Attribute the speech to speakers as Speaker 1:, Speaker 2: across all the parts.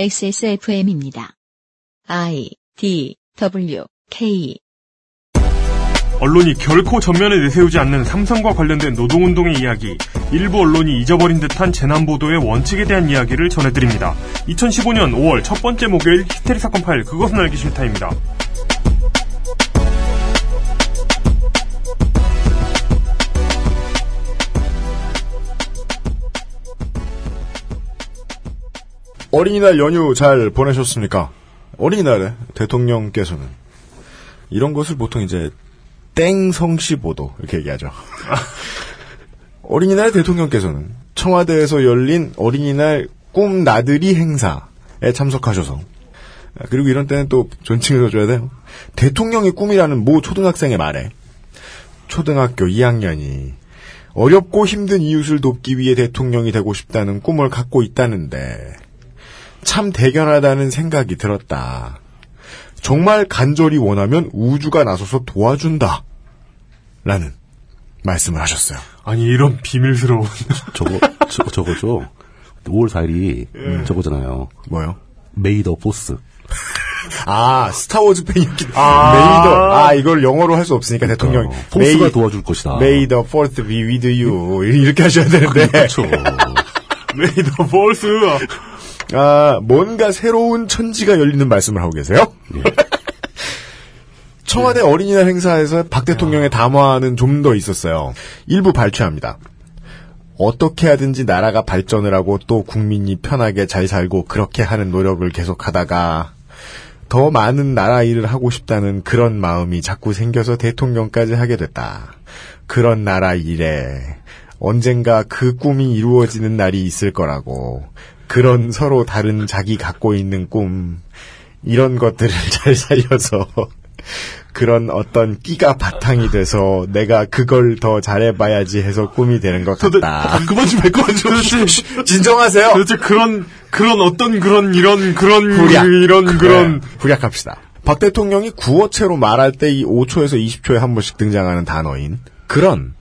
Speaker 1: XSFM입니다. I D W K
Speaker 2: 언론이 결코 전면에 내세우지 않는 삼성과 관련된 노동운동의 이야기, 일부 언론이 잊어버린 듯한 재난보도의 원칙에 대한 이야기를 전해드립니다. 2015년 5월 첫 번째 목요일 히스테리 사건 파일, 그것은 알기 싫다입니다.
Speaker 3: 어린이날 연휴 잘 보내셨습니까? 어린이날에 대통령께서는 이런 것을 보통 이제 땡성시 보도 이렇게 얘기하죠. 어린이날 대통령께서는 청와대에서 열린 어린이날 꿈 나들이 행사에 참석하셔서 아, 그리고 이런 때는 또 존칭을 써줘야 돼요. 대통령의 꿈이라는 모 초등학생의 말에 초등학교 2학년이 어렵고 힘든 이웃을 돕기 위해 대통령이 되고 싶다는 꿈을 갖고 있다는데 참 대견하다는 생각이 들었다. 정말 간절히 원하면 우주가 나서서 도와준다. 라는 말씀을 하셨어요.
Speaker 2: 아니, 이런 비밀스러운.
Speaker 4: 저거, 저거, 저거죠. 5월 4일이
Speaker 3: 예.
Speaker 4: 저거잖아요.
Speaker 3: 뭐요?
Speaker 4: 메이더 보스.
Speaker 3: 아, 스타워즈 팬이었기 때문에.
Speaker 2: 아.
Speaker 3: 메이더. 아, 이걸 영어로 할 수 없으니까 대통령.
Speaker 4: 어, 보스가 도와줄 것이다.
Speaker 3: May the fourth be with you. 이렇게 하셔야 되는데.
Speaker 4: 그렇죠.
Speaker 2: 레이더 볼스!
Speaker 3: 아, 뭔가 새로운 천지가 열리는 말씀을 하고 계세요? 청와대 어린이날 행사에서 박 대통령의 담화는 좀 더 있었어요. 일부 발췌합니다. 어떻게 하든지 나라가 발전을 하고 또 국민이 편하게 잘 살고 그렇게 하는 노력을 계속하다가 더 많은 나라 일을 하고 싶다는 그런 마음이 자꾸 생겨서 대통령까지 하게 됐다. 그런 나라 일에 언젠가 그 꿈이 이루어지는 날이 있을 거라고 그런 서로 다른 자기 갖고 있는 꿈 이런 것들을 잘 살려서 그런 어떤 끼가 바탕이 돼서 내가 그걸 더 잘해봐야지 해서 꿈이 되는 것 같다.
Speaker 2: 아, 그만 좀 할 거죠.
Speaker 3: 진정하세요.
Speaker 2: 도대체 그런, 그런 어떤 그런, 이런, 그런,
Speaker 3: 후략.
Speaker 2: 이런, 그런.
Speaker 3: 네, 후략합시다. 박 대통령이 구어체로 말할 때 이 5초에서 20초에 한 번씩 등장하는 단어인 그런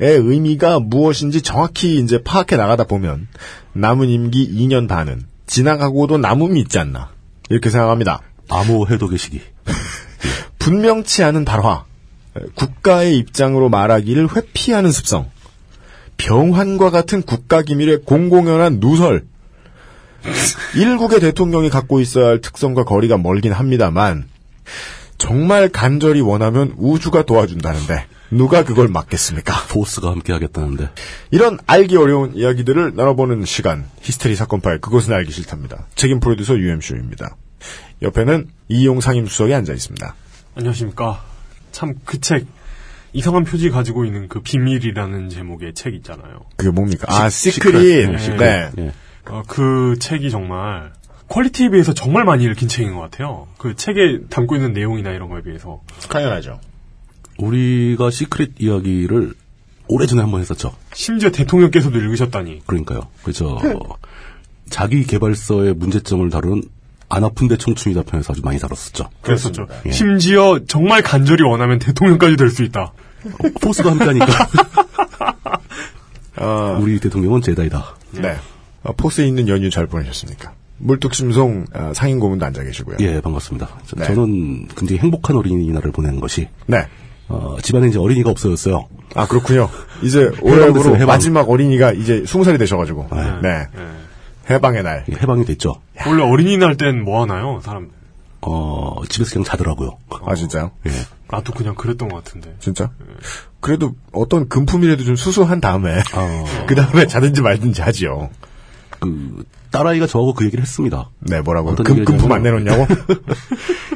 Speaker 3: 의 의미가 무엇인지 정확히 이제 파악해 나가다 보면 남은 임기 2년 반은 지나가고도 남음이 있지 않나 이렇게 생각합니다.
Speaker 4: 암호 해독의 시기.
Speaker 3: 분명치 않은 발화, 국가의 입장으로 말하기를 회피하는 습성, 병환과 같은 국가 기밀의 공공연한 누설, 일국의 대통령이 갖고 있어야 할 특성과 거리가 멀긴 합니다만, 정말 간절히 원하면 우주가 도와준다는데, 누가 그걸 막겠습니까?
Speaker 4: 보스가 함께 하겠다는데.
Speaker 3: 이런 알기 어려운 이야기들을 나눠보는 시간, 히스테리 사건 파일, 그것은 알기 싫답니다. 책임 프로듀서 UMC입니다. 옆에는 이용 상임수석이 앉아 있습니다.
Speaker 2: 안녕하십니까. 참, 그 책. 이상한 표지 가지고 있는 그 비밀이라는 제목의 책 있잖아요.
Speaker 3: 그게 뭡니까? 아,
Speaker 4: 시-
Speaker 3: 시크릿.
Speaker 4: 시크릿.
Speaker 3: 네.
Speaker 4: 예.
Speaker 2: 어, 그 책이 정말 퀄리티에 비해서 정말 많이 읽힌 책인 것 같아요. 그 책에 담고 있는 내용이나 이런 거에 비해서.
Speaker 3: 당연하죠.
Speaker 4: 우리가 시크릿 이야기를 오래전에 한 번 했었죠.
Speaker 2: 심지어 대통령께서도 읽으셨다니.
Speaker 4: 그러니까요. 그죠. 자기 개발서의 문제점을 다룬 안 아픈데 청춘이다 편에서 아주 많이 다뤘었죠.
Speaker 2: 그랬었죠.
Speaker 4: 예.
Speaker 2: 심지어 정말 간절히 원하면 대통령까지 될 수 있다.
Speaker 4: 어, 보스가 함께 하니까
Speaker 3: 아.
Speaker 4: 우리 대통령은 제다이다.
Speaker 3: 네. 어, 포스에 있는 연휴 잘 보내셨습니까? 물뚝심송 어, 상인 고문도 앉아 계시고요.
Speaker 4: 예, 반갑습니다. 저,
Speaker 3: 네.
Speaker 4: 는 굉장히 행복한 어린이날을 보낸 것이
Speaker 3: 네.
Speaker 4: 어, 집안에 이제 어린이가 없어졌어요.
Speaker 3: 아 그렇군요. 이제 올해로
Speaker 4: 됐어요, 해방. 아,
Speaker 3: 마지막 어린이가 이제 스무 살이 되셔가지고 네
Speaker 2: 예.
Speaker 3: 해방의 날.
Speaker 4: 예, 해방이 됐죠.
Speaker 2: 원래 어린이날 땐 뭐 하나요, 사람?
Speaker 4: 어, 집에서 그냥 자더라고요.
Speaker 3: 아 진짜요?
Speaker 4: 예.
Speaker 2: 나도 그냥 그랬던 것 같은데.
Speaker 3: 진짜? 그래도 어떤 금품이라도 좀 수수한 다음에
Speaker 4: 어.
Speaker 3: 그 다음에 자든지 말든지 하지요.
Speaker 4: 그 딸아이가 저하고 그 얘기를 했습니다.
Speaker 3: 네 뭐라고
Speaker 4: 어떤
Speaker 3: 금,
Speaker 4: 얘기를
Speaker 3: 금품 안
Speaker 4: 하냐면-
Speaker 3: 내놓냐고?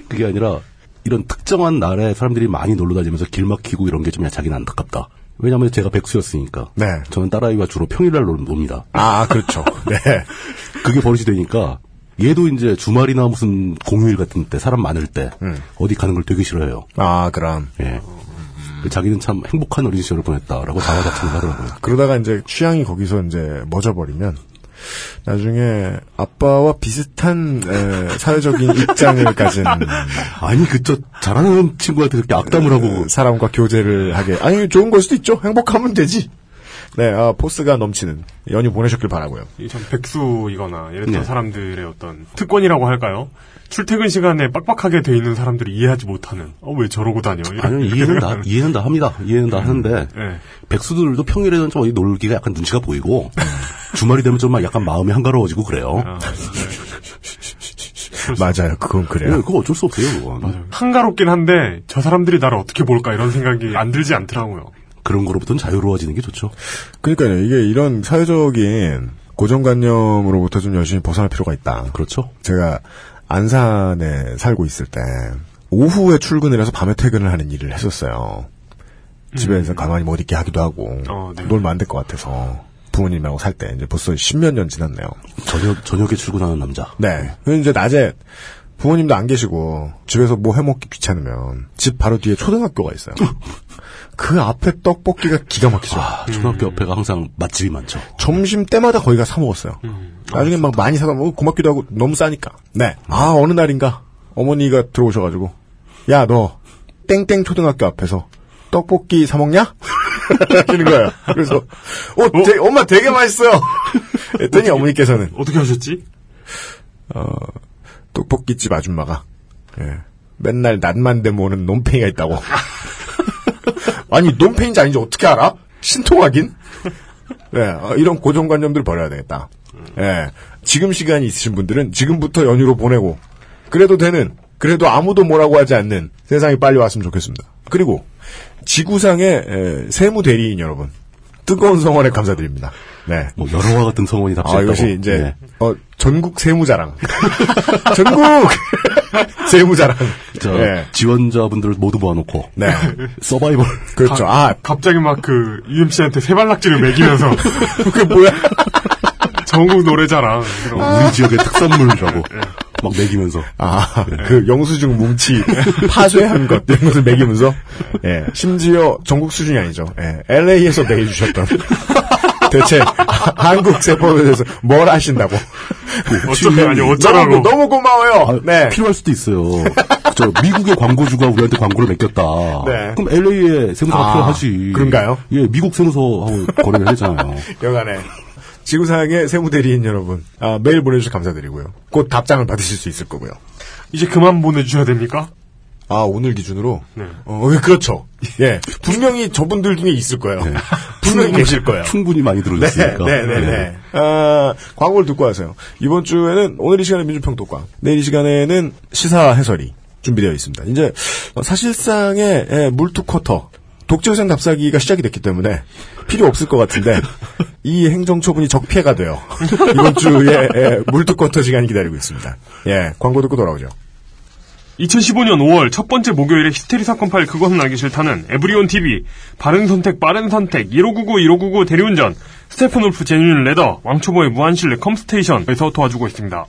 Speaker 4: 그게 아니라 이런 특정한 날에 사람들이 많이 놀러 다니면서 길 막히고 이런 게 좀 자기는 안타깝다. 왜냐하면 제가 백수였으니까.
Speaker 3: 네.
Speaker 4: 저는 딸아이와 주로 평일날 놀- 놉니다.
Speaker 3: 아 그렇죠. 네.
Speaker 4: 그게 버릇이 되니까 얘도 이제 주말이나 무슨 공휴일 같은 때 사람 많을 때 어디 가는 걸 되게 싫어해요.
Speaker 3: 아 그럼
Speaker 4: 예. 자기는 참 행복한 어린 시절을 보냈다라고 자화자찬을 하더라고요.
Speaker 3: 그러다가 이제 취향이 거기서 이제 멎어버리면 나중에 아빠와 비슷한 에, 사회적인 입장을 가진
Speaker 4: 아니 그저 잘하는 친구한테 그렇게 악담을 하고
Speaker 3: 사람과 교제를 하게 아니 좋은 걸 수도 있죠 행복하면 되지 네, 아, 포스가 넘치는 연휴 보내셨길 바라고요.
Speaker 2: 이참 백수이거나 이랬던
Speaker 4: 네.
Speaker 2: 사람들의 어떤 특권이라고 할까요? 출퇴근 시간에 빡빡하게 돼 있는 사람들이 이해하지 못하는 어 왜 저러고 다녀? 이렇게
Speaker 4: 아니요, 이해는 다, 이해는 다 합니다. 이해는 다 하는데,
Speaker 2: 예.
Speaker 4: 백수들도 평일에는 좀 어디 놀기가 약간 눈치가 보이고, 주말이 되면 좀 막 약간 마음이 한가로워지고 그래요.
Speaker 2: 아, 네.
Speaker 3: 맞아요. 그건
Speaker 4: 예,
Speaker 3: 그래요.
Speaker 4: 그거 어쩔 수 없어요, 그건.
Speaker 2: 한가롭긴 한데 저 사람들이 나를 어떻게 볼까 이런 생각이 안 들지 않더라고요.
Speaker 4: 그런 거로부터는 자유로워지는 게 좋죠.
Speaker 3: 그러니까요. 이게 이런 사회적인 고정관념으로부터 좀 열심히 벗어날 필요가 있다.
Speaker 4: 그렇죠.
Speaker 3: 제가 안산에 살고 있을 때 오후에 출근을 해서 밤에 퇴근을 하는 일을 했었어요. 집에서 가만히 못 있게 하기도 하고
Speaker 2: 음. 어, 네.
Speaker 3: 놀면 안 될 것 같아서 부모님하고 살 때 이제 벌써 십몇 년 지났네요.
Speaker 4: 저녁, 저녁에 출근하는 남자.
Speaker 3: 네. 그래서 이제 낮에 부모님도 안 계시고 집에서 뭐 해먹기 귀찮으면 집 바로 뒤에 초등학교가 있어요. 그 앞에 떡볶이가 기가 막히죠.
Speaker 4: 아, 초등학교 옆에가 항상 맛집이 많죠.
Speaker 3: 점심 때마다 거기 가사 먹었어요. 나중에 막 많이 사다 먹고 고맙기도 하고 너무 싸니까. 네. 아 어느 날인가 어머니가 들어오셔가지고 야 너 땡땡 초등학교 앞에서 떡볶이 사 먹냐? 이러는 거예요. 그래서 어, 되- 엄마 되게 맛있어요. 했더니 어머니께서는
Speaker 2: 어떻게 하셨지?
Speaker 3: 떡볶이집 아줌마가 예. 맨날 낮만 되면 오는 논팽이가 있다고. 아니 논팽인지 아닌지 어떻게 알아? 신통하긴. 예, 아, 이런 고정관념들 버려야 되겠다. 예, 지금 시간이 있으신 분들은 지금부터 연휴로 보내고 그래도 되는 그래도 아무도 뭐라고 하지 않는 세상이 빨리 왔으면 좋겠습니다. 그리고 지구상의 에, 세무 대리인 여러분 뜨거운 성원에 감사드립니다. 네.
Speaker 4: 뭐, 여러와 같은 성원이
Speaker 3: 아,
Speaker 4: 답시했다고 네. 예.
Speaker 3: 이것이 이제 어, 전국 세무자랑 전국 세무자랑
Speaker 4: 저,
Speaker 3: 예.
Speaker 4: 지원자분들을 모두 모아놓고,
Speaker 3: 네
Speaker 4: 서바이벌.
Speaker 3: 그렇죠 아
Speaker 2: 갑자기 막 그 UMC한테 세발낙지를 매기면서
Speaker 3: 그게 뭐야
Speaker 2: 전국 노래자랑 이런 거.
Speaker 4: 우리 지역의 특산물이라고.
Speaker 3: 네.
Speaker 4: 막 매기면서.
Speaker 3: 아 그 영수증 뭉치 파쇄한 것 이런 것을 매기면서 예 심지어 전국 수준이 아니죠 예 LA에서 매겨주셨던 대체 하- 한국 세법에 대해서 뭘 하신다고
Speaker 2: 어쩌면 아니 어쩌라고
Speaker 3: 너무, 너무 고마워요
Speaker 4: 아,
Speaker 3: 네
Speaker 4: 필요할 수도 있어요. 저 미국의 광고주가 우리한테 광고를 맡겼다.
Speaker 3: 네.
Speaker 4: 그럼 LA에 세무사가
Speaker 3: 아,
Speaker 4: 필요하지.
Speaker 3: 그런가요?
Speaker 4: 예, 미국 세무서하고 거래를 했잖아요.
Speaker 3: 여간에 지구상의 세무 대리인 여러분 아, 메일 보내주셔서 감사드리고요 곧 답장을 받으실 수 있을 거고요
Speaker 2: 이제 그만 보내주셔야 됩니까?
Speaker 3: 아 오늘 기준으로
Speaker 2: 네.
Speaker 3: 어 예, 그렇죠 네. 예 분명히 저분들 중에 있을 거예요 분명히 계실 거예요
Speaker 4: 충분히 많이 들어줬으니까.
Speaker 3: 네네네
Speaker 4: 네.
Speaker 3: 아, 광고를 듣고 하세요 이번 주에는 오늘 이 시간에 민주평독과 내일 이 시간에는 시사 해설이 준비되어 있습니다 이제 어, 사실상의 예, 물투쿼터 독재후생 답사기가 시작이 됐기 때문에 필요 없을 것 같은데 이 행정처분이 적폐가 돼요 이번 주에 예, 물투쿼터 시간이 기다리고 있습니다 예 광고 듣고 돌아오죠
Speaker 2: 2015년 5월 첫 번째 목요일에 히스테리 사건 파일 그것은 알기 싫다는 에브리온 TV 바른 선택 빠른 선택 1599 1599 대리운전 스테프놀프 제뉴인 레더 왕초보의 무한실내 컴스테이션에서 도와주고 있습니다.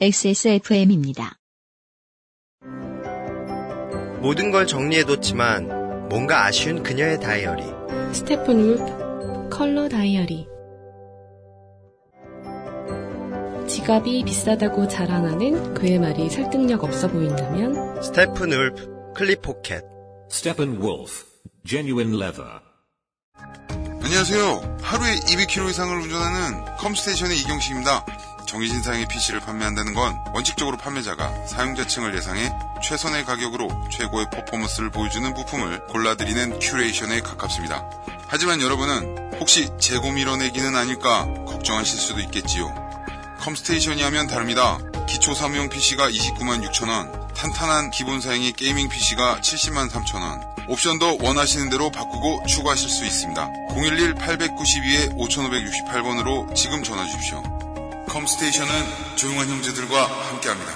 Speaker 1: XSFM입니다.
Speaker 5: 모든 걸 정리해뒀지만 뭔가 아쉬운 그녀의 다이어리
Speaker 6: 스테픈 울프 컬러 다이어리 지갑이 비싸다고 자랑하는 그의 말이 설득력 없어 보인다면
Speaker 5: 스테픈 울프 클립 포켓
Speaker 7: Steppenwolf, genuine leather.
Speaker 8: 안녕하세요. 하루에 200km 이상을 운전하는 컴스테이션의 이경식입니다. 정해진 사양의 PC를 판매한다는 건 원칙적으로 판매자가 사용자층을 예상해 최선의 가격으로 최고의 퍼포먼스를 보여주는 부품을 골라드리는 큐레이션에 가깝습니다. 하지만 여러분은 혹시 재고 밀어내기는 아닐까 걱정하실 수도 있겠지요. 컴스테이션이 하면 다릅니다. 기초 사무용 PC가 29만 6천원, 탄탄한 기본 사양의 게이밍 PC가 70만 3천원, 옵션도 원하시는 대로 바꾸고 추가하실 수 있습니다. 011-892-5568번으로 지금 전화 주십시오. 컴스테이션은 조용한 형제들과 함께합니다.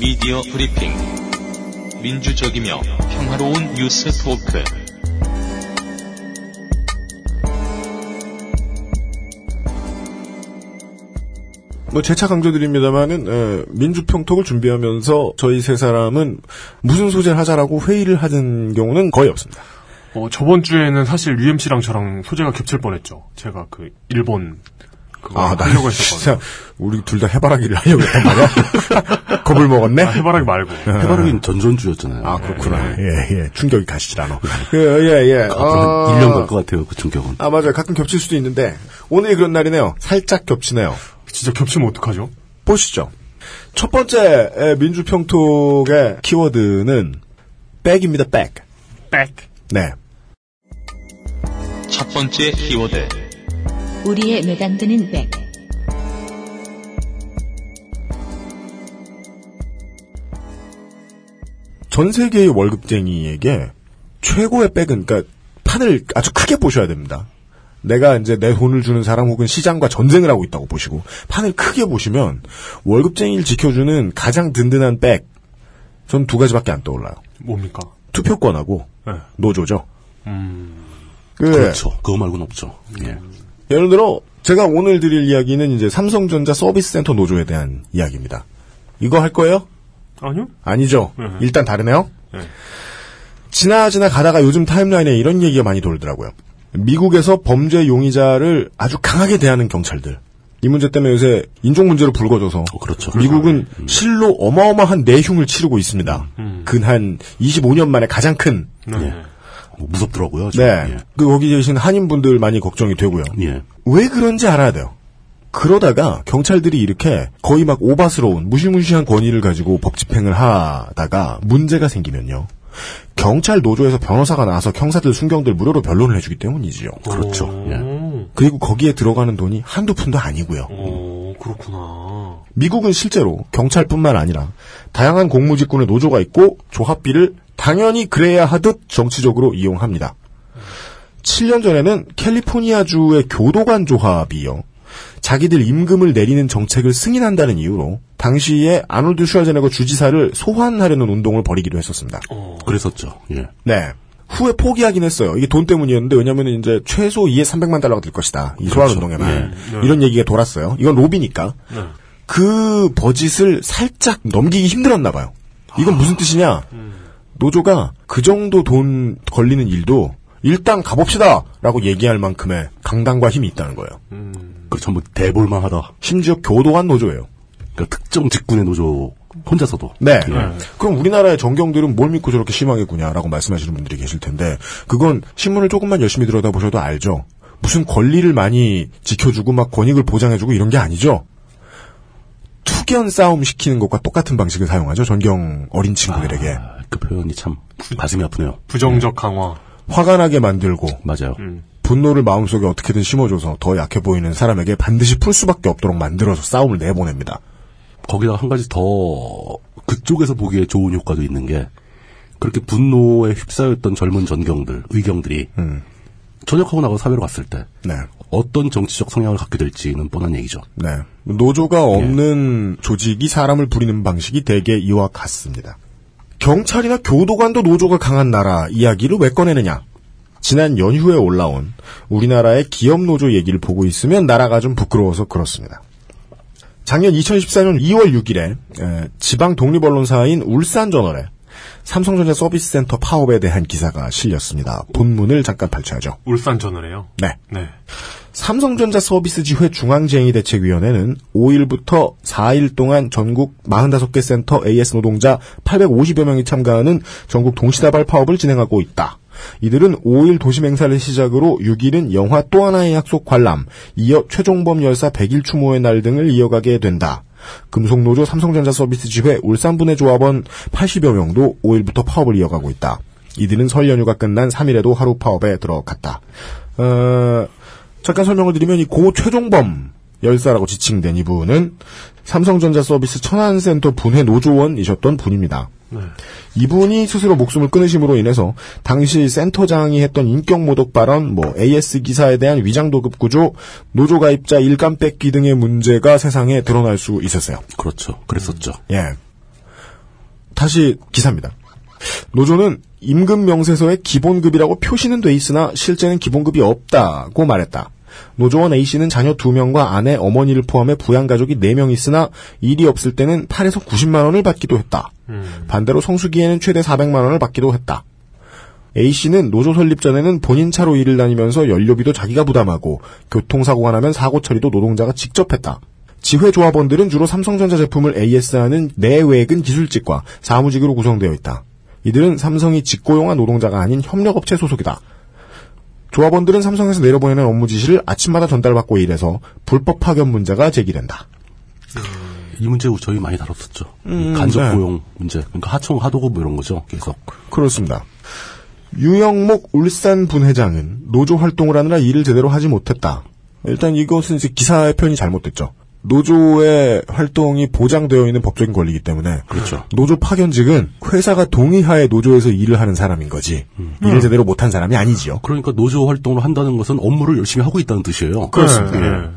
Speaker 9: 미디어 브리핑. 민주적이며 평화로운 뉴스 토크.
Speaker 3: 뭐 재차 강조드립니다만은 어, 민주평통을 준비하면서 저희 세 사람은 무슨 소재를 하자라고 회의를 하는 경우는 거의 없습니다.
Speaker 2: 어, 저번 주에는 사실 UMC랑 저랑 소재가 겹칠 뻔했죠. 제가 그 일본 그거
Speaker 3: 아, 나
Speaker 2: 하려고
Speaker 3: 진짜
Speaker 2: 했었거든요.
Speaker 3: 우리 둘 다 해바라기를 하려고 했단 말이야. 겁을 먹었네.
Speaker 2: 아, 해바라기 네. 말고.
Speaker 4: 해바라기는 전전주였잖아요. 네.
Speaker 3: 아 그렇구나. 예, 예. 충격이 가시질 않아.
Speaker 2: 그러니까.
Speaker 3: 예, 예, 예.
Speaker 4: 앞으로 한 1년 갈 것 같아요, 그 충격은.
Speaker 3: 아, 맞아요. 가끔 겹칠 수도 있는데, 오늘이 그런 날이네요. 살짝 겹치네요.
Speaker 2: 진짜 겹치면 어떡하죠?
Speaker 3: 보시죠. 첫 번째 에, 민주평톡의 키워드는 백입니다, 백.
Speaker 2: 백.
Speaker 3: 네.
Speaker 9: 첫 번째 키워드.
Speaker 1: 우리의 매장되는 백.
Speaker 3: 전 세계의 월급쟁이에게 최고의 백은, 그니까, 판을 아주 크게 보셔야 됩니다. 내가 이제 내 돈을 주는 사람 혹은 시장과 전쟁을 하고 있다고 보시고, 판을 크게 보시면, 월급쟁이를 지켜주는 가장 든든한 백, 전 두 가지밖에 안 떠올라요.
Speaker 2: 뭡니까?
Speaker 3: 투표권하고,
Speaker 2: 네.
Speaker 3: 노조죠. 그,
Speaker 4: 그렇죠. 그거 말고는 없죠. 예.
Speaker 3: 예를 들어 제가 오늘 드릴 이야기는 이제 삼성전자 서비스센터 노조에 대한 이야기입니다. 이거 할 거예요?
Speaker 2: 아니요?
Speaker 3: 아니죠.
Speaker 2: 네.
Speaker 3: 일단 다르네요.
Speaker 2: 네.
Speaker 3: 지나지나 가다가 요즘 타임라인에 이런 얘기가 많이 돌더라고요. 미국에서 범죄 용의자를 아주 강하게 대하는 경찰들. 이 문제 때문에 요새 인종 문제로 불거져서
Speaker 4: 어, 그렇죠.
Speaker 3: 미국은 실로 어마어마한 내흉을 치르고 있습니다.
Speaker 4: 음,
Speaker 3: 근 한 25년 만에 가장 큰.
Speaker 2: 네.
Speaker 4: 뭐 무섭더라고요.
Speaker 3: 네.
Speaker 4: 지금.
Speaker 3: 그 거기 계신 한인분들 많이 걱정이 되고요.
Speaker 4: 예. 예.
Speaker 3: 왜 그런지 알아야 돼요. 그러다가 경찰들이 이렇게 거의 막 오바스러운 무시무시한 권위를 가지고 법 집행을 하다가 문제가 생기면요. 경찰 노조에서 변호사가 나와서 형사들 순경들 무료로 변론을 해주기 때문이지요.
Speaker 4: 그렇죠. 예.
Speaker 2: 오,
Speaker 3: 그리고 거기에 들어가는 돈이 한두 푼도 아니고요.
Speaker 2: 오,
Speaker 3: 어.
Speaker 2: 그렇구나.
Speaker 3: 미국은 실제로 경찰뿐만 아니라 다양한 공무직군의 노조가 있고 조합비를 당연히 그래야 하듯 정치적으로 이용합니다. 7년 전에는 캘리포니아주의 교도관 조합이요. 자기들 임금을 내리는 정책을 승인한다는 이유로 당시에 아놀드 슈왈제네거 주지사를 소환하려는 운동을 벌이기도 했었습니다.
Speaker 4: 그랬었죠. 예.
Speaker 3: 네. 후에 포기하긴 했어요. 이게 돈 때문이었는데 왜냐면 이제 최소 2에 300만 달러가 들 것이다. 이 소환 운동에만 이런 얘기가 돌았어요. 이건 로비니까 그 버짓을 살짝 넘기기 힘들었나 봐요. 이건 무슨 뜻이냐? 노조가 그 정도 돈 걸리는 일도 일단 가봅시다라고 얘기할 만큼의 강당과 힘이 있다는 거예요.
Speaker 4: 그렇죠. 뭐 대볼만 하다.
Speaker 3: 심지어 교도관 노조예요.
Speaker 4: 그러니까 특정 직군의 노조 혼자서도.
Speaker 3: 네.
Speaker 4: 예.
Speaker 3: 그럼 우리나라의 정경들은 뭘 믿고 저렇게 심하게 구냐라고 말씀하시는 분들이 계실 텐데 그건 신문을 조금만 열심히 들여다보셔도 알죠. 무슨 권리를 많이 지켜주고 막 권익을 보장해주고 이런 게 아니죠. 투견 싸움 시키는 것과 똑같은 방식을 사용하죠. 전경 어린 친구들에게
Speaker 4: 아, 그 표현이 참
Speaker 3: 음.
Speaker 4: 가슴이 아프네요.
Speaker 2: 부정적 강화.
Speaker 3: 화가 나게 만들고
Speaker 4: 맞아요.
Speaker 3: 음. 분노를 마음속에 어떻게든 심어줘서 더 약해 보이는 사람에게 반드시 풀 수밖에 없도록 만들어서 싸움을 내보냅니다.
Speaker 4: 거기다가 한 가지 더 그쪽에서 보기에 좋은 효과도 있는 게 그렇게 분노에 휩싸였던 젊은 전경들, 의경들이 전역하고 나가 사회로 갔을 때
Speaker 3: 음. 네.
Speaker 4: 어떤 정치적 성향을 갖게 될지는 뻔한 얘기죠.
Speaker 3: 네. 노조가 없는 조직이 사람을 부리는 방식이 대개 이와 같습니다. 경찰이나 교도관도 노조가 강한 나라 이야기를 왜 꺼내느냐? 지난 연휴에 올라온 우리나라의 기업 노조 얘기를 보고 있으면 나라가 좀 부끄러워서 그렇습니다. 작년 2014년 2월 6일에 지방 독립 언론사인 울산저널에 삼성전자 서비스센터 파업에 대한 기사가 실렸습니다. 본문을 잠깐 발췌하죠.
Speaker 2: 울산 저널에요.
Speaker 3: 네.
Speaker 2: 네.
Speaker 3: 삼성전자 서비스 지회 중앙쟁의대책위원회는 5일부터 4일 동안 전국 45개 센터 AS 노동자 850여 명이 참가하는 전국 동시다발 파업을 진행하고 있다. 이들은 5일 도심 행사를 시작으로 6일은 영화 또 하나의 약속 관람, 이어 최종범 열사 100일 추모의 날 등을 이어가게 된다. 금속노조 삼성전자 서비스 지회 울산분해 조합원 80여 명도 5일부터 파업을 이어가고 있다. 이들은 설 연휴가 끝난 3일에도 하루 파업에 들어갔다. 어, 잠깐 설명을 드리면 이 고 최종범 열사라고 지칭된 이분은 삼성전자 서비스 천안센터 분해 노조원이셨던 분입니다. 이분이 스스로 목숨을 끊으심으로 인해서 당시 센터장이 했던 인격 모독 발언, 뭐 AS 기사에 대한 위장 도급 구조, 노조 가입자 일감 뺏기 등의 문제가 세상에 드러날 수 있었어요.
Speaker 4: 그렇죠. 그랬었죠.
Speaker 3: 예. 다시 기사입니다. 노조는 임금 명세서에 기본급이라고 표시는 돼 있으나 실제는 기본급이 없다고 말했다. 노조원 A씨는 자녀 2명과 아내, 어머니를 포함해 부양가족이 4명 있으나 일이 없을 때는 8에서 90만원을 받기도 했다. 반대로 성수기에는 최대 400만원을 받기도 했다. A씨는 노조 설립 전에는 본인 차로 일을 다니면서 연료비도 자기가 부담하고 교통사고가 나면 사고 처리도 노동자가 직접 했다. 지회조합원들은 주로 삼성전자 제품을 AS하는 내외근 기술직과 사무직으로 구성되어 있다. 이들은 삼성이 직고용한 노동자가 아닌 협력업체 소속이다. 조합원들은 삼성에서 내려보내는 업무 지시를 아침마다 전달받고 일해서 불법 파견 문제가 제기된다.
Speaker 4: 이 문제 저희 많이 다뤘었죠. 이 간접
Speaker 3: 네.
Speaker 4: 고용 문제. 그러니까 하청, 하도급 뭐 이런 거죠. 계속.
Speaker 3: 그렇습니다. 유영목 울산 분회장은 노조 활동을 하느라 일을 제대로 하지 못했다. 일단 이것은 이제 기사의 표현이 잘못됐죠. 노조의 활동이 보장되어 있는 법적인 권리이기 때문에
Speaker 4: 그렇죠.
Speaker 3: 노조 파견직은 회사가 동의하에 노조에서 일을 하는 사람인 거지 일을 제대로 못한 사람이 아니지요.
Speaker 4: 그러니까 노조 활동을 한다는 것은 업무를 열심히 하고 있다는 뜻이에요.
Speaker 3: 그렇습니다. 네.
Speaker 4: 예.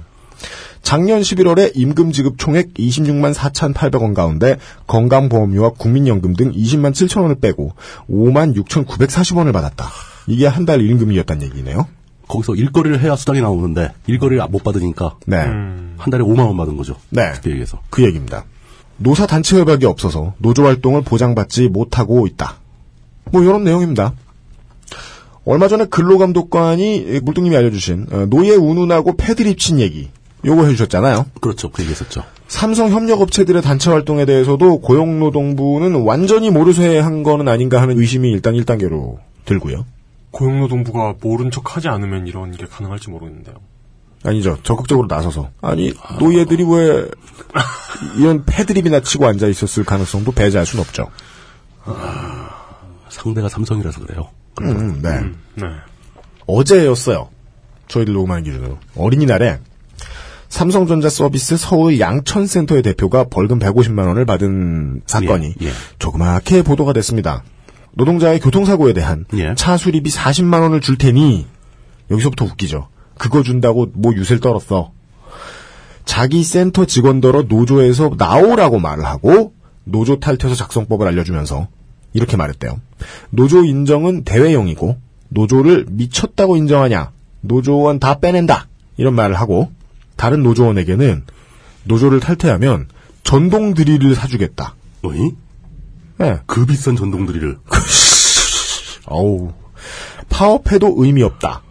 Speaker 3: 작년 11월에 임금 지급 총액 26만 4,800원 가운데 건강보험료와 국민연금 등 20만 7,000원을 빼고 5만 6,940원을 받았다. 이게 한 달 임금이었단 얘기네요.
Speaker 4: 거기서 일거리를 해야 수당이 나오는데 일거리를 못 받으니까
Speaker 3: 네.
Speaker 4: 한 달에 5만 원 받은 거죠.
Speaker 3: 네.
Speaker 4: 쉽게 얘기해서.
Speaker 3: 그 얘기입니다. 노사 단체 협약이 없어서 노조 활동을 보장받지 못하고 있다. 뭐 이런 내용입니다. 얼마 전에 근로감독관이 물뚱님이 알려주신 어, 노예 운운하고 패드립 친 얘기 요거 해주셨잖아요.
Speaker 4: 그렇죠. 그 얘기했었죠.
Speaker 3: 삼성 협력업체들의 단체 활동에 대해서도 고용노동부는 완전히 모르쇠 한 거는 아닌가 하는 의심이 일단 1단계로 들고요.
Speaker 2: 고용노동부가 모른 척 하지 않으면 이런 게 가능할지 모르겠는데요.
Speaker 3: 아니죠. 적극적으로 나서서. 아니, 노예들이 왜 이런 패드립이나 치고 앉아 있었을 가능성도 배제할 순 없죠.
Speaker 4: 상대가 삼성이라서 그래요. 그러니까
Speaker 3: 음, 네.
Speaker 2: 네.
Speaker 3: 어제였어요. 저희들 녹음하는 기준으로. 어린이날에 삼성전자 서비스 서울 양천센터의 대표가 벌금 150만 원을 받은 사건이
Speaker 4: 예, 예.
Speaker 3: 조그맣게 보도가 됐습니다. 노동자의 교통사고에 대한
Speaker 4: 예.
Speaker 3: 차 수리비 40만 원을 줄 테니 여기서부터 웃기죠. 그거 준다고 뭐 유세를 떨었어. 자기 센터 직원더러 노조에서 나오라고 말을 하고 노조 탈퇴서 작성법을 알려주면서 이렇게 말했대요. 노조 인정은 대외용이고 노조를 미쳤다고 인정하냐 노조원 다 빼낸다 이런 말을 하고 다른 노조원에게는 노조를 탈퇴하면 전동 드릴을 사주겠다.
Speaker 4: 어이?
Speaker 3: 예.
Speaker 4: 그 비싼 전동들이를.
Speaker 3: 어우, 파업해도 의미 없다.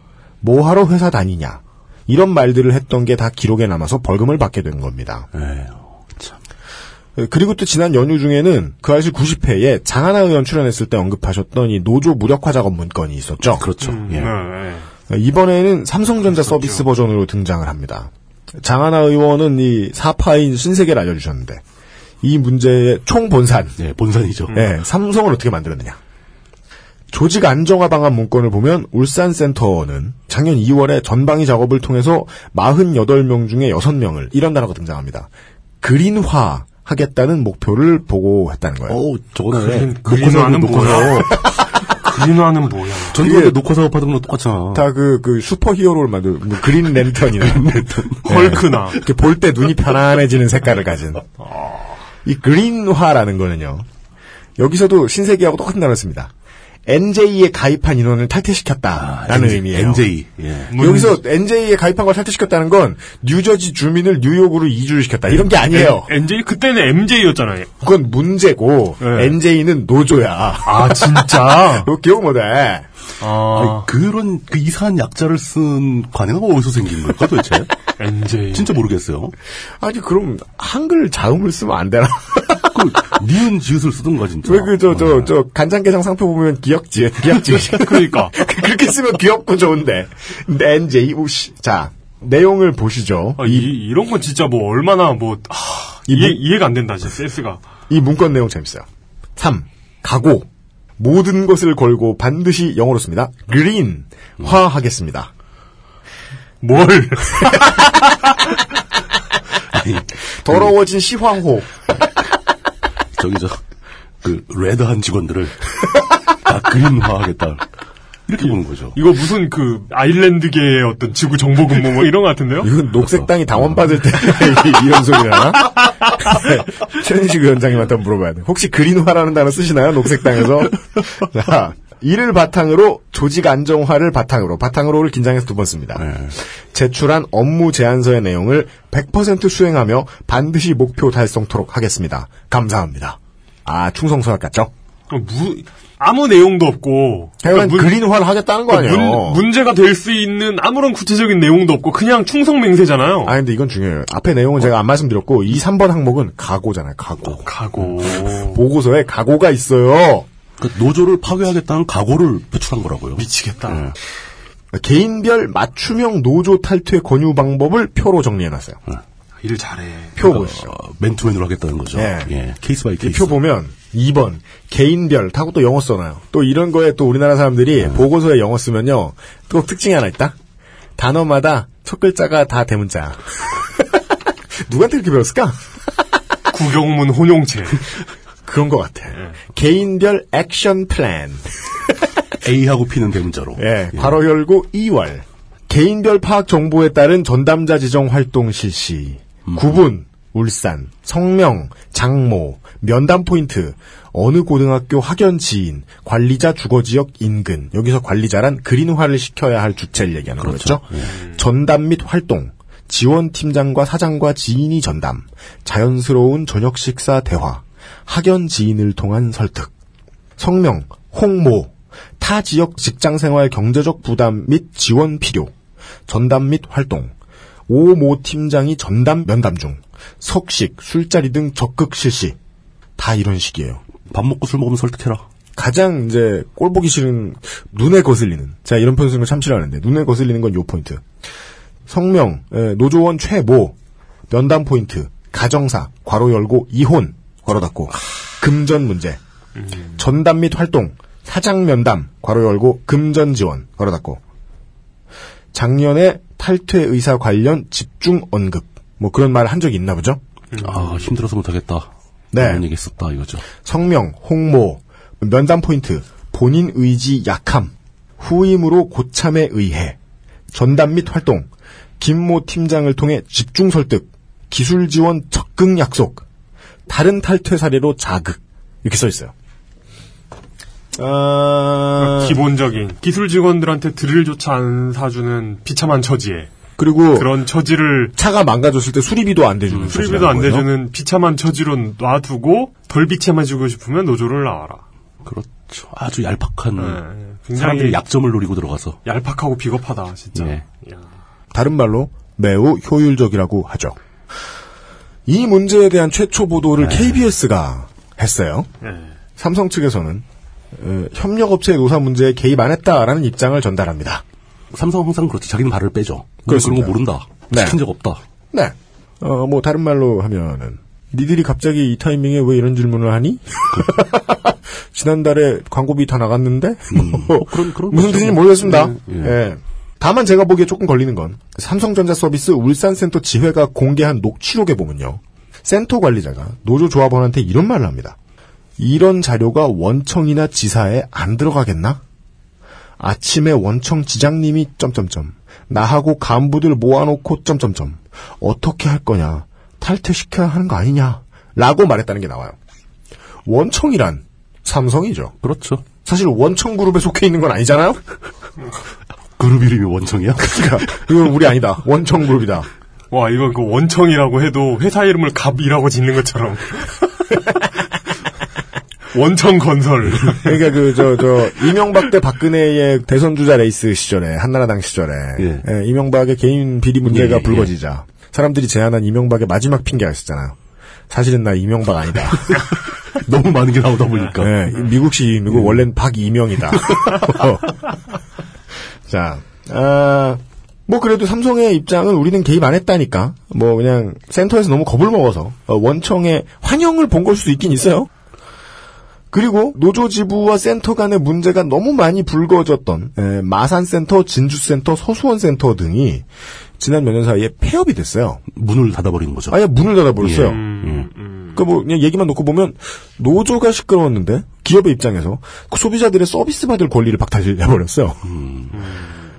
Speaker 3: 뭐하러 회사 다니냐. 이런 말들을 했던 게 다 기록에 남아서 벌금을 받게 된 겁니다.
Speaker 4: 에휴, 참.
Speaker 3: 에, 그리고 또 지난 연휴 중에는 그 아실 90회에 장하나 의원 출연했을 때 언급하셨던 이 노조 무력화 작업 문건이 있었죠.
Speaker 4: 그렇죠. 예.
Speaker 2: 네.
Speaker 3: 에, 이번에는 삼성전자 서비스 버전으로 등장을 합니다. 장하나 의원은 이 사파인 신세계를 알려주셨는데 이 문제의 총본산
Speaker 4: 예, 본산이죠.
Speaker 3: 예, 삼성을 어떻게 만들었느냐. 조직 안정화 방안 문건을 보면 울산센터는 작년 2월에 전방위 작업을 통해서 48명 중에 6명을 이런 단어가 등장합니다. 그린화 하겠다는 목표를 보고했다는 거예요.
Speaker 4: 어우, 저거는
Speaker 2: 그린, 그린화는 뭐야? 그린화는 뭐야?
Speaker 4: 전동에 녹화 사업하던 거 똑같잖아.
Speaker 3: 다 그 그 슈퍼 히어로를 만들 뭐 그린 랜턴이나 예,
Speaker 2: 헐크나.
Speaker 3: 이렇게 볼 때 눈이 편안해지는 색깔을 가진 이 그린화라는 거는요. 여기서도 신세계하고 똑같은 단어를 씁니다. NJ에 가입한 인원을 탈퇴시켰다라는 E. 의미예요.
Speaker 4: NJ. 예.
Speaker 3: 여기서 NJ에 가입한 걸 탈퇴시켰다는 건 뉴저지 주민을 뉴욕으로 이주를 시켰다 이런 게 아니에요.
Speaker 2: NJ 그때는 MJ였잖아요.
Speaker 3: 그건 문제고
Speaker 2: 네.
Speaker 3: NJ는 노조야.
Speaker 2: 아 진짜.
Speaker 3: 너 기억 못해.
Speaker 2: 아
Speaker 4: 아니, 그런 그 이상한 약자를 쓴 관행은 어디서 생긴 걸까 도대체?
Speaker 2: NJ.
Speaker 4: 진짜 모르겠어요.
Speaker 3: 아니 그럼 한글 자음을 쓰면 안 되나?
Speaker 4: 그 니은 지읒을 쓰던가 진짜. 네.
Speaker 3: 왜 그 저 저 저 간장게장 상표 보면 기억지 기억지
Speaker 2: 그러니까.
Speaker 3: 그렇게 쓰면 귀엽고 좋은데 근데 NJ 우씨 자 내용을 보시죠.
Speaker 2: 아, 이, 이런 건 진짜 뭐 얼마나 뭐 하, 이해,
Speaker 3: 문-
Speaker 2: 이해가 안 된다 진짜 센스가.
Speaker 3: 이 문건 내용 재밌어요. 3. 각오. 모든 것을 걸고 반드시 영어로 씁니다. 그린.
Speaker 2: 음.
Speaker 3: 화 하겠습니다.
Speaker 2: 뭘?
Speaker 3: 더러워진 시황호.
Speaker 4: 저기 저그 레드한 직원들을 다 그린화하겠다. 이렇게 보는 거죠.
Speaker 2: 이거 무슨 그 아일랜드계의 어떤 지구 정보 근무 뭐 이런 거 같은데요?
Speaker 3: 이건 녹색당이 당원받을 때 이런 소리야. 최은식 위원장님한테 한번 물어봐야 돼. 혹시 그린화라는 단어 쓰시나요? 녹색당에서? 자, 이를 바탕으로 조직 안정화를 바탕으로 바탕으로를 긴장해서 두 번 씁니다.
Speaker 2: 네.
Speaker 3: 제출한 업무 제안서의 내용을 100% 수행하며 반드시 목표 달성토록 하겠습니다. 감사합니다. 아 충성서약 같죠?
Speaker 2: 그럼 무, 아무 내용도 없고.
Speaker 3: 대만
Speaker 2: 그러니까 문-
Speaker 3: 그린화를 하겠다는 거 아니에요?
Speaker 2: 문, 문제가 될 수 있는 아무런 구체적인 내용도 없고 그냥 충성맹세잖아요.
Speaker 3: 아 근데 이건 중요해요. 앞에 내용은
Speaker 2: 어.
Speaker 3: 제가 안 말씀드렸고 이 3번 항목은 각오잖아요. 각오.
Speaker 2: 가고.
Speaker 3: 보고서에 각오가 있어요.
Speaker 4: 그러니까 노조를 파괴하겠다는 각오를 표출한 거라고요. 예.
Speaker 2: 미치겠다.
Speaker 3: 개인별 맞춤형 노조 탈퇴 권유 방법을 표로 정리해놨어요.
Speaker 2: 일을 잘해.
Speaker 3: 표 보시죠.
Speaker 4: 어, 맨투맨으로 하겠다는 거죠.
Speaker 3: 예.
Speaker 4: 예, 케이스 바이
Speaker 3: 이
Speaker 4: 케이스.
Speaker 3: 표 보면 2번 개인별 하고 또 영어 써놔요. 또 이런 거에 또 우리나라 사람들이 보고서에 영어 쓰면요. 또 특징이 하나 있다. 단어마다 첫 글자가 다 대문자. 누구한테 이렇게 배웠을까? 아,
Speaker 2: 구경문 혼용체.
Speaker 3: 그런 것 같아. 개인별 액션 플랜.
Speaker 4: A하고 P는 대문자로.
Speaker 3: 예, 괄호 열고 2월. 개인별 파악 정보에 따른 전담자 지정 활동 실시. 구분, 울산, 성명, 장모, 면담 포인트, 어느 고등학교 학연 지인, 관리자 주거 지역 인근. 여기서 관리자란 그린화를 시켜야 할 주체를 얘기하는 거겠죠. 전담 및 활동. 지원 팀장과 사장과 지인이 전담. 자연스러운 저녁 식사 대화. 학연 지인을 통한 설득. 성명, 홍모, 타 지역 직장 생활 경제적 부담 및 지원 필요, 전담 및 활동, 오모 팀장이 전담 면담 중, 석식, 술자리 등 적극 실시. 다 이런 식이에요.
Speaker 4: 밥 먹고 술 먹으면 설득해라.
Speaker 3: 가장 이제 꼴 보기 싫은 눈에 거슬리는 제가 이런 표현 쓰는 걸 참 싫어하는데 눈에 거슬리는 건 요 포인트 성명 에, 노조원 최모 면담 포인트 가정사 괄호 열고 이혼 괄호 닫고 금전 문제 전담 및 활동 사장 면담 괄호 열고 금전 지원 괄호 닫고 작년에 탈퇴 의사 관련 집중 언급 뭐 그런 말 한 적이 있나 보죠
Speaker 2: 음.
Speaker 4: 아, 힘들어서 못하겠다.
Speaker 3: 네.
Speaker 4: 이런 얘기 했었다, 이거죠.
Speaker 3: 성명, 홍모, 면담 포인트, 본인 의지 약함, 후임으로 고참에 의해, 전담 및 활동, 김모 팀장을 통해 집중 설득, 기술 지원 적극 약속, 다른 탈퇴 사례로 자극 이렇게 써 있어요. 아,
Speaker 2: 기본적인 기술 직원들한테 드릴조차 안 사주는 비참한 처지에
Speaker 3: 그리고
Speaker 2: 그런 처지를
Speaker 3: 차가 망가졌을 때 수리비도 안 대주는
Speaker 2: 수리비도 안
Speaker 3: 거예요.
Speaker 2: 내주는 비참한 처지로 놔두고 덜 비참해지고 싶으면 노조를 나와라.
Speaker 4: 그렇죠. 아주 얄팍한
Speaker 2: 네, 굉장히- 그렇죠.
Speaker 4: 사람들이 약점을 노리고 들어가서
Speaker 2: 얄팍하고 비겁하다 진짜.
Speaker 4: 네.
Speaker 2: 야.
Speaker 3: 다른 말로 매우 효율적이라고 하죠. 이 문제에 대한 최초 보도를 KBS가 했어요.
Speaker 2: 네.
Speaker 3: 삼성 측에서는 어, 협력업체 노사 문제에 개입 안 했다라는 입장을 전달합니다.
Speaker 4: 삼성 항상 그렇죠. 자기는 발을 빼죠. 그런
Speaker 3: 그렇습니다.
Speaker 4: 거 모른다.
Speaker 3: 네.
Speaker 4: 시킨 적 없다.
Speaker 3: 네. 어, 뭐 다른 말로 하면은 니들이 갑자기 이 타이밍에 왜 이런 질문을 하니? 지난달에 광고비 다 나갔는데 뭐
Speaker 4: 어, 그런- 그런
Speaker 3: 무슨
Speaker 4: 거죠.
Speaker 3: 뜻인지 모르겠습니다.
Speaker 4: 예, 예.
Speaker 3: 예. 다만 제가 보기에 조금 걸리는 건 삼성전자 서비스 울산센터 지회가 공개한 녹취록에 보면요. 센터 관리자가 노조 조합원한테 이런 말을 합니다. 이런 자료가 원청이나 지사에 안 들어가겠나? 아침에 원청 지장님이 점점점 나하고 간부들 모아놓고 점점점 어떻게 할 거냐 탈퇴시켜야 하는 거 아니냐라고 말했다는 게 나와요. 원청이란 삼성이죠.
Speaker 4: 그렇죠.
Speaker 3: 사실 원청 그룹에 속해 있는 건 아니잖아요.
Speaker 4: 그룹 이름이 원청이야?
Speaker 3: 그러니까 이건 우리 아니다. 원청 그룹이다.
Speaker 2: 와 이건 그 원청이라고 해도 회사 이름을 갑이라고 짓는 것처럼. 원청 건설.
Speaker 3: 그러니까 그 저 저 이명박 때 박근혜의 대선 주자 레이스 시절에 한나라당 시절에
Speaker 4: 예.
Speaker 3: 예, 이명박의 개인 비리 문제가
Speaker 4: 예, 예.
Speaker 3: 불거지자 사람들이 제안한 이명박의 마지막 핑계가 있었잖아요. 사실은 나 이명박 아니다.
Speaker 4: 너무 많은 게 나오다 보니까. 음.
Speaker 3: 예, 미국식 이름이고 원래는 박이명이다. 자, 아, 뭐 그래도 삼성의 입장은 우리는 개입 안 했다니까. 뭐 그냥 센터에서 너무 겁을 먹어서 어, 원청의 환영을 본 걸 수도 있긴 있어요. 그리고 노조 지부와 센터 간의 문제가 너무 많이 불거졌던 에, 마산센터, 진주센터, 서수원센터 등이 지난 몇 년 사이에 폐업이 됐어요.
Speaker 4: 문을 닫아버리는 거죠.
Speaker 3: 아예 문을 닫아버렸어요.
Speaker 2: 음,
Speaker 3: 그러니까 뭐 그냥 얘기만 놓고 보면 노조가 시끄러웠는데 기업의 입장에서 그 소비자들의 서비스 받을 권리를 박탈해버렸어요.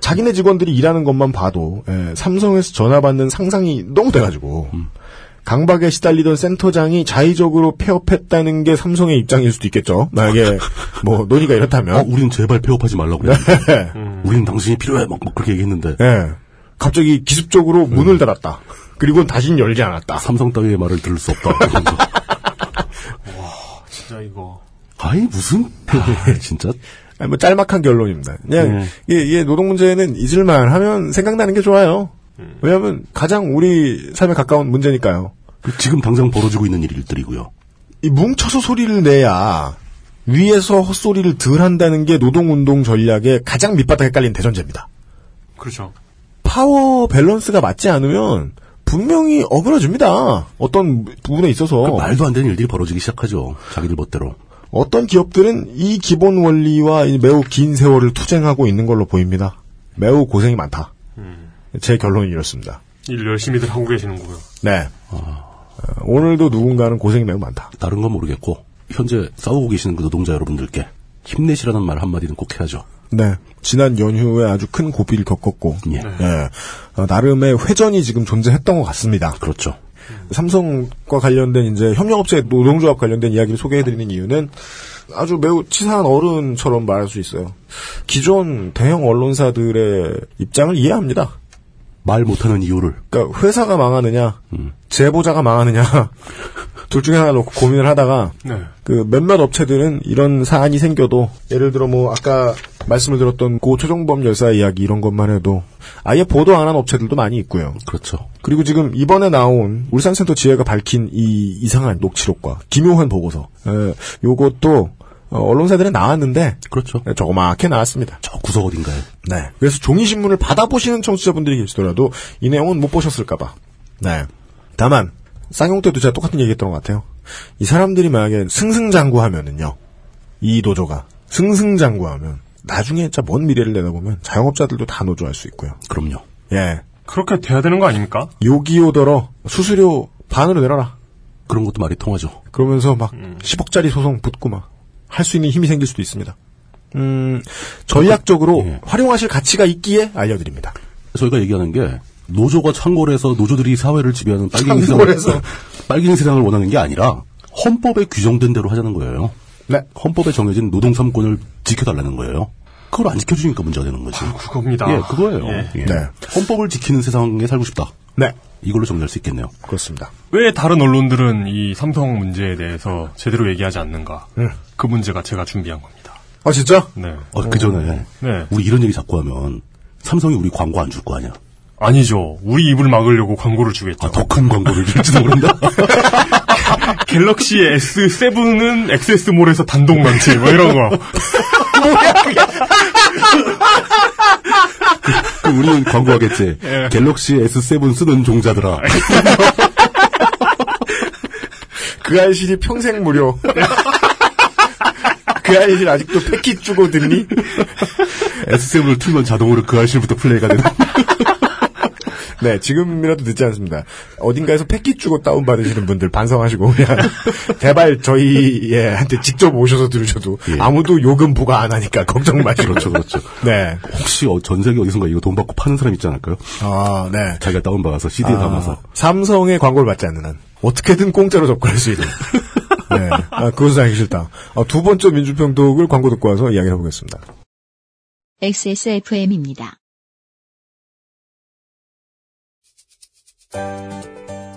Speaker 3: 자기네 직원들이 일하는 것만 봐도 예, 삼성에서 전화 받는 상상이 너무 돼가지고 강박에 시달리던 센터장이 자의적으로 폐업했다는 게 삼성의 입장일 수도 있겠죠. 만약에 뭐 논의가
Speaker 4: 어,
Speaker 3: 이렇다면
Speaker 4: 우리는 제발 폐업하지 말라고.
Speaker 3: 네.
Speaker 4: 우리는 당신이 필요해. 막, 막 그렇게 얘기했는데.
Speaker 3: 예, 갑자기 기습적으로 문을 닫았다. 그리고 다시는 열지
Speaker 4: 아,
Speaker 3: 않았다.
Speaker 4: 삼성 따위의 말을 들을 수 없다. 그러면서
Speaker 2: 진짜 이거.
Speaker 4: 아이 무슨 아,
Speaker 3: 네.
Speaker 4: 진짜
Speaker 3: 아니, 뭐 짤막한 결론입니다. 그냥
Speaker 4: 네.
Speaker 3: 이게, 이게 노동 문제는 잊을만 하면 생각나는 게 좋아요.
Speaker 4: 음.
Speaker 3: 왜냐하면 가장 우리 삶에 가까운 문제니까요.
Speaker 4: 그 지금 당장 벌어지고 있는 일들이고요.
Speaker 3: 이 뭉쳐서 소리를 내야 위에서 헛소리를 덜 한다는 게 노동운동 전략의 가장 밑바닥에 깔린 대전제입니다.
Speaker 2: 그렇죠.
Speaker 3: 파워 밸런스가 맞지 않으면 분명히 어그러집니다. 어떤 부분에 있어서.
Speaker 4: 그러니까 말도 안 되는 일들이 벌어지기 시작하죠. 자기들 멋대로.
Speaker 3: 어떤 기업들은 이 기본 원리와 이 매우 긴 세월을 투쟁하고 있는 걸로 보입니다. 매우 고생이 많다.
Speaker 4: 음.
Speaker 3: 제 결론은 이렇습니다.
Speaker 2: 일 열심히들 하고 계시는군요.
Speaker 3: 네. 어, 오늘도 누군가는 고생이 매우 많다.
Speaker 4: 다른 건 모르겠고 현재 싸우고 계시는 그 노동자 여러분들께 힘내시라는 말 한마디는 꼭 해야죠.
Speaker 3: 네. 지난 연휴에 아주 큰 고비를 겪었고,
Speaker 4: 예.
Speaker 3: 예. 어, 나름의 회전이 지금 존재했던 것 같습니다.
Speaker 4: 그렇죠.
Speaker 3: 삼성과 관련된 이제 협력업체 노동조합 관련된 이야기를 소개해드리는 이유는 아주 매우 치사한 어른처럼 말할 수 있어요. 기존 대형 언론사들의 입장을 이해합니다.
Speaker 4: 말 못하는 이유를
Speaker 3: 그러니까 회사가 망하느냐, 제보자가 망하느냐 둘 중에 하나 놓고 고민을 하다가
Speaker 2: 네.
Speaker 3: 그 몇몇 업체들은 이런 사안이 생겨도 예를 들어 뭐 아까 말씀을 들었던 고 최종범 열사 이야기 이런 것만 해도 아예 보도 안 한 업체들도 많이 있고요.
Speaker 4: 그렇죠.
Speaker 3: 그리고 지금 이번에 나온 울산센터 지혜가 밝힌 이 이상한 녹취록과 김용환 보고서 에, 요것도 어, 언론사들에 나왔는데
Speaker 4: 그렇죠.
Speaker 3: 에, 조그맣게 나왔습니다.
Speaker 4: 저 구석 어딘가에
Speaker 3: 네. 그래서 종이신문을 받아보시는 청취자분들이 계시더라도 이 내용은 못 보셨을까봐. 네. 다만, 쌍용 때도 제가 똑같은 얘기 했던 것 같아요. 이 사람들이 만약에 승승장구 하면은요. 이 노조가. 승승장구 하면. 나중에 진짜 먼 미래를 내다보면 자영업자들도 다 노조할 수 있고요.
Speaker 4: 그럼요.
Speaker 3: 예.
Speaker 2: 그렇게 돼야 되는 거 아닙니까?
Speaker 3: 요기요더러 수수료 반으로 내려라.
Speaker 4: 그런 것도 말이 통하죠.
Speaker 3: 그러면서 막 10억짜리 소송 붙고 막 할 수 있는 힘이 생길 수도 있습니다. 음, 전략적으로
Speaker 4: 예.
Speaker 3: 활용하실 가치가 있기에 알려드립니다.
Speaker 4: 저희가 얘기하는 게 노조가 창궐 해서 노조들이 사회를 지배하는 빨갱이 세상을
Speaker 3: 창궐해서.
Speaker 4: 빨갱이 세상을 원하는 게 아니라 헌법에 규정된 대로 하자는 거예요.
Speaker 3: 네.
Speaker 4: 헌법에 정해진 노동 3권을 지켜달라는 거예요. 그걸 안 지켜주니까 문제가 되는 거지.
Speaker 2: 그겁니다.
Speaker 4: 예, 그거예요.
Speaker 2: 예.
Speaker 4: 예.
Speaker 3: 네.
Speaker 4: 헌법을 지키는 세상에 살고 싶다.
Speaker 3: 네.
Speaker 4: 이걸로 정리할 수 있겠네요.
Speaker 3: 그렇습니다.
Speaker 2: 왜 다른 언론들은 이 삼성 문제에 대해서 제대로 얘기하지 않는가?
Speaker 4: 예.
Speaker 2: 그 문제가 제가 준비한 겁니다.
Speaker 3: 아 진짜?
Speaker 2: 네.
Speaker 4: 어, 그 전에
Speaker 2: 네.
Speaker 4: 우리 이런 얘기 자꾸 하면 삼성이 우리 광고 안 줄 거 아니야.
Speaker 2: 아니죠. 우리 입을 막으려고 광고를 주겠죠.
Speaker 4: 아, 더 큰 광고를 줄지도 모른다.
Speaker 2: 갤럭시 S7은 액세스몰에서 단독 런치, 뭐 이런 거.
Speaker 4: 그 우리는 광고하겠지.
Speaker 2: 예.
Speaker 4: 갤럭시 S7 쓰는 종자들아.
Speaker 3: 그 알실이 평생 무료. 그 알실 아직도 패킷 주고 듣니?
Speaker 4: S7을 틀면 자동으로 그 알실부터 플레이가 되는.
Speaker 3: 네, 지금이라도 늦지 않습니다. 어딘가에서 패킷 주고 다운받으시는 분들 반성하시고, 그냥, 대발 저희한테 직접 오셔서 들으셔도 아무도 요금 부과 안 하니까 걱정 마시고.
Speaker 4: 예. 그렇죠, 그렇죠.
Speaker 3: 네.
Speaker 4: 혹시 어, 전 세계 어디선가 이거 돈 받고 파는 사람 있지 않을까요?
Speaker 3: 아, 네.
Speaker 4: 자기가 다운받아서 CD에 담아서.
Speaker 3: 삼성의 광고를 받지 않는 한 어떻게든 공짜로 접근할 수 있는. 네, 아, 그것은 알기 싫다. 아, 두 번째 민주평독을 광고 듣고 와서 이야기를 해보겠습니다.
Speaker 1: XSFM입니다.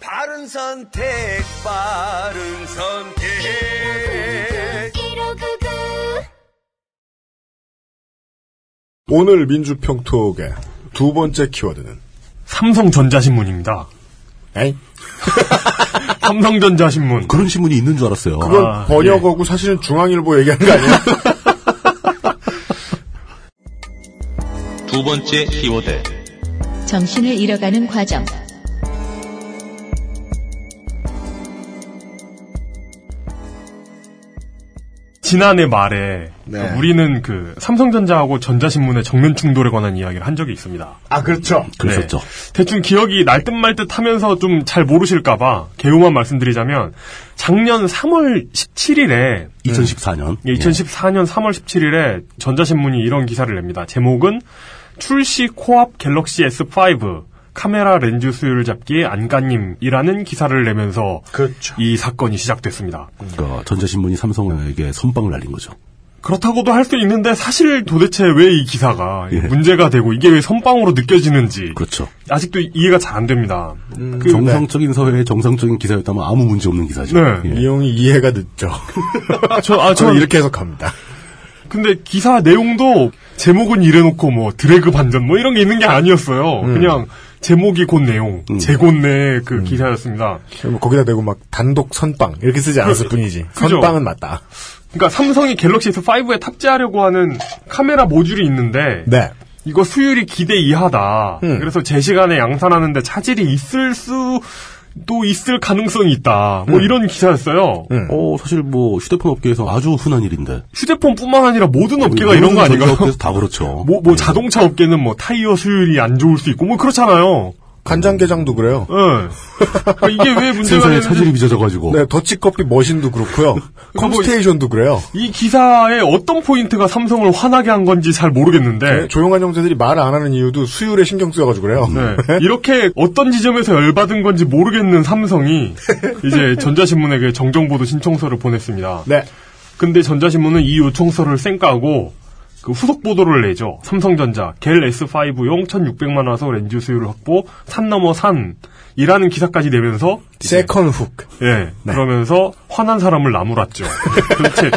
Speaker 5: 바른 선택, 바른 선택.
Speaker 3: 오늘 민주평톡의 두 번째 키워드는
Speaker 2: 삼성전자신문입니다.
Speaker 3: 에이
Speaker 2: 삼성전자신문.
Speaker 4: 그런 신문이 있는 줄 알았어요.
Speaker 3: 그건
Speaker 2: 아,
Speaker 3: 번역어고 사실은 중앙일보 얘기하는 거 아니야?
Speaker 9: 두 번째 키워드.
Speaker 1: 정신을 잃어가는 과정.
Speaker 2: 지난해 말에
Speaker 4: 네.
Speaker 2: 그러니까 우리는 그 삼성전자하고 전자신문의 정면 충돌에 관한 이야기를 한 적이 있습니다.
Speaker 3: 아 그렇죠.
Speaker 4: 그랬었죠.
Speaker 2: 네. 대충 기억이 날 듯 말 듯 하면서 좀 잘 모르실까봐 개요만 말씀드리자면 작년 3월 17일에 예,
Speaker 4: 2014년.
Speaker 2: 2014년 3월 17일에 전자신문이 이런 기사를 냅니다. 제목은 출시 코앞 갤럭시 S5 카메라 렌즈 수율 잡기 안간님이라는 기사를 내면서
Speaker 3: 그렇죠.
Speaker 2: 이 사건이 시작됐습니다.
Speaker 4: 그러니까 전자신문이 삼성에게 선빵을 날린 거죠.
Speaker 2: 그렇다고도 할 수 있는데 사실 도대체 왜 이 기사가 문제가 되고 이게 왜 선빵으로 느껴지는지
Speaker 4: 그렇죠. 네.
Speaker 2: 아직도 이해가 잘 안 됩니다.
Speaker 3: 네.
Speaker 2: 그-
Speaker 4: 정상적인 사회의 정상적인 기사였다면 아무 문제 없는 기사죠.
Speaker 2: 네.
Speaker 4: 예.
Speaker 3: 이용이 이해가 늦죠.
Speaker 2: 아, 저, 아,
Speaker 3: 저는
Speaker 2: 저는
Speaker 3: 이렇게 해석합니다.
Speaker 2: 근데 기사 내용도 제목은 이래놓고 뭐 드래그 반전 뭐 이런 게 있는 게 아니었어요.
Speaker 4: 음.
Speaker 2: 그냥 제목이 곧 내용, 제곧내 그 기사였습니다.
Speaker 3: 뭐 거기다 대고 막 단독 선빵 이렇게 쓰지 않았을 뿐이지.
Speaker 2: 그죠.
Speaker 3: 선빵은 맞다.
Speaker 2: 그러니까 삼성이 갤럭시 S5에 탑재하려고 하는 카메라 모듈이 있는데
Speaker 3: 네.
Speaker 2: 이거 수율이 기대 이하다.
Speaker 3: 음.
Speaker 2: 그래서 제시간에 양산하는데 차질이 있을 수도 있을 가능성이 있다.
Speaker 4: 음.
Speaker 2: 뭐 이런 기사였어요.
Speaker 4: 어, 사실 뭐 휴대폰 업계에서 아주 흔한 일인데.
Speaker 2: 휴대폰뿐만 아니라 모든 업계가 이런 거
Speaker 4: 모든
Speaker 2: 아닌가요?
Speaker 4: 전자업계에서 다 그렇죠.
Speaker 2: 뭐, 뭐 자동차 업계는 뭐 타이어 수율이 안 좋을 수 있고 뭐 그렇잖아요.
Speaker 3: 간장게장도 그래요.
Speaker 2: 예. 그러니까 이게 왜 문제가
Speaker 4: 생산에
Speaker 2: 되는지
Speaker 4: 차질이 빚어져가지고.
Speaker 3: 네, 더치커피 머신도 그렇고요.
Speaker 2: 그거 뭐-
Speaker 3: 컴스테이션도 그래요.
Speaker 2: 이 기사의 어떤 포인트가 삼성을 화나게 한 건지 잘 모르겠는데
Speaker 3: 네, 조용한 형제들이 말을 안 하는 이유도 수율에 신경 쓰여가지고 그래요.
Speaker 2: 네. 이렇게 어떤 지점에서 열받은 건지 모르겠는 삼성이 이제 전자신문에게 정정보도 신청서를 보냈습니다.
Speaker 3: 네.
Speaker 2: 근데 전자신문은 이 요청서를 쌩까고 그 후속 보도를 내죠. 삼성전자 갤 S5용 1,600만 화소 렌즈 수율 확보 산 넘어 산이라는 기사까지 내면서
Speaker 3: 세컨 훅.
Speaker 2: 예. 그러면서 화난 사람을 나무랐죠. 도대체.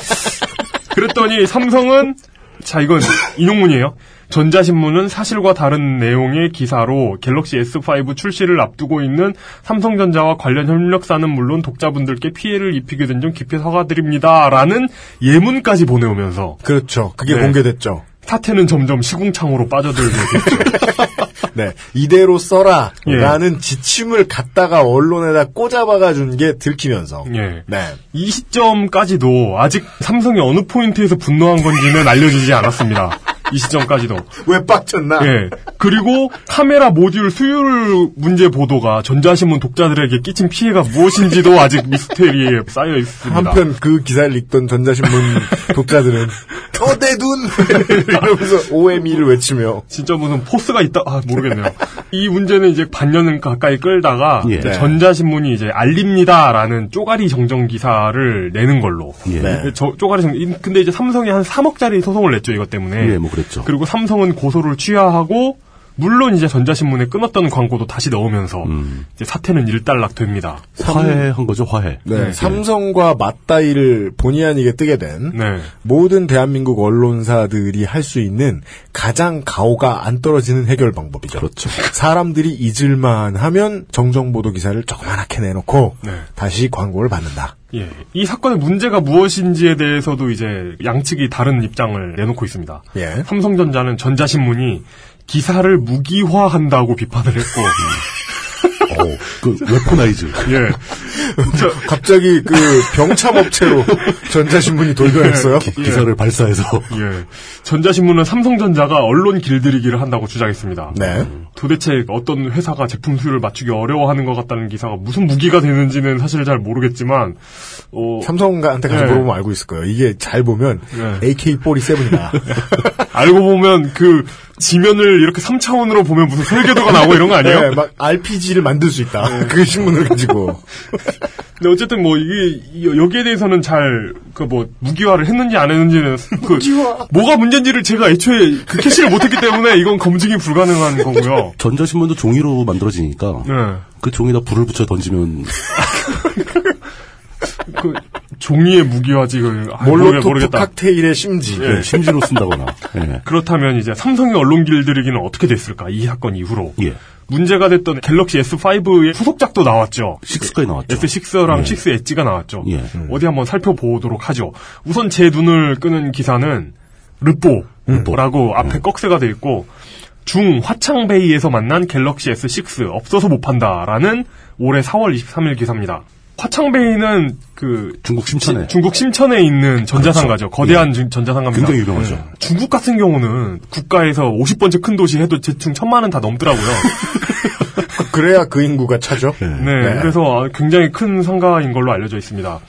Speaker 2: 그랬더니 삼성은 자 이건 인용문이에요. 전자신문은 사실과 다른 내용의 기사로 갤럭시 S5 출시를 앞두고 있는 삼성전자와 관련 협력사는 물론 독자분들께 피해를 입히게 된 점 깊이 사과드립니다. 라는 예문까지 보내오면서
Speaker 3: 그렇죠. 그게
Speaker 2: 네.
Speaker 3: 공개됐죠.
Speaker 2: 사태는 점점 시궁창으로 빠져들고 있죠.
Speaker 3: 네. 이대로 써라.
Speaker 2: 예.
Speaker 3: 라는 지침을 갖다가 언론에다 꼬잡아가 준 게 들키면서.
Speaker 2: 예.
Speaker 3: 네.
Speaker 2: 이 시점까지도 아직 삼성이 어느 포인트에서 분노한 건지는 알려지지 않았습니다. 이 시점까지도.
Speaker 3: 왜 빡쳤나?
Speaker 2: 예. 그리고 카메라 모듈 수율 문제 보도가 전자신문 독자들에게 끼친 피해가 무엇인지도 아직 미스테리에 쌓여 있습니다.
Speaker 3: 한편 그 기사를 읽던 전자신문 독자들은 더대둔 이러면서 OME를 외치며
Speaker 2: 진짜 무슨 포스가 있다? 아, 모르겠네요. 이 문제는 이제 반년 가까이 끌다가
Speaker 4: 예.
Speaker 2: 이제 전자신문이 이제 알립니다라는 쪼가리 정정 기사를 내는 걸로.
Speaker 4: 예.
Speaker 3: 네.
Speaker 2: 저, 쪼가리 정정. 근데 이제 삼성이 한 3억짜리 소송을 냈죠, 이것 때문에.
Speaker 4: 예, 뭐 그랬죠.
Speaker 2: 그리고 삼성은 고소를 취하하고 물론 이제 전자신문에 끊었던 광고도 다시 넣으면서
Speaker 4: 음.
Speaker 2: 이제 사태는 일단락 됩니다.
Speaker 4: 화해한 거죠, 화해.
Speaker 3: 네,
Speaker 2: 예.
Speaker 3: 삼성과 맞다이를 본의 아니게 뜨게 된
Speaker 2: 네.
Speaker 3: 모든 대한민국 언론사들이 할 수 있는 가장 가오가 안 떨어지는 해결 방법이죠. 그렇죠. 사람들이 잊을만 하면 정정보도 기사를 조그맣게 내놓고
Speaker 2: 네.
Speaker 3: 다시 광고를 받는다.
Speaker 2: 예. 이 사건의 문제가 무엇인지에 대해서도 이제 양측이 다른 입장을 내놓고 있습니다.
Speaker 3: 예.
Speaker 2: 삼성전자는 전자신문이 기사를 무기화한다고 비판을 했고,
Speaker 4: 어, 그 웨포나이즈.
Speaker 2: 예. 저,
Speaker 3: 갑자기 그 병참업체로 전자신문이 돌변했어요.
Speaker 4: 기- 기사를 발사해서
Speaker 2: 예. 전자신문은 삼성전자가 언론 길들이기를 한다고 주장했습니다.
Speaker 3: 네.
Speaker 2: 도대체 어떤 회사가 제품 수를 맞추기 어려워하는 것 같다는 기사가 무슨 무기가 되는지는 사실 잘 모르겠지만, 어,
Speaker 3: 삼성한테 가서
Speaker 2: 네.
Speaker 3: 물어보면 알고 있을 거예요. 이게 잘 보면
Speaker 2: 네.
Speaker 3: AK47이다.
Speaker 2: 알고 보면 그 지면을 이렇게 3차원으로 보면 무슨 설계도가 나오고 이런 거 아니에요?
Speaker 3: 네, 막 RPG를 만들 수 있다. 그 신문을 가지고.
Speaker 2: 근데 어쨌든 뭐 이게 이- 여기에 대해서는 잘 그 뭐 무기화를 했는지 안 했는지는 그 뭐가 문제인지를 제가 애초에 그 캐시를 못했기 때문에 이건 검증이 불가능한 거고요.
Speaker 4: 전자신문도 종이로 만들어지니까
Speaker 2: 네.
Speaker 4: 그 종에다 불을 붙여 던지면
Speaker 2: 그 종이의 무기화지 그 아, 모르-
Speaker 3: 몰로토프
Speaker 2: 모르겠다.
Speaker 3: 칵테일의 심지.
Speaker 4: 예, 심지로 쓴다거나. 예.
Speaker 2: 그렇다면 이제 삼성의 언론 길들이기는 어떻게 됐을까? 이 사건 이후로
Speaker 4: 예.
Speaker 2: 문제가 됐던 갤럭시 S5의 후속작도 나왔죠.
Speaker 4: 식스까지 나왔죠.
Speaker 2: S6랑 6 엣지가 나왔죠.
Speaker 4: 그렇죠. 예.
Speaker 2: 어디 한번 살펴보도록 하죠. 우선 제 눈을 끄는 기사는 르뽀라고
Speaker 4: 예.
Speaker 2: 앞에 꺽쇠가 돼 있고 중 화창베이에서 만난 갤럭시 S6 없어서 못 판다라는 올해 4월 23일 기사입니다. 화창베이는 그
Speaker 4: 중국 심천에 그렇죠. 예.
Speaker 2: 시- 중국 심천에 있는 전자상가죠. 거대한 중- 전자상가입니다.
Speaker 4: 굉장히 유명하죠.
Speaker 2: 네. 중국 같은 경우는 국가에서 50번째 큰 도시 해도 대충 천만 원 다 넘더라고요.
Speaker 3: 그래야 그 인구가 차죠.
Speaker 2: 네, 그래서 아, 굉장히 큰 상가인 걸로 알려져 있습니다.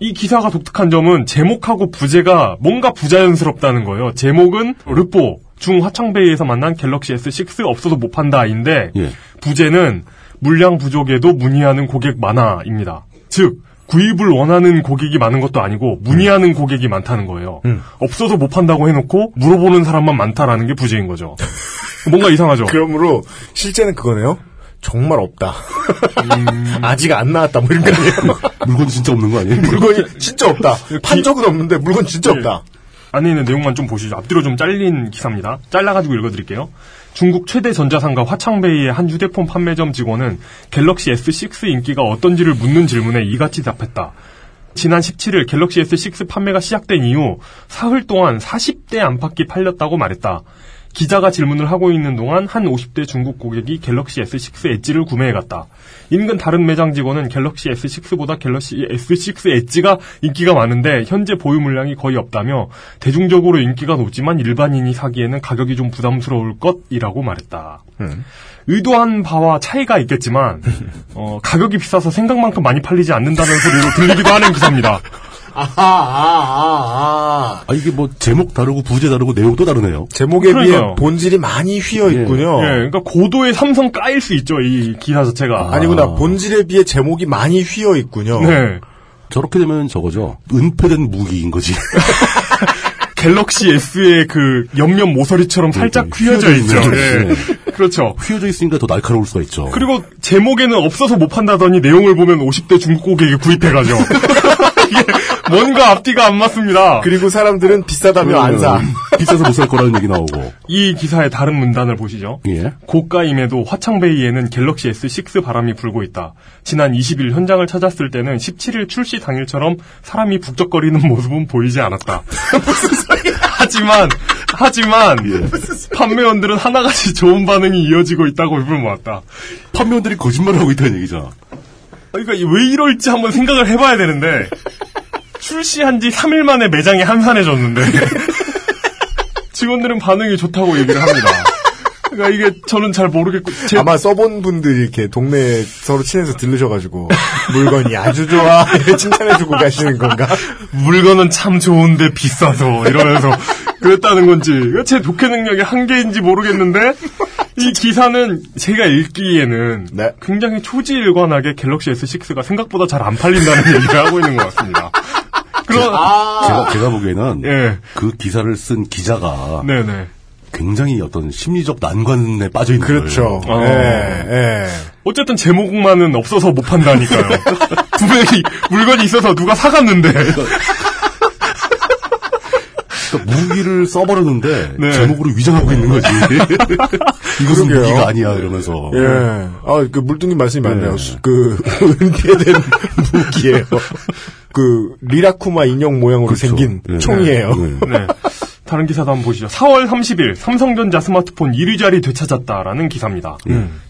Speaker 2: 이 기사가 독특한 점은 제목하고 부제가 뭔가 부자연스럽다는 거예요. 제목은 르뽀 중 화창베이에서 만난 갤럭시 S6 없어도 못 판다인데
Speaker 4: 예.
Speaker 2: 부제는 물량 부족에도 문의하는 고객 많아입니다. 즉 구입을 원하는 고객이 많은 것도 아니고 문의하는 고객이 많다는 거예요. 없어도 못 판다고 해놓고 물어보는 사람만 많다라는 게 부제인 거죠. 뭔가 이상하죠.
Speaker 3: 그러므로 실제는 그거네요. 정말 없다.
Speaker 2: 음.
Speaker 3: 아직 안 나왔다. 뭐 이런 거 아니에요.
Speaker 4: 물건 진짜 없는 거 아니에요?
Speaker 3: 물건이 진짜 없다. 판 적은 없는데 물건 진짜
Speaker 2: 예.
Speaker 3: 없다.
Speaker 2: 안에 있는 내용만 좀 보시죠. 앞뒤로 좀 잘린 기사입니다. 잘라가지고 읽어드릴게요. 중국 최대 전자상가 화창베이의 한 휴대폰 판매점 직원은 갤럭시 S6 인기가 어떤지를 묻는 질문에 이같이 답했다. 지난 17일 갤럭시 S6 판매가 시작된 이후 사흘 동안 40대 안팎이 팔렸다고 말했다. 기자가 질문을 하고 있는 동안 한 50대 중국 고객이 갤럭시 S6 엣지를 구매해갔다. 인근 다른 매장 직원은 갤럭시 S6보다 갤럭시 S6 엣지가 인기가 많은데 현재 보유 물량이 거의 없다며 대중적으로 인기가 높지만 일반인이 사기에는 가격이 좀 부담스러울 것이라고 말했다. 의도한 바와 차이가 있겠지만 어, 가격이 비싸서 생각만큼 많이 팔리지 않는다는 소리로 들리기도 하는 기사입니다. 아,
Speaker 3: 아아아아
Speaker 4: 아 이게 뭐 제목 다르고 부제 다르고 내용 또 다르네요.
Speaker 3: 제목에
Speaker 2: 그러니까요.
Speaker 3: 비해 본질이 많이 휘어 있군요.
Speaker 2: 예, 그러니까 고도의 삼성 까일 수 있죠 이 기사 자체가.
Speaker 3: 아니구나. 본질에 비해 제목이 많이 휘어 있군요.
Speaker 2: 네.
Speaker 4: 저렇게 되면 저거죠. 은폐된 무기인 거지.
Speaker 2: 갤럭시 S의 그 옆면 모서리처럼
Speaker 3: 네,
Speaker 2: 살짝 휘어져 있죠.
Speaker 4: 휘어져 있죠.
Speaker 2: 예. 그렇죠.
Speaker 4: 휘어져 있으니까 더 날카로울 수가 있죠.
Speaker 2: 그리고 제목에는 없어서 못 판다더니 내용을 보면 50대 중국 고객이 구입해가죠. 이게 뭔가 앞뒤가 안 맞습니다.
Speaker 3: 그리고 사람들은 비싸다며 안 사.
Speaker 4: 음,
Speaker 2: 음.
Speaker 4: 비싸서 못 살 거라는 얘기 나오고.
Speaker 2: 이 기사의 다른 문단을 보시죠.
Speaker 4: 예.
Speaker 2: 고가임에도 화창베이에는 갤럭시 S6 바람이 불고 있다. 지난 20일 현장을 찾았을 때는 17일 출시 당일처럼 사람이 북적거리는 모습은 보이지 않았다. 하지만 하지만 판매원들은 하나같이 좋은 반응이 이어지고 있다고 입을 모았다.
Speaker 4: 판매원들이 거짓말을 하고 있다는 얘기죠.
Speaker 2: 그러니까 이왜 이럴지 한번 생각을 해봐야 되는데 출시한 지 3일 만에 매장이 한산해졌는데 직원들은 반응이 좋다고 얘기를 합니다. 그러니까 이게 저는 잘 모르겠고 제
Speaker 3: 아마 써본 분들이 이렇게 동네 서로 친해서 들르셔가지고 물건이 아주 좋아 칭찬해주고 가시는 건가?
Speaker 2: 물건은 참 좋은데 비싸서 이러면서 그랬다는 건지 제 독해 능력의 한계인지 모르겠는데 이 기사는 제가 읽기에는
Speaker 3: 네.
Speaker 2: 굉장히 초지일관하게 갤럭시 S6가 생각보다 잘 안 팔린다는 얘기를 하고 있는 것 같습니다. 그런
Speaker 4: 아. 제가, 제가 보기에는
Speaker 2: 예.
Speaker 4: 그 기사를 쓴 기자가
Speaker 2: 네네.
Speaker 4: 굉장히 어떤 심리적 난관에 빠져 있는
Speaker 3: 그렇죠.
Speaker 2: 어.
Speaker 4: 거예요.
Speaker 3: 예, 예.
Speaker 2: 어쨌든 제목만은 없어서 못 판다니까요. 분명히 물건이 있어서 누가 사갔는데.
Speaker 4: 그러니까 무기를 써버렸는데
Speaker 2: 네.
Speaker 4: 제목으로 위장하고 있는 거지. 이것은
Speaker 3: 그러게요.
Speaker 4: 무기가 아니야 이러면서.
Speaker 3: 예. 아, 그 물뚱님 말씀이 맞네요. 수- 그 은폐된 무기예요. 그 리라쿠마 인형 모양으로 생긴
Speaker 4: 예.
Speaker 3: 총이에요.
Speaker 4: 예.
Speaker 2: 네. 다른 기사도 한번 보시죠. 4월 30일 삼성전자 스마트폰 1위 자리 되찾았다라는 기사입니다.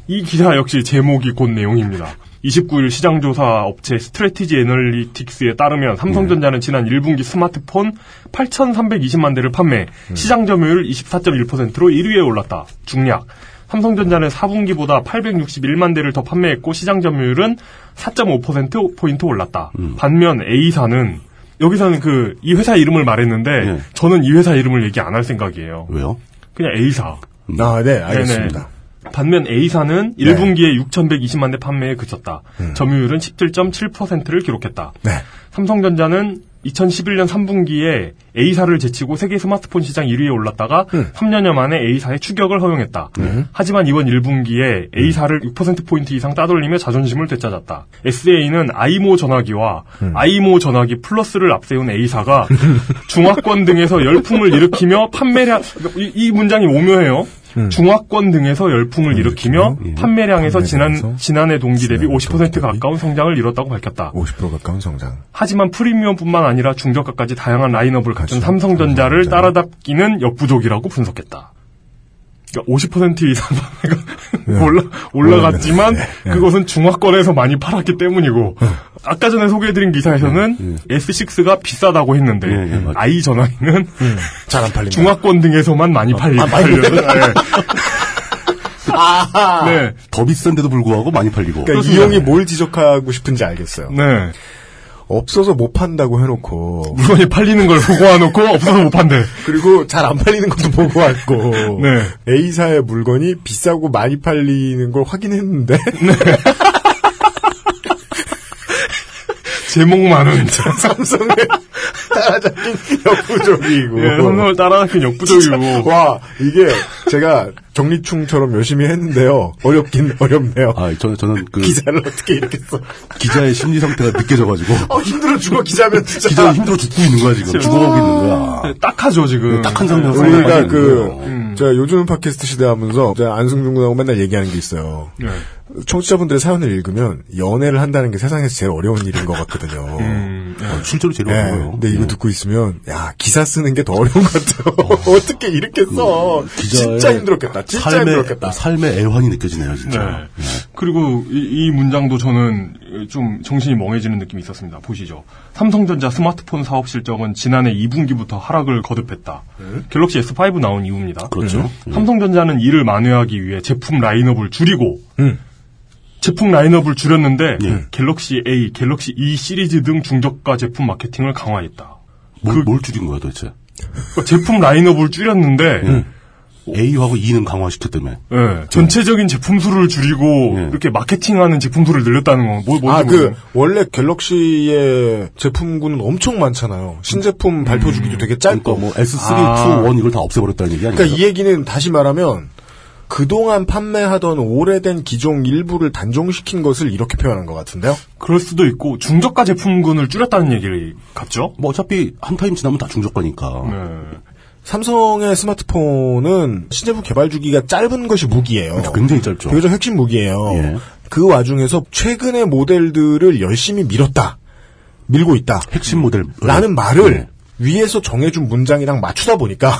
Speaker 2: 이 기사 역시 제목이 곧 내용입니다. 29일 시장조사 업체 스트레티지 애널리틱스에 따르면 삼성전자는 지난 1분기 스마트폰 8,320만 대를 판매, 시장 점유율 24.1%로 1위에 올랐다. 중략. 삼성전자는 4분기보다 861만 대를 더 판매했고 시장 점유율은 4.5%포인트 올랐다. 반면 A사는 여기서는 그 이 회사 이름을 말했는데
Speaker 4: 예.
Speaker 2: 저는 이 회사 이름을 얘기 안 할 생각이에요.
Speaker 4: 왜요? 음.
Speaker 2: 그냥 A사.
Speaker 3: 아, 네, 알겠습니다. 네.
Speaker 2: 네네. 반면 A사는 1분기에 6,120만 대 판매에 그쳤다. 점유율은 17.7%를 기록했다.
Speaker 3: 음. 네.
Speaker 2: 삼성전자는 2011년 3분기에 A사를 제치고 세계 스마트폰 시장 1위에 올랐다가 3년여 만에 A사의 추격을 허용했다. 하지만 이번 1분기에 A사를 6%포인트 이상 따돌리며 자존심을 되찾았다. SA는 아이모 전화기와 아이모 전화기 플러스를 앞세운 A사가 중화권 등에서 열풍을 일으키며 판매량, 이, 이 문장이 오묘해요. 중화권 등에서 열풍을 일으키며 음. 예. 판매량에서 지난, 지난해 동기 대비 50% 가까운 성장을 이뤘다고 밝혔다.
Speaker 3: 50% 가까운 성장.
Speaker 2: 하지만 프리미엄뿐만 아니라 중저가까지 그렇죠. 다양한 라인업을 갖춘 삼성전자를 따라잡기는 역부족이라고 분석했다. 그러니까 50% 이상 판매가 올라, 올라갔지만
Speaker 3: 예.
Speaker 2: 그것은 중화권에서 많이 팔았기 때문이고 아까 전에 소개해드린 기사에서는 S6가 비싸다고 했는데 i 전화기는
Speaker 3: 잘 안 팔린다.
Speaker 2: 중화권 등에서만 아, 많이 팔리는
Speaker 3: 아하.
Speaker 2: 네.
Speaker 4: 더 비싼데도 불구하고 많이 팔리고.
Speaker 3: 그러니까 이용이 뭘 지적하고 싶은지 알겠어요.
Speaker 2: 네.
Speaker 3: 음, 없어서 못 판다고 해놓고
Speaker 2: 물건이 팔리는 걸 보고와놓고 없어서 못 판대.
Speaker 3: 그리고 잘 안 팔리는 것도 보고 왔고
Speaker 2: 네.
Speaker 3: A사의 물건이 비싸고 많이 팔리는 걸 확인했는데
Speaker 2: 제목만은
Speaker 3: 삼성의 따라잡힌 역부족이고
Speaker 2: 예, 선생을 따라하긴 역부족이고
Speaker 3: 와 이게 제가 정리충처럼 열심히 했는데요 어렵긴 어렵네요
Speaker 4: 아, 저는, 저는 그
Speaker 3: 기사를 어떻게 이렇게 써
Speaker 4: 기자의 심리 상태가 느껴져가지고.
Speaker 3: 어, 힘들어 죽어 기자면 진짜 아,
Speaker 4: 기자가 힘들어 죽고 있는 거야, 지금. 죽어가고 있는 거야.
Speaker 2: 네, 딱하죠 지금.
Speaker 4: 네, 딱한 장면
Speaker 3: 우리가 그
Speaker 4: 음.
Speaker 3: 제가 요즘 팟캐스트 시대 하면서 제가 안승준 군하고 맨날 얘기하는 게 있어요.
Speaker 2: 네.
Speaker 3: 청취자분들의 사연을 읽으면 연애를 한다는 게 세상에서 제일 어려운 일인 것 같거든요.
Speaker 4: 음, 어, 실제로 제일
Speaker 3: 네.
Speaker 4: 어려워요. 음.
Speaker 3: 근데 이거 듣고 있으면 야 기사 쓰는 게 더 어려운 것 같아요. 어. 떻게 이렇게 써?
Speaker 4: 음, 기자의
Speaker 3: 진짜 힘들었겠다. 진짜
Speaker 4: 삶의,
Speaker 3: 힘들었겠다.
Speaker 4: 삶의 애환이 느껴지네요, 진짜.
Speaker 2: 네. 그리고 이, 이 문장도 저는 좀 정신이 멍해지는 느낌이 있었습니다. 보시죠. 삼성전자 스마트폰 사업 실적은 지난해 2분기부터 하락을 거듭했다. 갤럭시 S5 나온 이후입니다.
Speaker 4: 그렇죠.
Speaker 2: 음. 삼성전자는 이를 만회하기 위해 제품 라인업을 줄이고
Speaker 3: 음.
Speaker 2: 제품 라인업을 줄였는데 갤럭시 A, 갤럭시 E 시리즈 등 중저가 제품 마케팅을 강화했다.
Speaker 4: 뭘,
Speaker 2: 그-
Speaker 4: 뭘 줄인 거야, 도대체?
Speaker 2: 그러니까 제품 라인업을 줄였는데
Speaker 4: A하고 E는 강화시켰다며.
Speaker 2: 예, 전체적인 제품 수를 줄이고
Speaker 4: 예.
Speaker 2: 이렇게 마케팅하는 제품 수를 늘렸다는 건 뭐, 뭔지
Speaker 3: 아
Speaker 2: 모르겠네요.
Speaker 3: 그 원래 갤럭시의 제품군은 엄청 많잖아요. 신제품 발표 주기도 되게 짧고
Speaker 4: 음. 그러니까 뭐 S3,
Speaker 2: 아.
Speaker 4: 2, 1 이걸 다 없애버렸다는 얘기 아니에요?
Speaker 3: 그러니까 이 얘기는 다시 말하면 그동안 판매하던 오래된 기종 일부를 단종시킨 것을 이렇게 표현한 것 같은데요.
Speaker 2: 그럴 수도 있고 중저가 제품군을 줄였다는 얘기를 같죠.
Speaker 4: 뭐 어차피 한 타임 지나면 다 중저가니까.
Speaker 2: 네.
Speaker 3: 삼성의 스마트폰은 신제품 개발 주기가 짧은 것이 무기예요.
Speaker 4: 굉장히 짧죠.
Speaker 3: 비교적 핵심 무기예요.
Speaker 4: 그렇죠. 예.
Speaker 3: 그 와중에서 최근의 모델들을 열심히 밀었다. 밀고 있다.
Speaker 4: 핵심 모델.
Speaker 2: 음. 네.
Speaker 3: 라는 말을 위에서 정해준 문장이랑 맞추다 보니까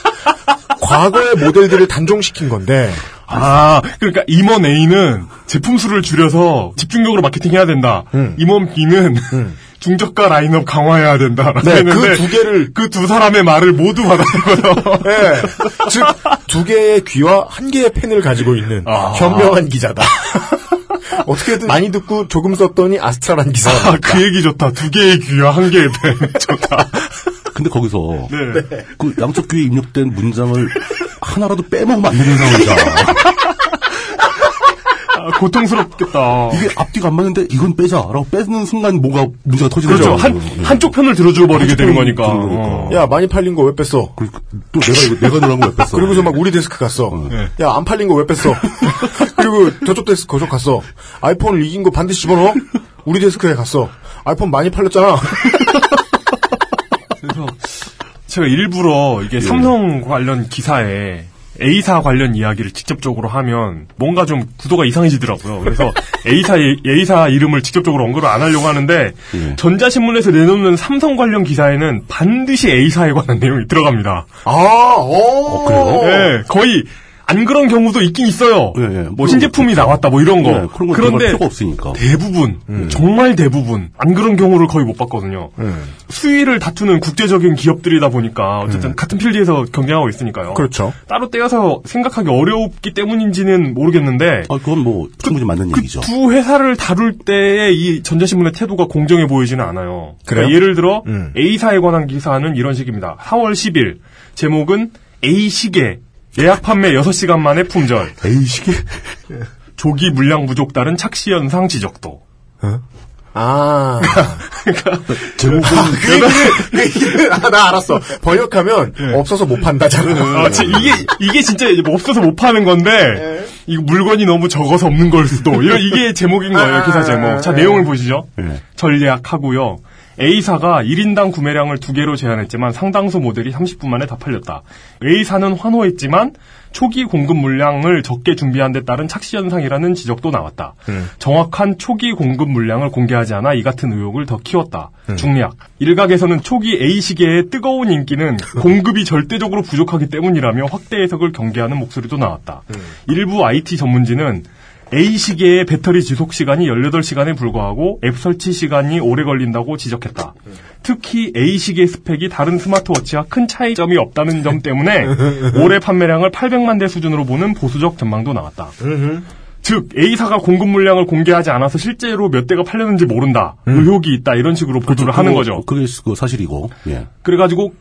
Speaker 3: 과거의 모델들을 단종시킨 건데
Speaker 2: 아, 그러니까 임원 A는 제품 수를 줄여서 집중적으로 마케팅해야 된다. 임원 B는 중저가 라인업 강화해야 된다.
Speaker 3: 네,
Speaker 2: 했는데
Speaker 3: 그 두 개를-
Speaker 2: 그 두 사람의 말을 모두 받아들여서
Speaker 3: 예. 즉, 두 개의 귀와 한 개의 펜을 가지고 있는
Speaker 2: 아.
Speaker 3: 현명한 기자다. 어떻게든 많이 듣고 조금 썼더니 아스트랄한 기사가
Speaker 2: 아,
Speaker 3: 나왔다.
Speaker 2: 그 얘기 좋다. 두 개의 귀와 한 개의 배 좋다.
Speaker 4: 근데 거기서
Speaker 2: 네.
Speaker 4: 그 양쪽 귀에 입력된 문장을 하나라도 빼먹으면 안 되는 상황이다.
Speaker 2: 아, 고통스럽겠다.
Speaker 4: 이게 앞뒤가 안 맞는데 이건 빼자라고 빼는 순간 뭔가 문제가 터지는 네.
Speaker 2: 그렇죠.
Speaker 4: 거죠.
Speaker 2: 한, 한쪽 편을 들어줘 버리게 되는
Speaker 4: 예. 편을
Speaker 2: 거니까.
Speaker 4: 들어주는 거니까.
Speaker 3: 야, 많이 팔린 거 왜 뺐어?
Speaker 4: 그- 또 내가 이거- 내가 누른 거왜 네. 뺐어?
Speaker 3: 그리고서 막 우리 데스크 갔어. 야, 안 팔린 거 왜 뺐어? 그리고 저쪽 데스크 거쪽 갔어. 아이폰을 이긴 거 반드시 집어넣어? 우리 데스크에 갔어. 아이폰 많이 팔렸잖아.
Speaker 2: 그래서 제가 일부러
Speaker 4: 예.
Speaker 2: 이게 삼성 관련 기사에 A사 관련 이야기를 직접적으로 하면 뭔가 좀 구도가 이상해지더라고요. 그래서 A사, A사 이름을 직접적으로 언급을 안 하려고 하는데
Speaker 4: 예.
Speaker 2: 전자신문에서 내놓는 삼성 관련 기사에는 반드시 A사에 관한 내용이 들어갑니다.
Speaker 3: 아, 어.
Speaker 4: 그래요?
Speaker 2: 예, 거의 안 그런 경우도 있긴 있어요.
Speaker 4: 예, 예.
Speaker 2: 뭐 신제품이 나왔다 뭐 이런 거.
Speaker 4: 네, 그런 건 들어갈
Speaker 2: 그런데
Speaker 4: 필요가 없으니까.
Speaker 2: 대부분
Speaker 3: 음.
Speaker 2: 정말 대부분 안 그런 경우를 거의 못 봤거든요.
Speaker 3: 네.
Speaker 2: 수위를 다투는 국제적인 기업들이다 보니까 어쨌든 같은 필드에서 경쟁하고 있으니까요.
Speaker 3: 음. 그렇죠.
Speaker 2: 따로 떼어서 생각하기 어렵기 때문인지는 모르겠는데
Speaker 3: 어.
Speaker 4: 아, 그건 뭐 충분히 맞는 얘기죠.
Speaker 2: 그 두 회사를 다룰 때의 이 전자신문의 태도가 공정해 보이지는 않아요.
Speaker 3: 그래요?
Speaker 2: 그러니까 예를 들어
Speaker 3: 음.
Speaker 2: A사에 관한 기사는 이런 식입니다. 4월 10일 제목은 A 시계 예약 판매 6시간 만에 품절.
Speaker 4: 에이 시계.
Speaker 2: 조기 물량 부족 따른 착시 현상 지적도.
Speaker 3: 아.
Speaker 4: 그러니까 제목은
Speaker 3: 그 얘기는, 그 얘기는, 아, 나 알았어.
Speaker 4: 예.
Speaker 3: 번역하면 없어서 못 판다, 자는
Speaker 2: 아, 지- 이게 이게 진짜 이제 뭐 없어서 못 파는 건데 이거 물건이 너무 적어서 없는 걸 수도. 이런 이게 제목인 거예요, 기사 제목. 자, 내용을 보시죠. 전략하고요. A사가 1인당 구매량을 두 개로 제한했지만 상당수 모델이 30분 만에 다 팔렸다. A사는 환호했지만 초기 공급 물량을 적게 준비한 데 따른 착시 현상이라는 지적도 나왔다. 정확한 초기 공급 물량을 공개하지 않아 이 같은 의혹을 더 키웠다. 중략. 일각에서는 초기 A 시계의 뜨거운 인기는 공급이 절대적으로 부족하기 때문이라며 확대 해석을 경계하는 목소리도 나왔다. 일부 IT 전문지는 A 시계의 배터리 지속 시간이 18시간에 불과하고 앱 설치 시간이 오래 걸린다고 지적했다. 특히 A 시계 스펙이 다른 스마트워치와 큰 차이점이 없다는 점 때문에 올해 판매량을 800만 대 수준으로 보는 보수적 전망도 나왔다. 즉 A사가 공급 물량을 공개하지 않아서 실제로 몇 대가 팔렸는지 모른다. 의혹이 있다. 이런 식으로 보도를 하는 거죠.
Speaker 4: 그게 그 사실이고. 예.
Speaker 2: 그래가지고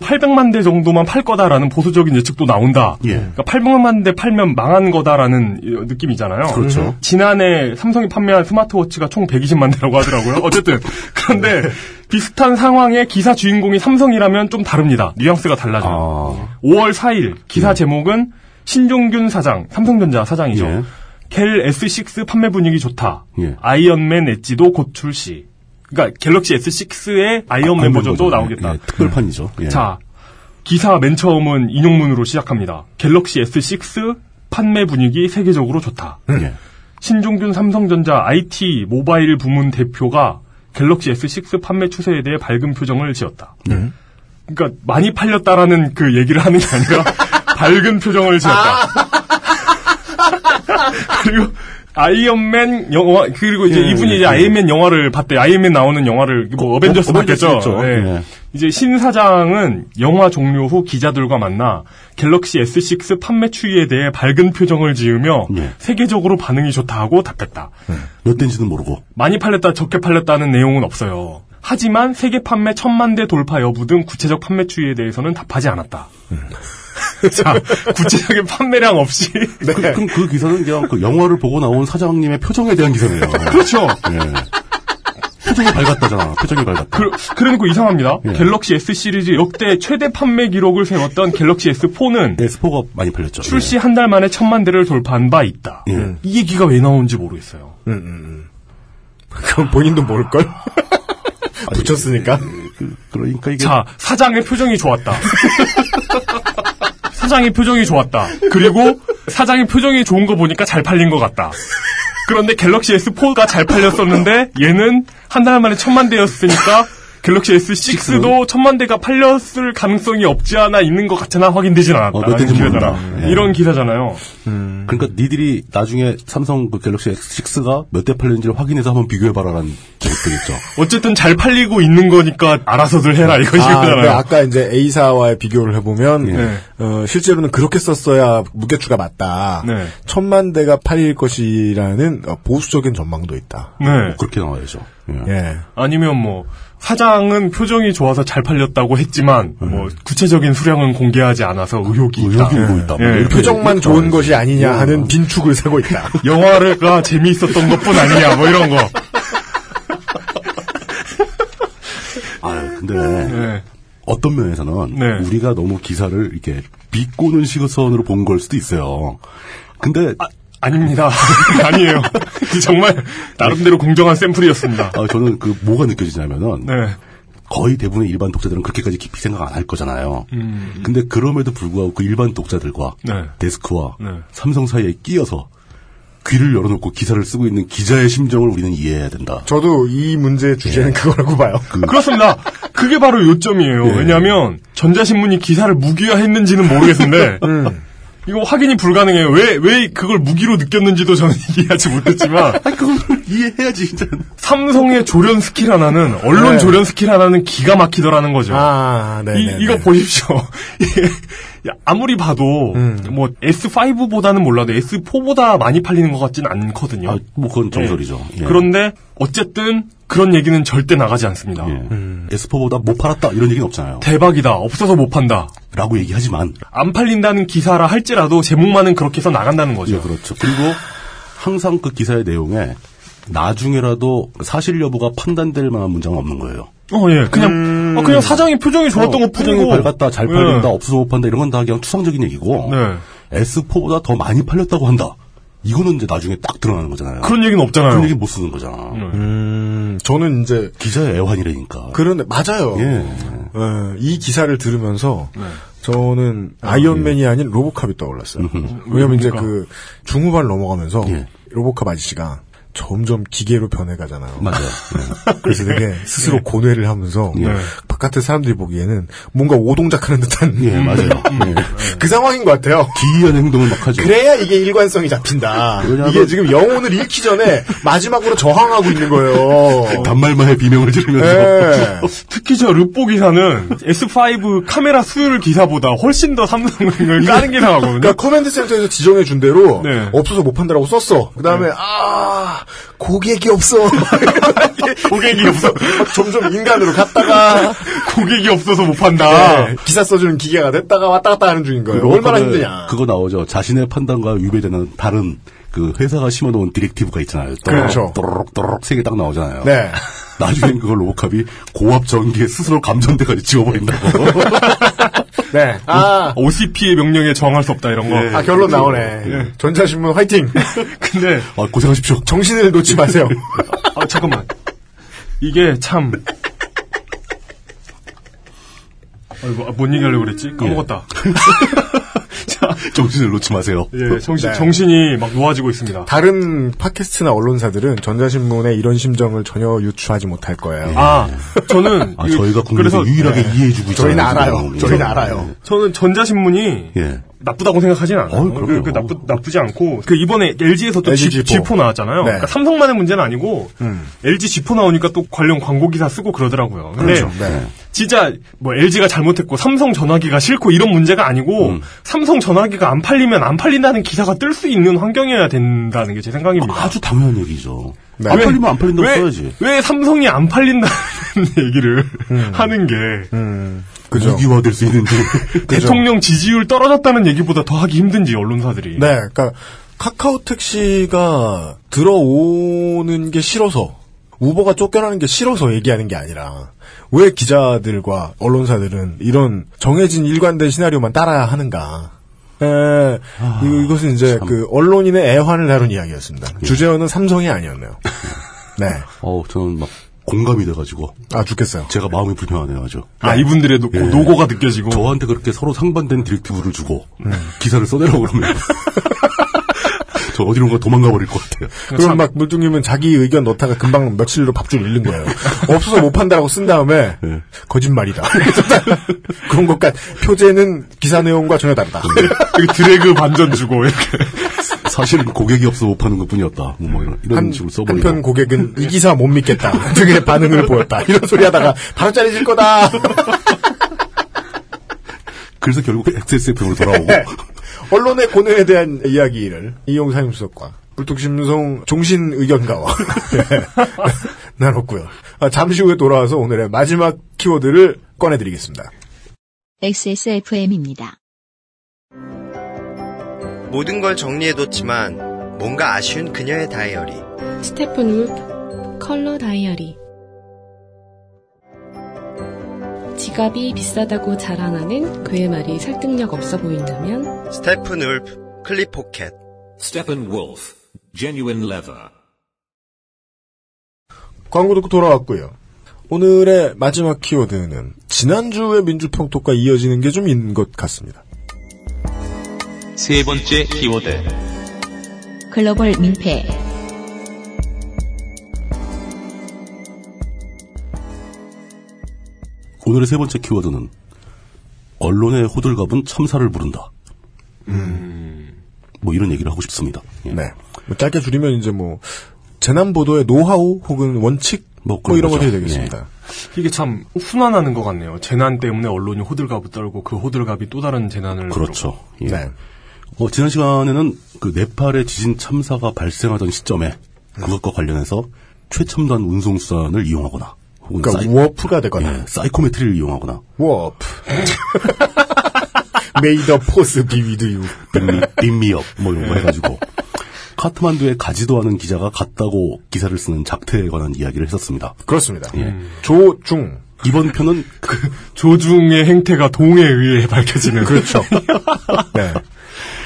Speaker 2: 800만 대 정도만 팔 거다라는 보수적인 예측도 나온다.
Speaker 4: 예.
Speaker 2: 그러니까 800만 대 팔면 망한 거다라는 이- 느낌이잖아요. 음.
Speaker 4: 그렇죠.
Speaker 2: 지난해 삼성이 판매한 스마트워치가 총 120만 대라고 하더라고요. 어쨌든
Speaker 4: 네.
Speaker 2: 그런데 비슷한 상황의 기사 주인공이 삼성이라면 좀 다릅니다. 뉘앙스가 달라져요.
Speaker 4: 아.
Speaker 2: 5월 4일 기사 제목은 신종균 사장, 삼성전자 사장이죠.
Speaker 4: 예.
Speaker 2: 갤 S6 판매 분위기 좋다.
Speaker 4: 예.
Speaker 2: 아이언맨 엣지도 곧 출시. 그러니까 갤럭시 S6의 아이언맨 버전도
Speaker 4: 버전이네.
Speaker 2: 나오겠다. 네.
Speaker 4: 예, 특별판이죠. 예.
Speaker 2: 자, 기사 맨 처음은 인용문으로 시작합니다. 갤럭시 S6 판매 분위기 세계적으로 좋다.
Speaker 4: 예.
Speaker 2: 신종균 삼성전자 IT 모바일 부문 대표가 갤럭시 S6 판매 추세에 대해 밝은 표정을 지었다.
Speaker 4: 네.
Speaker 2: 그러니까 많이 팔렸다라는 그 얘기를 하는 게 아니라 밝은 표정을 지었다.
Speaker 4: 아.
Speaker 2: 그리고 아이언맨 영화 그리고 이제
Speaker 4: 예,
Speaker 2: 이분이
Speaker 4: 예,
Speaker 2: 이제
Speaker 4: 예.
Speaker 2: 아이언맨 영화를 봤대. 아이언맨 나오는 영화를 뭐 어벤져스
Speaker 4: 어,
Speaker 2: 봤겠죠.
Speaker 4: 어벤져스겠죠.
Speaker 2: 예.
Speaker 4: 예.
Speaker 2: 이제 신 사장은 영화 종료 후 기자들과 만나 갤럭시 S6 판매 추이에 대해 밝은 표정을 지으며
Speaker 4: 예.
Speaker 2: 세계적으로 반응이 좋다고 답했다.
Speaker 4: 몇 대인지는 모르고.
Speaker 2: 많이 팔렸다 적게 팔렸다는 내용은 없어요. 하지만 세계 판매 천만 대 돌파 여부 등 구체적 판매 추이에 대해서는 답하지 않았다. 자, 구체적인 판매량 없이
Speaker 4: 그, 그럼 그 기사는 그냥 그 영화를 보고 나온 사장님의 표정에 대한 기사네요.
Speaker 2: 그렇죠.
Speaker 4: 예. 표정이 밝았다잖아. 표정이 밝았다.
Speaker 2: 그, 그래놓고 이상합니다.
Speaker 4: 예.
Speaker 2: 갤럭시 S 시리즈 역대 최대 판매 기록을 세웠던 갤럭시 S4는
Speaker 4: 네, 스포가 많이 팔렸죠.
Speaker 2: 출시 한 달 만에 천만 대를 돌파한 바 있다.
Speaker 4: 예.
Speaker 2: 이 얘기가 왜 나오는지 모르겠어요.
Speaker 3: 그럼 본인도 모를걸? 붙였으니까.
Speaker 4: 그러니까 이게
Speaker 2: 자, 사장의 표정이 좋았다. 사장의 표정이 좋았다. 그리고 사장의 표정이 좋은 거 보니까 잘 팔린 것 같다. 그런데 갤럭시 S4가 잘 팔렸었는데 얘는 한 달 만에 천만 대였으니까 갤럭시 S6도 천만 대가 팔렸을 가능성이 없지 않아 있는 것 같으나 확인되진 않았다.
Speaker 4: 어, 몇 대인지
Speaker 2: 이런 기사잖아.
Speaker 4: 모른다. 예.
Speaker 2: 이런 기사잖아요.
Speaker 4: 그러니까 니들이 나중에 삼성 그 갤럭시 X6가 몇 대 팔렸는지를 확인해서 한번 비교해봐라라는 것들있죠
Speaker 2: 어쨌든 잘 팔리고 있는 거니까 알아서들 해라 이런
Speaker 3: 아,
Speaker 2: 식이잖아요. 네.
Speaker 3: 근데 아까 이제 A사와의 비교를 해보면, 어, 실제로는 그렇게 썼어야 무게추가 맞다.
Speaker 2: 네.
Speaker 3: 천만 대가 팔릴 것이라는 어, 보수적인 전망도 있다.
Speaker 2: 네.
Speaker 4: 뭐 그렇게 나와야죠. 예.
Speaker 3: 예.
Speaker 2: 아니면 뭐 사장은 표정이 좋아서 잘 팔렸다고 했지만 뭐 구체적인 수량은 공개하지 않아서 의혹이 있다.
Speaker 4: 네. 의혹이 오고 있다. 뭐
Speaker 2: 예.
Speaker 4: 이렇게
Speaker 3: 표정만
Speaker 4: 이렇게
Speaker 3: 좋은
Speaker 4: 나와야죠.
Speaker 3: 것이 아니냐 하는 빈축을 세고 있다.
Speaker 2: 영화가 재미있었던 것뿐 아니냐 뭐 이런 거.
Speaker 4: 아유, 근데
Speaker 2: 네.
Speaker 4: 어떤 면에서는
Speaker 2: 네.
Speaker 4: 우리가 너무 기사를 이렇게 비꼬는 시선으로 본 걸 수도 있어요. 근데
Speaker 2: 아닙니다. 아니에요. 정말 나름대로 공정한 샘플이었습니다.
Speaker 4: 아, 저는 그 뭐가 느껴지냐면은
Speaker 2: 네.
Speaker 4: 거의 대부분의 일반 독자들은 그렇게까지 깊이 생각 안 할 거잖아요. 근데 그럼에도 불구하고 그 일반 독자들과
Speaker 2: 음. 네.
Speaker 4: 데스크와
Speaker 2: 네.
Speaker 4: 삼성 사이에 끼어서 귀를 열어놓고 기사를 쓰고 있는 기자의 심정을 우리는 이해해야 된다.
Speaker 3: 저도 이 문제의 주제는 그거라고 봐요.
Speaker 2: 네. 그렇습니다. 그게 바로 요점이에요.
Speaker 4: 예.
Speaker 2: 왜냐하면 전자신문이 기사를 무기화했는지는 모르겠는데
Speaker 4: 음.
Speaker 2: 이거 확인이 불가능해요. 왜 왜 그걸 무기로 느꼈는지도 저는 이해하지 못했지만
Speaker 4: 아, 그걸 이해해야지, 진짜.
Speaker 2: 네. 삼성의 조련 스킬 하나는 언론
Speaker 3: 네.
Speaker 2: 조련 스킬 하나는 기가 막히더라는 거죠.
Speaker 3: 아, 네.
Speaker 2: 이, 이거 보십시오. 예. 야, 아무리 봐도
Speaker 4: 음.
Speaker 2: 뭐 S5보다는 몰라도 S4보다 많이 팔리는 것 같진 않거든요.
Speaker 4: 아, 뭐, 그건 정설이죠.
Speaker 2: 예. 그런데 어쨌든 그런 얘기는 절대 나가지 않습니다.
Speaker 4: 예.
Speaker 2: 음.
Speaker 4: 에스퍼보다 못 팔았다, 이런 얘기는 없잖아요.
Speaker 2: 대박이다. 없어서 못 판다.
Speaker 4: 라고 얘기하지만.
Speaker 2: 안 팔린다는 기사라 할지라도 제목만은 그렇게 해서 나간다는 거죠.
Speaker 4: 예, 그렇죠. 그리고 항상 그 기사의 내용에 나중에라도 사실 여부가 판단될 만한 문장은 없는 거예요. 음. 어,
Speaker 2: 어, 예. 그냥, 어, 그냥 사장이 표정이 좋았던 것
Speaker 4: 표정이
Speaker 2: 뿐이고.
Speaker 4: 밝았다, 잘
Speaker 2: 예.
Speaker 3: 네.
Speaker 4: 팔린다, 없어서 못 판다 이런 건 다 그냥 추상적인 얘기고
Speaker 2: 네.
Speaker 4: S4보다 더 많이 팔렸다고 한다. 이거는 이제 나중에 딱 드러나는 거잖아요.
Speaker 3: 그렇죠.
Speaker 2: 그런 얘기는 없잖아요.
Speaker 4: 그런 얘기 못 쓰는 거잖아.
Speaker 3: 음, 저는 이제
Speaker 4: 기자의 애환이라니까.
Speaker 3: 그런 맞아요.
Speaker 4: 예.
Speaker 3: 예, 이 기사를 들으면서 저는
Speaker 4: 예.
Speaker 3: 아이언맨이 아닌 로보캅이 떠올랐어요. 왜냐면 이제 그 중후반 넘어가면서
Speaker 4: 음. 예.
Speaker 3: 로보캅 아저씨가 점점 기계로 변해가잖아요.
Speaker 4: 맞아요. 예.
Speaker 3: 그래서 되게 스스로 고뇌를 하면서 바깥에 사람들이 보기에는 뭔가 오동작하는 듯한
Speaker 4: 예, 맞아요. 예.
Speaker 3: 그 상황인 것 같아요.
Speaker 4: 기이한 행동을 막 하죠.
Speaker 3: 그래야 이게 일관성이 잡힌다.
Speaker 4: 왜냐하면-
Speaker 3: 이게 지금 영혼을 잃기 전에 마지막으로 저항하고 있는 거예요.
Speaker 4: 네, 단말만 해 비명을 지르면서.
Speaker 3: 예.
Speaker 2: 특히 저 르뽀 기사는 S5 카메라 수율 기사보다 훨씬 더 삼성을 까는 기사거든요.
Speaker 3: 그러니까 커맨드 센터에서 지정해 준 대로
Speaker 2: 네.
Speaker 3: 없어서 못 판다라고 썼어. 그다음에 아 고객이 없어.
Speaker 2: 고객이 없어. 네.
Speaker 3: 막 점점 인간으로 갔다가
Speaker 2: 고객이 없어서 못 판다.
Speaker 3: 네, 기사 써주는 기계가 됐다가 왔다 갔다 하는 중인 거예요. 얼마나
Speaker 4: 로봇캅에
Speaker 3: 힘드냐.
Speaker 4: 그거 나오죠. 자신의 판단과 위배되는 다른 그 회사가 심어놓은 디렉티브가 있잖아요. 또록,
Speaker 3: 그렇죠.
Speaker 4: 또록 또록 세 개 딱 나오잖아요.
Speaker 3: 네.
Speaker 4: 나중엔 그걸 로봇캅이 고압 전기에 스스로 감전대까지 지워버린다고.
Speaker 3: 네. 아,
Speaker 2: OCP의 명령에 저항할 수 없다 이런 거.
Speaker 3: 아, 결론 나오네.
Speaker 2: 예.
Speaker 3: 전자신문 화이팅.
Speaker 2: 근데
Speaker 4: 아, 고생하십시오.
Speaker 3: 정신을 놓지 마세요.
Speaker 2: 아 잠깐만. 이게 참. 아이고 아, 뭔 얘기하려고 그랬지? 까먹었다.
Speaker 4: 자, 정신을 놓지 마세요.
Speaker 2: 예, 정신
Speaker 3: 네.
Speaker 2: 정신이 막 놓아지고 있습니다.
Speaker 3: 다른 팟캐스트나 언론사들은 전자신문에 이런 심정을 전혀 유추하지 못할 거예요.
Speaker 2: 아 저는
Speaker 4: 아,
Speaker 2: 이-
Speaker 4: 저희가 국민들
Speaker 2: 그래서 네.
Speaker 4: 유일하게 이해해주고 있잖아요.
Speaker 3: 네. 저희는 알아요.
Speaker 4: 지금.
Speaker 3: 저희는
Speaker 4: 예.
Speaker 3: 알아요.
Speaker 2: 저는 전자신문이
Speaker 4: 예.
Speaker 2: 나쁘다고 생각하진 않아요.
Speaker 4: 어이,
Speaker 2: 그,
Speaker 4: 그럼요.
Speaker 2: 그 나쁘, 나쁘지 않고 그 이번에 LG에서 또
Speaker 3: LG
Speaker 2: G,
Speaker 3: G4.
Speaker 2: G4 나왔잖아요.
Speaker 3: 네.
Speaker 2: 그러니까 삼성만의 문제는 아니고
Speaker 4: 음.
Speaker 2: LG G4 나오니까 또 관련 광고 기사 쓰고 그러더라고요. 근데
Speaker 3: 그렇죠. 네.
Speaker 2: 진짜 뭐 LG가 잘못했고 삼성 전화기가 싫고 이런 문제가 아니고
Speaker 4: 음.
Speaker 2: 삼성 전화기가 안 팔리면 안 팔린다는 기사가 뜰 수 있는 환경이어야 된다는 게 제 생각입니다.
Speaker 4: 아주 당연한 얘기죠.
Speaker 3: 네.
Speaker 4: 안
Speaker 3: 왜-
Speaker 4: 팔리면 안 팔린다고
Speaker 2: 왜,
Speaker 4: 써야지.
Speaker 2: 왜 삼성이 안 팔린다는 얘기를
Speaker 4: 음.
Speaker 2: 하는 게
Speaker 3: 그죠.
Speaker 4: 유기화될 수 있는지.
Speaker 2: 대통령 지지율 떨어졌다는 얘기보다 더 하기 힘든지 언론사들이.
Speaker 3: 네, 그러니까 카카오 택시가 들어오는 게 싫어서 우버가 쫓겨나는 게 싫어서 얘기하는 게 아니라 왜 기자들과 언론사들은 이런 정해진 일관된 시나리오만 따라야 하는가? 에, 이- 이것은 이제 그 언론인의 애환을 다룬 이야기였습니다. 주제어는 삼성이 아니었네요. 네,
Speaker 4: 어, 저는 막 공감이 돼가지고
Speaker 3: 아 죽겠어요.
Speaker 4: 제가 마음이 불편하네요, 예. 아주.
Speaker 2: 아 이분들의 노, 고가
Speaker 3: 어.
Speaker 2: 느껴지고.
Speaker 4: 저한테 그렇게 서로 상반된 디렉티브를 주고
Speaker 3: 음.
Speaker 4: 기사를 써내라고 그러면 저 어디론가 도망가 버릴 것 같아요.
Speaker 3: 그럼 막 물뚱님은 자기 의견 넣다가 금방 며칠로 밥줄 잃는 거예요. 없어서 못 판다라고 쓴 다음에
Speaker 4: 네.
Speaker 3: 거짓말이다. 그런 것까지 표제는 기사 내용과 전혀 다르다.
Speaker 2: 여기 드래그 반전 주고 이렇게.
Speaker 4: 사실은 고객이 없어 못 파는 것뿐이었다. 뭐, 뭐 이런, 이런
Speaker 3: 한,
Speaker 4: 식으로 써버리고
Speaker 3: 한편 고객은 이 기사 못 믿겠다. 되게 반응을 보였다. 이런 소리 하다가 바로 잘해질 거다.
Speaker 4: 그래서 결국 XSFM으로 돌아오고
Speaker 3: 네. 언론의 고뇌에 대한 이야기를 이용 사임수석과 불뚝심송 종신 의견가와 네, 나눴고요. 아, 잠시 후에 돌아와서 오늘의 마지막 키워드를 꺼내드리겠습니다.
Speaker 1: XSFM입니다.
Speaker 5: 모든 걸 정리해뒀지만 뭔가 아쉬운 그녀의 다이어리.
Speaker 6: 스테픈 울프 컬러 다이어리 지갑이 비싸다고 자랑하는 그의 말이 설득력 없어 보인다면
Speaker 5: 스테픈 울프 클립 포켓.
Speaker 7: Steppenwolf, genuine leather.
Speaker 3: 광고 듣고 돌아왔고요. 오늘의 마지막 키워드는 지난주의 민주평톡과 이어지는 게 좀 있는 것 같습니다.
Speaker 9: 세 번째 키워드.
Speaker 1: 글로벌 민폐.
Speaker 4: 오늘의 세 번째 키워드는 언론의 호들갑은 참사를 부른다. 뭐 이런 얘기를 하고 싶습니다. 예.
Speaker 3: 네. 뭐 짧게 줄이면 이제 뭐 재난 보도의 노하우 혹은 원칙 뭐,
Speaker 4: 뭐
Speaker 3: 이런 것들이
Speaker 4: 그런 거죠.
Speaker 3: 되겠습니다.
Speaker 2: 이게 참 순환하는 것 같네요. 재난 때문에 언론이 호들갑을 떨고 그 호들갑이 또 다른 재난을
Speaker 4: 그렇죠. 예.
Speaker 3: 네.
Speaker 4: 어, 지난 시간에는 그 네팔의 지진 참사가 발생하던 시점에
Speaker 3: 음.
Speaker 4: 그것과 관련해서 최첨단 운송 수단을 이용하거나 혹은
Speaker 3: 그러니까
Speaker 4: 사이,
Speaker 3: 워프가 되거나
Speaker 4: 예, 사이코메트리를 이용하거나
Speaker 3: 워프. 메이더 포스 비위드유.
Speaker 4: 빈미- 빈미업 뭐 이런 거 해가지고 카트만두에 가지도 않은 기자가 갔다고 기사를 쓰는 작태에 관한 이야기를 했었습니다.
Speaker 3: 그렇습니다.
Speaker 4: 예.
Speaker 3: 조중.
Speaker 4: 이번 편은 그
Speaker 2: 조중의 행태가 동에 의해 밝혀지는. 그렇죠.
Speaker 3: 네.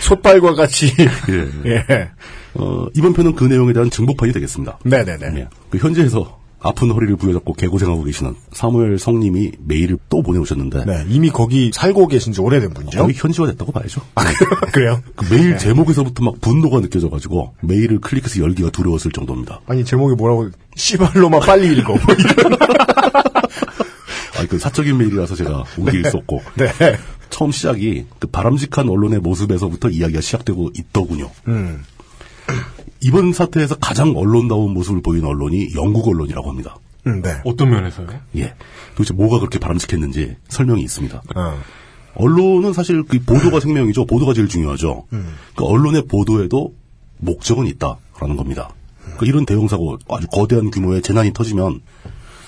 Speaker 3: 솥발과 같이
Speaker 4: 예.
Speaker 3: 예.
Speaker 4: 어, 이번 편은 그 내용에 대한 증복판이 되겠습니다.
Speaker 3: 네네네.
Speaker 4: 예. 그 현지에서 아픈 허리를 부여잡고 개고생하고 계시는 사무엘 성님이 메일을 또 보내오셨는데
Speaker 3: 네, 이미 거기 살고 계신 지 오래된 분이죠.
Speaker 4: 거의 현지화됐다고 봐야죠.
Speaker 3: 아, 그래요?
Speaker 4: 그 메일 제목에서부터 막 분노가 느껴져가지고 메일을 클릭해서 열기가 두려웠을 정도입니다.
Speaker 3: 아니 제목이 뭐라고 씨발로만 빨리 읽어. 뭐 이런.
Speaker 4: 아, 그 사적인 메일이라서 제가 옮길 수 없고
Speaker 3: 네.
Speaker 4: 처음 시작이 그 바람직한 언론의 모습에서부터 이야기가 시작되고 있더군요. 음. 이번 사태에서 가장 언론다운 모습을 보인 언론이 영국 언론이라고 합니다.
Speaker 3: 음, 네.
Speaker 2: 어떤 면에서요?
Speaker 4: 예. 도대체 뭐가 그렇게 바람직했는지 설명이 있습니다.
Speaker 3: 어.
Speaker 4: 언론은 사실 그 보도가 생명이죠. 보도가 제일 중요하죠. 그 언론의 보도에도 목적은 있다라는 겁니다. 그 이런 대형 사고 아주 거대한 규모의 재난이 터지면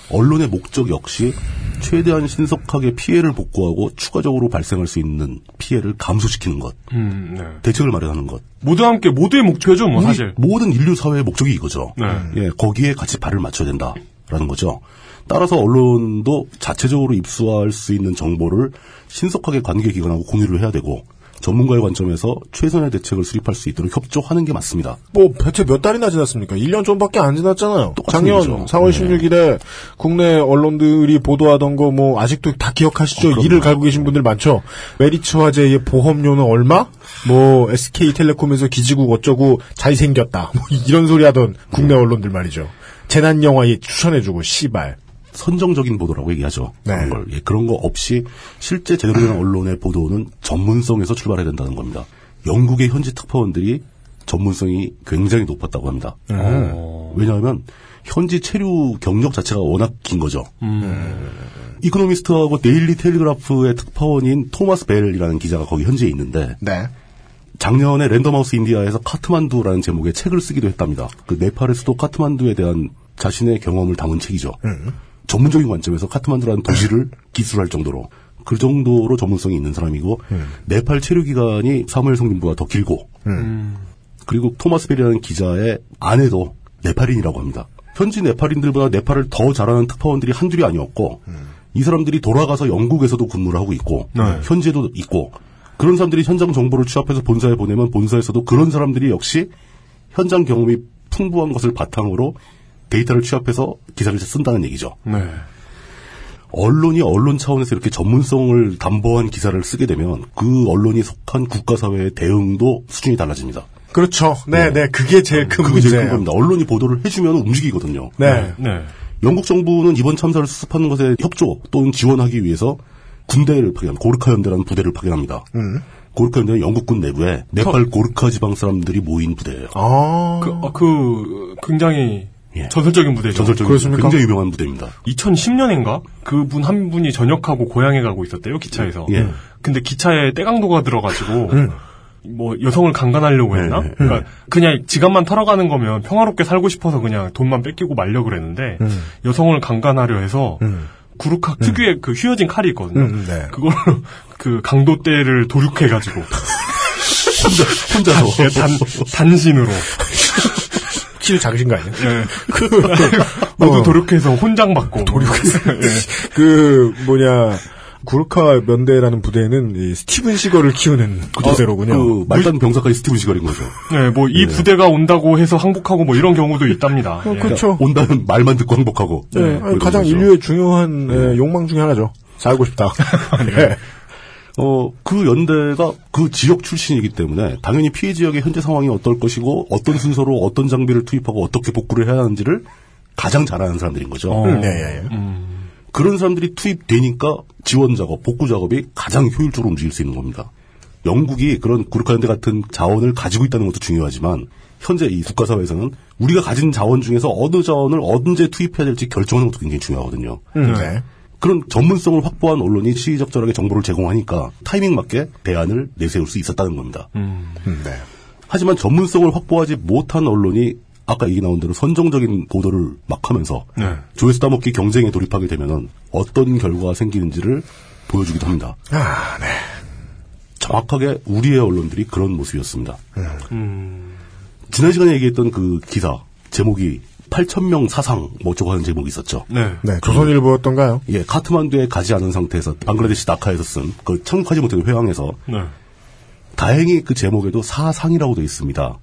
Speaker 4: 언론의 목적 역시 최대한 신속하게 피해를 복구하고 추가적으로 발생할 수 있는 피해를 감소시키는 것,
Speaker 2: 음, 네.
Speaker 4: 대책을 마련하는 것.
Speaker 2: 모두 함께 모두의 목표죠, 뭐
Speaker 4: 우리
Speaker 2: 사실.
Speaker 4: 모든 인류 사회의 목적이 이거죠.
Speaker 2: 네.
Speaker 4: 예, 거기에 같이 발을 맞춰야 된다라는 거죠. 따라서 언론도 자체적으로 입수할 수 있는 정보를 신속하게 관계 기관하고 공유를 해야 되고 전문가의 관점에서 최선의 대책을 수립할 수 있도록 협조하는 게 맞습니다.
Speaker 3: 뭐 대체 몇 달이나 지났습니까? 1년 좀밖에 안 지났잖아요.
Speaker 4: 똑같은
Speaker 3: 작년
Speaker 4: 일이죠.
Speaker 3: 4월
Speaker 4: 네.
Speaker 3: 16일에 국내 언론들이 보도하던 거 뭐 아직도 다 기억하시죠?
Speaker 4: 어, 그럼요.
Speaker 3: 이를 갈고 계신 분들 많죠. 메리츠 화재의 보험료는 얼마? 뭐 SK텔레콤에서 기지국 어쩌고 잘생겼다. 뭐 이런 소리 하던 국내
Speaker 4: 음.
Speaker 3: 언론들 말이죠. 재난 영화에 추천해주고 씨발.
Speaker 4: 선정적인 보도라고 얘기하죠.
Speaker 3: 네.
Speaker 4: 그런, 걸. 예, 그런 거 없이 실제 제대로 된 언론의 보도는 전문성에서 출발해야 된다는 겁니다. 영국의 현지 특파원들이 전문성이 굉장히 높았다고 합니다. 어. 왜냐하면 현지 체류 경력 자체가 워낙 긴 거죠. 네. 이코노미스트하고 데일리 텔리그라프의 특파원인 토마스 벨이라는 기자가 거기 현지에 있는데
Speaker 3: 네.
Speaker 4: 작년에 랜덤하우스 인디아에서 카트만두라는 제목의 책을 쓰기도 했답니다. 그 네팔의 수도 카트만두에 대한 자신의 경험을 담은 책이죠. 전문적인 관점에서 카트만두라는 도시를 기술할 정도로 그 정도로 전문성이 있는 사람이고 네팔 체류 기간이 사무엘 성님보다 더 길고 그리고 토마스 벨이라는 기자의 아내도 네팔인이라고 합니다. 현지 네팔인들보다 네팔을 더 잘하는 특파원들이 한둘이 아니었고 이 사람들이 돌아가서 영국에서도 근무를 하고 있고 현지에도 있고 그런 사람들이 현장 정보를 취합해서 본사에 보내면 본사에서도 그런 사람들이 역시 현장 경험이 풍부한 것을 바탕으로 데이터를 취합해서 기사를 쓴다는 얘기죠.
Speaker 2: 네.
Speaker 4: 언론이 언론 차원에서 이렇게 전문성을 담보한 기사를 쓰게 되면 그 언론이 속한 국가사회의 대응도 수준이 달라집니다.
Speaker 3: 그렇죠. 네, 네. 그게 제일 큰
Speaker 4: 음, 그게 제일 큰
Speaker 3: 문제예요.
Speaker 4: 겁니다. 언론이 보도를 해주면 움직이거든요.
Speaker 3: 네.
Speaker 2: 네.
Speaker 4: 영국 정부는 이번 참사를 수습하는 것에 협조 또는 지원하기 위해서 군대를 파견, 고르카 연대라는 부대를 파견합니다.
Speaker 3: 음.
Speaker 4: 고르카 연대는 영국군 내부에
Speaker 3: 어.
Speaker 4: 네팔 고르카 지방 사람들이 모인 부대예요.
Speaker 3: 아.
Speaker 2: 그, 아, 그 굉장히
Speaker 4: 예.
Speaker 2: 전설적인 무대죠.
Speaker 4: 전설적인
Speaker 3: 그렇습니까?
Speaker 4: 굉장히 유명한 부대입니다.
Speaker 2: 2010년인가 그분 한 분이 전역하고 고향에 가고 있었대요 기차에서.
Speaker 4: 예.
Speaker 2: 근데 기차에 떼강도가 들어가지고 뭐 여성을 강간하려고 했나?
Speaker 4: 네, 네.
Speaker 2: 그러니까 그냥 지갑만 털어가는 거면 평화롭게 살고 싶어서 그냥 돈만 뺏기고 말려 그랬는데 여성을 강간하려 해서 구루카 특유의 그 휘어진 칼이 있거든요.
Speaker 3: 음, 네.
Speaker 2: 그걸 그 강도 떼를 도륙해가지고 예,
Speaker 4: 혼자,
Speaker 3: 아, 예.
Speaker 4: 혼자서
Speaker 2: 단 단신으로
Speaker 3: 실 작으신 거 아니에요?
Speaker 2: 예. 모두 도륙해서 혼장 받고 도륙해서
Speaker 3: 그 뭐냐 구르카 면대라는 부대는 이 스티븐 시거를 키우는 부대로군요.
Speaker 4: 그 말단 병사까지 스티븐 시거린 거죠.
Speaker 2: 네, 뭐 이 부대가 온다고 해서 항복하고 뭐 이런 경우도 있답니다. 예.
Speaker 3: 그렇죠.
Speaker 4: 온다는 말만 듣고 항복하고.
Speaker 3: 네, 아니,
Speaker 4: 그런
Speaker 3: 가장
Speaker 4: 거죠.
Speaker 3: 인류의 중요한 예, 욕망 중에 하나죠. 살고 싶다. 네.
Speaker 4: 어, 그 연대가 그 지역 출신이기 때문에 당연히 피해 지역의 현재 상황이 어떨 것이고 어떤 순서로 어떤 장비를 투입하고 어떻게 복구를 해야 하는지를 가장 잘 아는 사람들인 거죠.
Speaker 3: 음, 네, 예, 예.
Speaker 4: 그런 사람들이 투입되니까 지원 작업, 복구 작업이 가장 효율적으로 움직일 수 있는 겁니다. 영국이 그런 구르카 연대 같은 자원을 가지고 있다는 것도 중요하지만 현재 이 국가사회에서는 우리가 가진 자원 중에서 어느 자원을 언제 투입해야 될지 결정하는 것도 굉장히 중요하거든요.
Speaker 3: 음, 네.
Speaker 4: 그런 전문성을 확보한 언론이 시의적절하게 정보를 제공하니까 타이밍 맞게 대안을 내세울 수 있었다는 겁니다.
Speaker 3: 음, 네.
Speaker 4: 하지만 전문성을 확보하지 못한 언론이 아까 얘기 나온 대로 선정적인 보도를 막 하면서 조회수 따먹기 경쟁에 돌입하게 되면 어떤 결과가 생기는지를 보여주기도 합니다.
Speaker 3: 아, 네.
Speaker 4: 정확하게 우리의 언론들이 그런 모습이었습니다.
Speaker 3: 음.
Speaker 4: 지난 시간에 얘기했던 그 기사 제목이 8,000명 사상 뭐 어쩌고 하는 제목이 있었죠.
Speaker 2: 네.
Speaker 3: 네, 조선일보였던가요?
Speaker 4: 예, 카트만두에 가지 않은 상태에서 방글라데시 나카에서 쓴 그 참가지 못한 회항에서
Speaker 2: 네.
Speaker 4: 다행히 그 제목에도 사상이라고 돼 있습니다.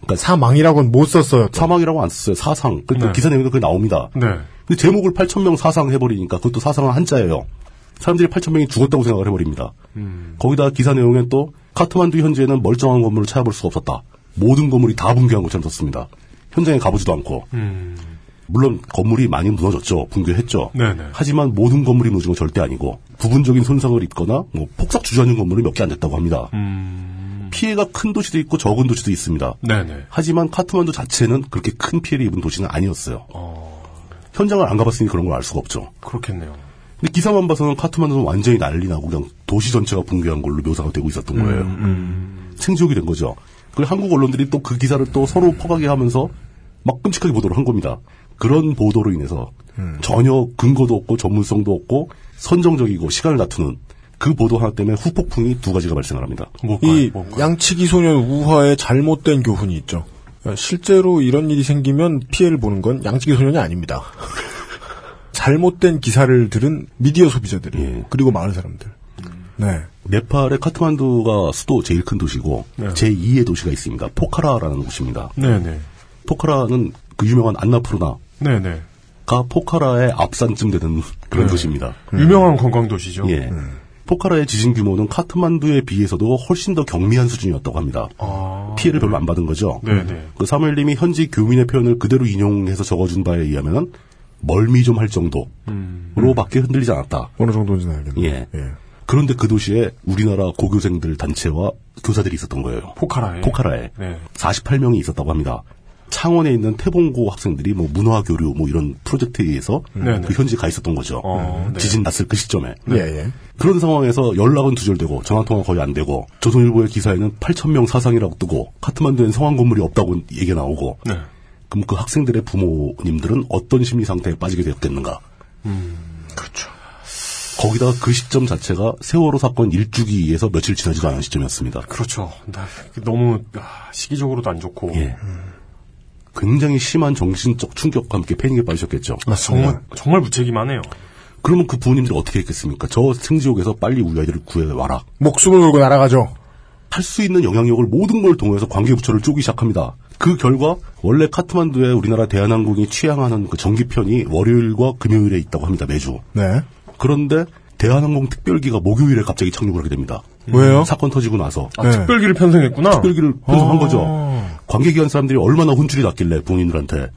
Speaker 4: 그러니까
Speaker 3: 사망이라고는 못 썼어요.
Speaker 4: 사망이라고 안 썼어요. 사상. 그러니까
Speaker 2: 네.
Speaker 4: 기사 내용에도 그게 나옵니다.
Speaker 2: 네.
Speaker 4: 근데 그 제목을 8천 명 사상 해버리니까 그것도 사상은 한자예요. 사람들이 8천 명이 죽었다고 생각을 해버립니다.
Speaker 2: 음.
Speaker 4: 거기다 기사 내용엔 또 카트만두 현지에는 멀쩡한 건물을 찾아볼 수가 없었다. 모든 건물이 다 붕괴한 것처럼 썼습니다. 현장에 가보지도 않고. 물론 건물이 많이 무너졌죠. 붕괴했죠.
Speaker 2: 음. 네네.
Speaker 4: 하지만 모든 건물이 무너진 건 절대 아니고 부분적인 손상을 입거나 뭐 폭삭 주저앉은 건물이 몇 개 안 됐다고 합니다.
Speaker 2: 음.
Speaker 4: 피해가 큰 도시도 있고 적은 도시도 있습니다.
Speaker 2: 네네.
Speaker 4: 하지만 카트만두 자체는 그렇게 큰 피해를 입은 도시는 아니었어요. 현장을 안 가봤으니 그런 걸 알 수가 없죠.
Speaker 2: 그렇겠네요.
Speaker 4: 근데 기사만 봐서는 카트만두는 완전히 난리 나고 그냥 도시 전체가 붕괴한 걸로 묘사가 되고 있었던 거예요. 생지옥이 된 거죠. 그리고 한국 언론들이 또 그 기사를 또 서로 퍼가게 하면서 막 끔찍하게 보도를 한 겁니다. 그런 보도로 인해서 전혀 근거도 없고 전문성도 없고 선정적이고 시간을 다투는 그 보도 하나 때문에 후폭풍이 두 가지가 발생을 합니다.
Speaker 2: 뭘까요?
Speaker 3: 이
Speaker 2: 뭘까요?
Speaker 3: 양치기 소년 우화의 잘못된 교훈이 있죠. 아, 실제로 이런 일이 생기면 피해를 보는 건 양치기 소년이 아닙니다. 잘못된 기사를 들은 미디어 소비자들이
Speaker 4: 예.
Speaker 3: 그리고 많은 사람들.
Speaker 2: 음.
Speaker 3: 네.
Speaker 4: 네팔의 카트만두가 수도 제일 큰 도시고
Speaker 2: 네.
Speaker 4: 제2의 도시가 있습니다. 포카라라는 곳입니다.
Speaker 2: 네네.
Speaker 4: 포카라는 그 유명한 안나푸르나가
Speaker 2: 네네.
Speaker 3: 음.
Speaker 4: 포카라의 앞산쯤 되는
Speaker 2: 네.
Speaker 4: 그런 도시입니다.
Speaker 2: 유명한 관광도시죠.
Speaker 4: 예. 포카라의 지진 규모는 카트만두에 비해서도 훨씬 더 경미한 수준이었다고 합니다. 피해를 별로 안 받은 거죠.
Speaker 2: 아. 네네.
Speaker 4: 그 사무엘님이 현지 교민의 표현을 그대로 인용해서 적어준 바에 의하면 멀미 좀 할
Speaker 2: 음.
Speaker 4: 정도로밖에 흔들리지 않았다.
Speaker 3: 어느 정도인지는 알겠네요.
Speaker 4: 예. 그런데 그 도시에 우리나라 고교생들 단체와 교사들이 있었던 거예요.
Speaker 2: 포카라에.
Speaker 4: 포카라에
Speaker 2: 네.
Speaker 4: 48명이 있었다고 합니다. 창원에 있는 태봉고 학생들이 뭐 문화 교류 뭐 이런 프로젝트에 의해서
Speaker 2: 네네.
Speaker 4: 그 현지에 가 있었던 거죠.
Speaker 2: 어, 네.
Speaker 4: 지진 났을 그 시점에.
Speaker 3: 예, 예.
Speaker 4: 그런 상황에서 연락은 두절되고 전화 통화 거의 안 되고 조선일보의 기사에는 8천 명 사상이라고 뜨고 카트만두엔 성황 건물이 없다고 얘기 가 나오고
Speaker 2: 네.
Speaker 4: 그럼 그 학생들의 부모님들은 어떤 심리 상태에 빠지게 되었겠는가? 그렇죠. 거기다가 그 시점 자체가 세월호 사건 일주기에서 며칠 지나지도 않은 시점이었습니다.
Speaker 2: 그렇죠. 나- 너무 아, 시기적으로도 안 좋고.
Speaker 4: 예. 굉장히 심한 정신적 충격과 함께 패닉에 빠지셨겠죠. 네.
Speaker 2: 정말 정말 무책임하네요.
Speaker 4: 그러면 그 부모님들이 어떻게 했겠습니까? 저 생지옥에서 빨리 우리 아이들을 구해와라.
Speaker 3: 목숨을 걸고 날아가죠.
Speaker 4: 할 수 있는 영향력을 모든 걸 동원해서 관계부처를 쪼기 시작합니다. 그 결과 원래 카트만두에 우리나라 대한항공이 취항하는 그 정기편이 월요일과 금요일에 있다고 합니다. 매주.
Speaker 3: 네.
Speaker 4: 그런데 대한항공 특별기가 목요일에 갑자기 착륙을 하게 됩니다. 음,
Speaker 3: 왜요?
Speaker 4: 사건 터지고 나서
Speaker 2: 아,
Speaker 3: 네.
Speaker 2: 특별기를 편성했구나.
Speaker 4: 특별기를 편성한 거죠. 관계기관 사람들이 얼마나 혼쭐이 났길래 본인들한테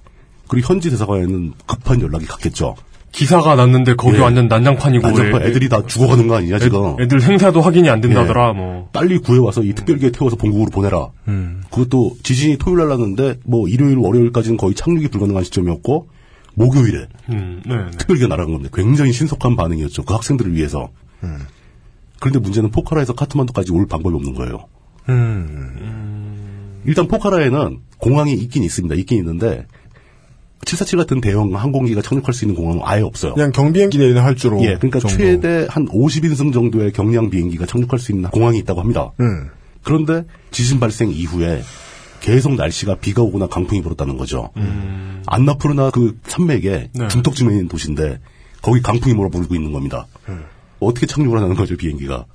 Speaker 4: 그리고 현지 대사관에는 급한 연락이 갔겠죠.
Speaker 2: 기사가 났는데 거기
Speaker 4: 예.
Speaker 2: 완전 난장판이고
Speaker 4: 난장판
Speaker 2: 애-
Speaker 4: 애들이 다 죽어가는 예. 거 아니냐 지금.
Speaker 2: 아, 애들 행사도 확인이 안 된다더라. 뭐
Speaker 4: 빨리 구해와서 이 특별기에 태워서 본국으로 보내라.
Speaker 2: 음.
Speaker 4: 그것도 지진이 토요일 날 났는데 뭐 일요일 월요일까지는 거의 착륙이 불가능한 시점이었고 목요일에
Speaker 2: 음, 네, 네.
Speaker 4: 특별기가 날아간 겁니다. 굉장히 신속한 반응이었죠. 그 학생들을 위해서.
Speaker 2: 음.
Speaker 4: 그런데 문제는 포카라에서 카트만두까지 올 방법이 없는 거예요.
Speaker 2: 음.
Speaker 4: 일단 포카라에는 공항이 있긴 있습니다. 있긴 있는데 747 같은 대형 항공기가 착륙할 수 있는 공항은 아예 없어요.
Speaker 3: 그냥 경비행기 내리는 활주로.
Speaker 4: 예, 그러니까
Speaker 3: 정도.
Speaker 4: 최대 한 50인승 정도의 경량 비행기가 착륙할 수 있는 공항이 있다고 합니다.
Speaker 3: 음.
Speaker 4: 그런데 지진 발생 이후에 계속 날씨가 비가 오거나 강풍이 불었다는 거죠.
Speaker 3: 음.
Speaker 4: 안나푸르나 그 산맥에
Speaker 2: 네.
Speaker 4: 중턱쯤에 있는 도시인데 거기 강풍이 몰아불고 있는 겁니다.
Speaker 3: 네.
Speaker 4: 어떻게 착륙을 하는 거죠 비행기가?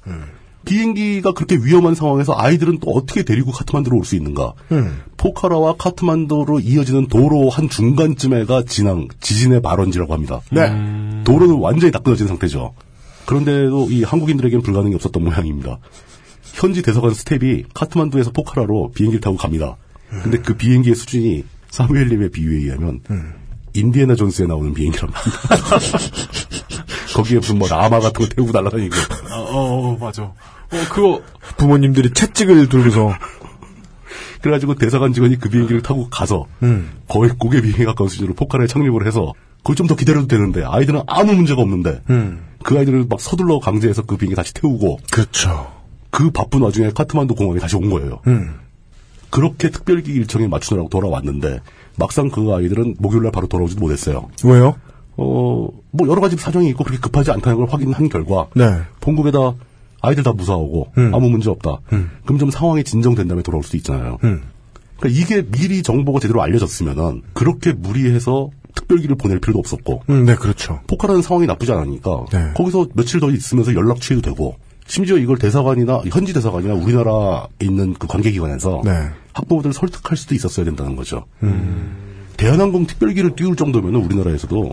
Speaker 4: 비행기가 그렇게 위험한 상황에서 아이들은 또 어떻게 데리고 카트만두로 올 수 있는가?
Speaker 3: 네.
Speaker 4: 포카라와 카트만두로 이어지는 도로 한 중간쯤에가 진앙 지진의 발원지라고 합니다.
Speaker 3: 네.
Speaker 2: 음.
Speaker 4: 도로는 완전히 다 끊어진 상태죠. 그런데도 이 한국인들에겐 불가능이 없었던 모양입니다. 현지 대사관 스텝이 카트만두에서 포카라로 비행기를 타고 갑니다. 근데 그 비행기의 수준이 사무엘님의 비유에 의하면 인디애나 존스에 나오는 비행기란 말이야. 거기에 무슨 뭐 라마 같은 거 태우고 날아다니고
Speaker 2: 아, 어, 어, 맞아. 어, 그거
Speaker 3: 부모님들이 채찍을 들고서
Speaker 4: 그래가지고 대사관 직원이 그 비행기를 타고 가서 거의 고개 비행에 가까운 수준으로 포카라에 착륙을 해서 그걸 좀 더 기다려도 되는데 아이들은 아무 문제가 없는데 그 아이들을 막 서둘러 강제해서 그 비행기 다시 태우고
Speaker 3: 그렇죠.
Speaker 4: 그 바쁜 와중에 카트만두 공항에 다시 온 거예요.
Speaker 3: 음.
Speaker 4: 그렇게 특별기 일정에 맞추느라고 돌아왔는데 막상 그 아이들은 목요일날 바로 돌아오지도 못했어요.
Speaker 3: 왜요?
Speaker 4: 어, 뭐 여러 가지 사정이 있고 그렇게 급하지 않다는 걸 확인한 결과
Speaker 3: 네.
Speaker 4: 본국에다 아이들 다 무사하고 아무 문제 없다. 그럼 좀 상황이 진정된 다음에 돌아올 수도 있잖아요. 그러니까 이게 미리 정보가 제대로 알려졌으면은 그렇게 무리해서 특별기를 보낼 필요도 없었고
Speaker 3: 음, 네, 그렇죠.
Speaker 4: 포카라는 상황이 나쁘지 않으니까
Speaker 3: 네.
Speaker 4: 거기서 며칠 더 있으면서 연락 취해도 되고 심지어 이걸 대사관이나 현지 대사관이나 우리나라에 있는 그 관계기관에서
Speaker 3: 네.
Speaker 4: 학부모들을 설득할 수도 있었어야 된다는 거죠.
Speaker 3: 음.
Speaker 4: 대한항공 특별기를 띄울 정도면 우리나라에서도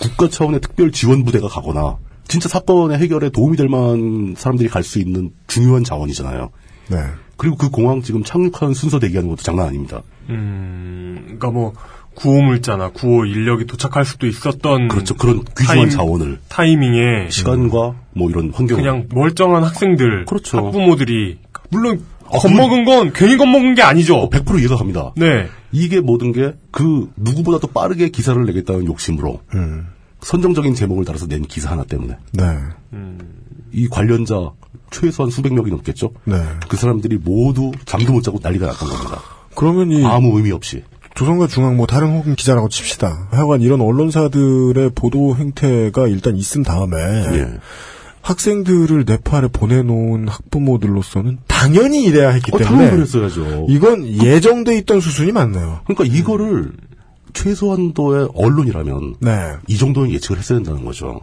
Speaker 4: 국가 차원의 특별 지원 부대가 가거나 진짜 사건의 해결에 도움이 될 만한 사람들이 갈 수 있는 중요한 자원이잖아요.
Speaker 3: 네.
Speaker 4: 그리고 그 공항 지금 착륙하는 순서 대기하는 것도 장난 아닙니다.
Speaker 2: 음, 그러니까 뭐 구호물자나 구호 인력이 도착할 수도 있었던
Speaker 4: 그렇죠. 그런 귀중한 자원을
Speaker 2: 타이밍에
Speaker 4: 시간과 뭐 이런 환경
Speaker 2: 그냥 멀쩡한 학생들,
Speaker 4: 그렇죠.
Speaker 2: 학부모들이 물론
Speaker 4: 아,
Speaker 2: 겁먹은 건 괜히 겁먹은 게 아니죠.
Speaker 4: 100% 이해가 갑니다.
Speaker 2: 네,
Speaker 4: 이게 모든 게 그 누구보다도 빠르게 기사를 내겠다는 욕심으로
Speaker 3: 예.
Speaker 4: 선정적인 제목을 달아서 낸 기사 하나 때문에
Speaker 3: 네.
Speaker 4: 이 관련자 최소한 수백 명이 넘겠죠.
Speaker 3: 네.
Speaker 4: 그 사람들이 모두 잠도 못 자고 난리가 났던 겁니다.
Speaker 3: 그러면 이
Speaker 4: 아무 의미 없이.
Speaker 3: 조선과 중앙 뭐 다른 혹은 기자라고 칩시다. 하여간 이런 언론사들의 보도 행태가 일단 있은 다음에
Speaker 4: 예.
Speaker 3: 학생들을 네팔에 보내놓은 학부모들로서는 당연히 이래야 했기
Speaker 4: 어,
Speaker 3: 때문에
Speaker 4: 당연히 그랬어야죠.
Speaker 3: 이건 예정돼 있던 수순이 맞네요.
Speaker 4: 그러니까 이거를 최소한도의 언론이라면
Speaker 3: 네. 음,
Speaker 4: 이 정도는 예측을 했어야 된다는 거죠.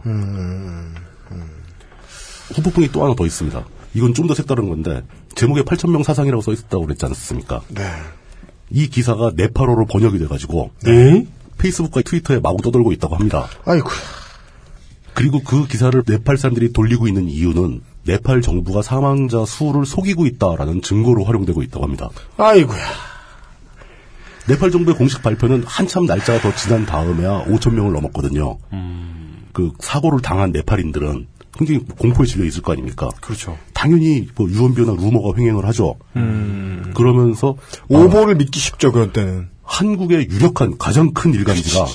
Speaker 4: 후폭풍이 또 하나 더 있습니다. 이건 좀 더 색다른 건데 제목에 8천 명 사상이라고 써 있었다고 그랬지 않습니까?
Speaker 3: 네.
Speaker 4: 이 기사가 네팔어로 번역이 돼가지고
Speaker 2: 네.
Speaker 4: 페이스북과 트위터에 마구 떠돌고 있다고 합니다.
Speaker 3: 아이고.
Speaker 4: 그리고 그 기사를 네팔 사람들이 돌리고 있는 이유는 네팔 정부가 사망자 수를 속이고 있다라는 증거로 활용되고 있다고 합니다.
Speaker 3: 아이고야.
Speaker 4: 네팔 정부의 공식 발표는 한참 날짜가 더 지난 다음에야 5천 명을 넘었거든요.
Speaker 2: 음.
Speaker 4: 그 사고를 당한 네팔인들은 굉장히 공포에 질려 있을 거 아닙니까?
Speaker 2: 그렇죠.
Speaker 4: 당연히 뭐 유언비어나 루머가 횡행을 하죠.
Speaker 2: 음.
Speaker 4: 그러면서
Speaker 2: 아,
Speaker 3: 오보를 믿기 쉽죠 그런 때는.
Speaker 4: 한국의 유력한 가장 큰 일간지가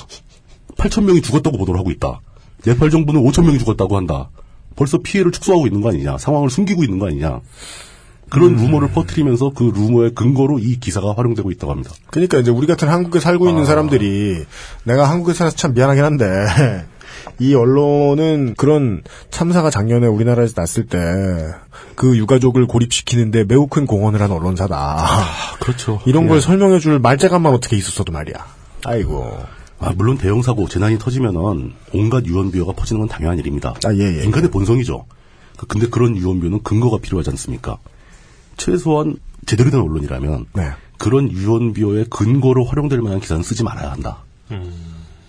Speaker 4: 8천 명이 죽었다고 보도를 하고 있다. 네팔 정부는 5천 명이 죽었다고 한다. 벌써 피해를 축소하고 있는 거 아니냐, 상황을 숨기고 있는 거 아니냐. 그런
Speaker 3: 음.
Speaker 4: 루머를 퍼뜨리면서 그 루머의 근거로 이 기사가 활용되고 있다고 합니다.
Speaker 3: 그러니까 이제 우리 같은 한국에 살고
Speaker 4: 아.
Speaker 3: 있는 사람들이 내가 한국에 살아서 참 미안하긴 한데 이 언론은 그런 참사가 작년에 우리나라에서 났을 때 그 유가족을 고립시키는데 매우 큰 공헌을 한 언론사다.
Speaker 4: 그렇죠.
Speaker 3: 이런 걸 설명해 줄 말재간만 어떻게 있었어도 말이야. 아이고.
Speaker 4: 아, 물론 대형 사고 재난이 터지면은 온갖 유언비어가 퍼지는 건 당연한 일입니다.
Speaker 3: 아, 예, 예.
Speaker 4: 인간의 본성이죠. 그- 근데 그런 유언비어는 근거가 필요하지 않습니까? 최소한 제대로 된 언론이라면
Speaker 3: 네.
Speaker 4: 그런 유언비어의 근거로 활용될 만한 기사는 쓰지 말아야 한다.
Speaker 2: 음.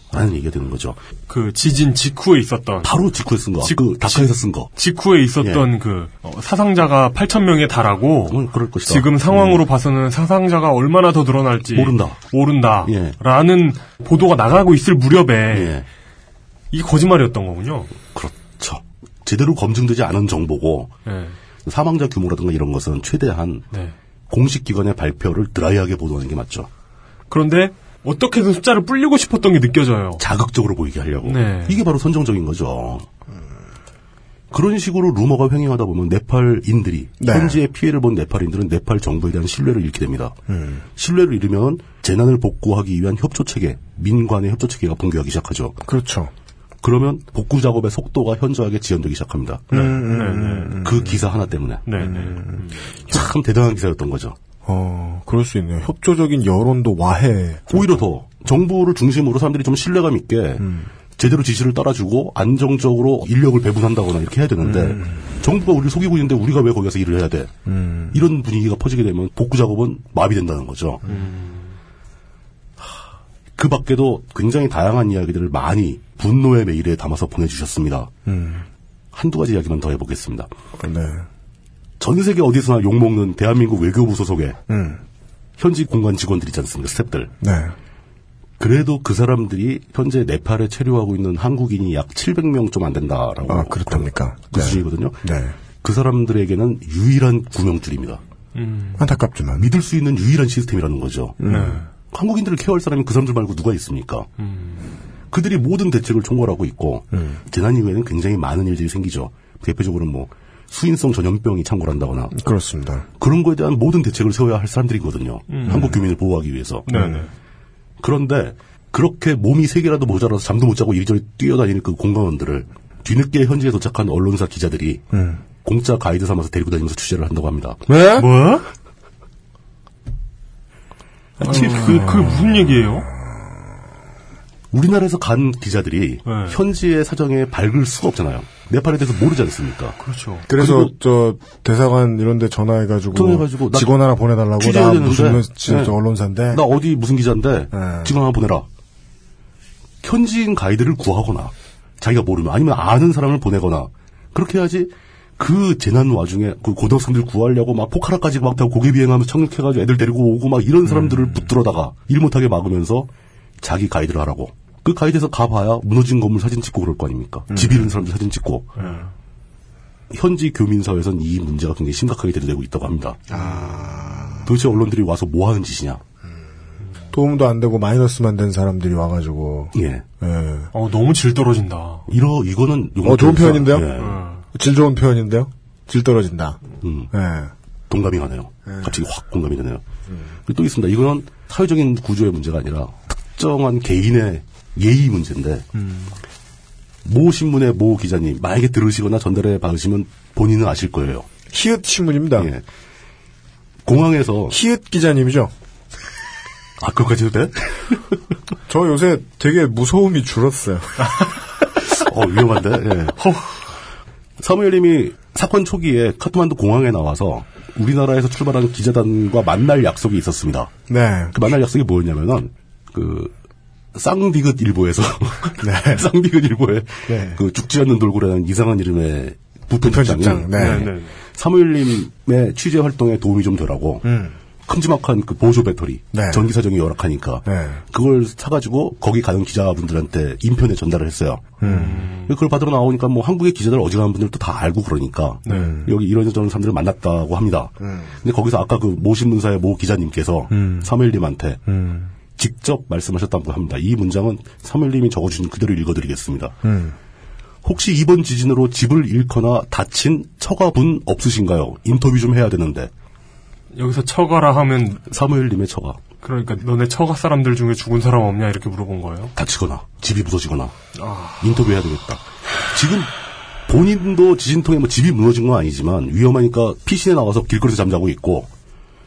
Speaker 4: 라는 얘기가 되는 거죠.
Speaker 2: 그 지진 직후에 있었던
Speaker 4: 바로 직후에 쓴 거,
Speaker 2: 직-
Speaker 4: 그 다카에서 쓴 거.
Speaker 2: 직후에 있었던 그 어, 사상자가 8천 명에 달하고
Speaker 4: 음, 그럴 것이다. 예.
Speaker 2: 지금 상황으로 봐서는 사상자가 얼마나 더 늘어날지
Speaker 4: 모른다. 예.
Speaker 2: 라는 보도가 나가고 있을 무렵에
Speaker 4: 예,
Speaker 2: 이 거짓말이었던 거군요.
Speaker 4: 그렇죠. 제대로 검증되지 않은 정보고
Speaker 2: 예.
Speaker 4: 사망자 규모라든가 이런 것은 최대한
Speaker 2: 네.
Speaker 4: 공식 기관의 발표를 드라이하게 보도하는 게 맞죠.
Speaker 2: 그런데 어떻게든 숫자를 불리고 싶었던 게 느껴져요.
Speaker 4: 자극적으로 보이게 하려고.
Speaker 2: 네.
Speaker 4: 이게 바로 선정적인 거죠. 그런 식으로 루머가 횡행하다 보면 네팔인들이
Speaker 3: 네.
Speaker 4: 현지의 피해를 본 네팔인들은 네팔 정부에 대한 신뢰를 잃게 됩니다. 신뢰를 잃으면 재난을 복구하기 위한 협조 체계, 민관의 협조 체계가 붕괴하기 시작하죠.
Speaker 3: 그렇죠.
Speaker 4: 그러면 복구 작업의 속도가 현저하게 지연되기 시작합니다. 그 기사 하나 때문에
Speaker 2: 네, 네.
Speaker 4: 참 대단한 기사였던 거죠.
Speaker 3: 어, 그럴 수 있네요. 협조적인 여론도 와해.
Speaker 4: 오히려 더 정부를 중심으로 사람들이 좀 신뢰감 있게 제대로 지시를 따라주고 안정적으로 인력을 배분한다거나 이렇게 해야 되는데 정부가 우리를 속이고 있는데 우리가 왜 거기서 일을 해야 돼? 이런 분위기가 퍼지게 되면 복구 작업은 마비된다는 거죠. 하, 그 밖에도 굉장히 다양한 이야기들을 많이 분노의 메일에 담아서 보내주셨습니다. 한두 가지 이야기만 더 해보겠습니다.
Speaker 3: 네.
Speaker 4: 전 세계 어디서나 욕먹는 대한민국 외교부 소속의
Speaker 3: 음.
Speaker 4: 현지 공관 직원들 있지 않습니까? 스탭들.
Speaker 3: 네.
Speaker 4: 그래도 그 사람들이 현재 네팔에 체류하고 있는 한국인이 약 700명 좀 안 된다라고.
Speaker 3: 아, 그렇답니까?
Speaker 4: 그
Speaker 3: 네.
Speaker 4: 수준이거든요.
Speaker 3: 네.
Speaker 4: 그 사람들에게는 유일한 구명줄입니다.
Speaker 3: 안타깝지만.
Speaker 4: 믿을 수 있는 유일한 시스템이라는 거죠.
Speaker 3: 네.
Speaker 4: 한국인들을 케어할 사람이 그 사람들 말고 누가 있습니까?
Speaker 3: 음.
Speaker 4: 그들이 모든 대책을 총괄하고 있고
Speaker 3: 네.
Speaker 4: 재난 이후에는 굉장히 많은 일들이 생기죠. 대표적으로 뭐 수인성 전염병이 창궐한다거나
Speaker 3: 그렇습니다.
Speaker 4: 그런 거에 대한 모든 대책을 세워야 할 사람들이거든요.
Speaker 2: 음.
Speaker 4: 한국 교민을 보호하기 위해서.
Speaker 2: 네,
Speaker 4: 그런데 그렇게 몸이 세 개라도 모자라서 잠도 못 자고 이리저리 뛰어다니는 그 공무원들을 뒤늦게 현지에 도착한 언론사 기자들이 공짜 가이드 삼아서 데리고 다니면서 취재를 한다고 합니다.
Speaker 3: 네?
Speaker 2: 뭐?
Speaker 4: 아.
Speaker 2: 그, 그 무슨 얘기예요?
Speaker 4: 우리나라에서 간 기자들이
Speaker 2: 네.
Speaker 4: 현지의 사정에 밝을 수가 없잖아요. 네팔에 대해서 모르지 않습니까?
Speaker 2: 그렇죠.
Speaker 3: 그래서 저 대사관 이런데 전화해가지고,
Speaker 4: 전화해가지고 나
Speaker 3: 직원 하나 보내달라고
Speaker 4: 취재해야
Speaker 3: 나
Speaker 4: 되는데.
Speaker 3: 무슨 언론- 진짜
Speaker 4: 네.
Speaker 3: 언론사인데
Speaker 4: 나 어디 무슨 기자인데
Speaker 3: 네.
Speaker 4: 지금 하나 보내라. 현지인 가이드를 구하거나 자기가 모르면 아니면 아는 사람을 보내거나 그렇게 해야지 그 재난 와중에 그 고등학생들 구하려고 막 포카라까지 막 타고 고개 비행하면서 착륙해가지고 애들 데리고 오고 막 이런 사람들을 붙들어다가 일 못하게 막으면서 자기 가이드를 하라고 그 가이드에서 가봐야 무너진 건물 사진 찍고 그럴 거 아닙니까 집 잃은 사람들 사진 찍고 현지 교민사회에서는 이 문제가 굉장히 심각하게 대두되고 있다고 합니다 도대체 언론들이 와서 뭐 하는 짓이냐
Speaker 3: 도움도 안 되고 마이너스만 된 사람들이 와가지고,
Speaker 4: 예.
Speaker 3: 예.
Speaker 2: 어, 너무 질 떨어진다.
Speaker 4: 이러, 이거는.
Speaker 3: 어, 좋은 표현인데요?
Speaker 4: 예.
Speaker 3: 질 좋은 표현인데요? 질 떨어진다.
Speaker 4: 음,
Speaker 3: 예.
Speaker 4: 동감이 가네요. 갑자기 확 공감이 되네요.
Speaker 3: 음.
Speaker 4: 그리고 또 있습니다. 이건 사회적인 구조의 문제가 아니라 특정한 개인의 예의 문제인데,
Speaker 3: 음.
Speaker 4: 모 신문의 모 기자님, 만약에 들으시거나 전달해 받으시면 본인은 아실 거예요.
Speaker 3: 히읗 신문입니다.
Speaker 4: 예. 공항에서,
Speaker 3: 히읗 기자님이죠.
Speaker 4: 아, 그것까지 해도 돼?
Speaker 3: 저 요새 되게 무서움이 줄었어요.
Speaker 4: 어, 위험한데? 예. 사무엘님이 사건 초기에 카트만두 공항에 나와서 우리나라에서 출발한 기자단과 만날 약속이 있었습니다.
Speaker 3: 네.
Speaker 4: 그 만날 약속이 뭐였냐면은 그 쌍디귿 일보에서 쌍디귿 일보에
Speaker 3: 네.
Speaker 4: 그 죽지 않는 돌고래라는 이상한 이름의
Speaker 3: 부편집장,
Speaker 4: 부편집장
Speaker 3: 네.
Speaker 2: 네, 네.
Speaker 4: 사무엘님의 취재 활동에 도움이 좀 되라고 큼지막한 그 보조 배터리
Speaker 3: 음. 네.
Speaker 4: 전기 사정이 열악하니까
Speaker 3: 네.
Speaker 4: 그걸 사가지고 거기 가는 기자분들한테 인편에 전달을 했어요. 그걸 받으러 나오니까 뭐 한국의 기자들 어지간한 분들도 다 알고 그러니까 여기 이런저런 사람들을 만났다고 합니다. 근데 거기서 아까 그 모신문사의 모 기자님께서 사무엘님한테 직접 말씀하셨다고 합니다. 이 문장은 사무엘님이 적어주신 그대로 읽어드리겠습니다. 혹시 이번 지진으로 집을 잃거나 다친 처가분 없으신가요? 인터뷰 좀 해야 되는데.
Speaker 2: 여기서 처가라 하면,
Speaker 4: 사무엘님의 처가.
Speaker 2: 그러니까 너네 처가 사람들 중에 죽은 사람 없냐 이렇게 물어본 거예요.
Speaker 4: 다치거나, 집이 부서지거나, 인터뷰해야 되겠다. 지금 본인도 지진통에 뭐 집이 무너진 건 아니지만 위험하니까 피신에 나와서 길거리에서 잠자고 있고,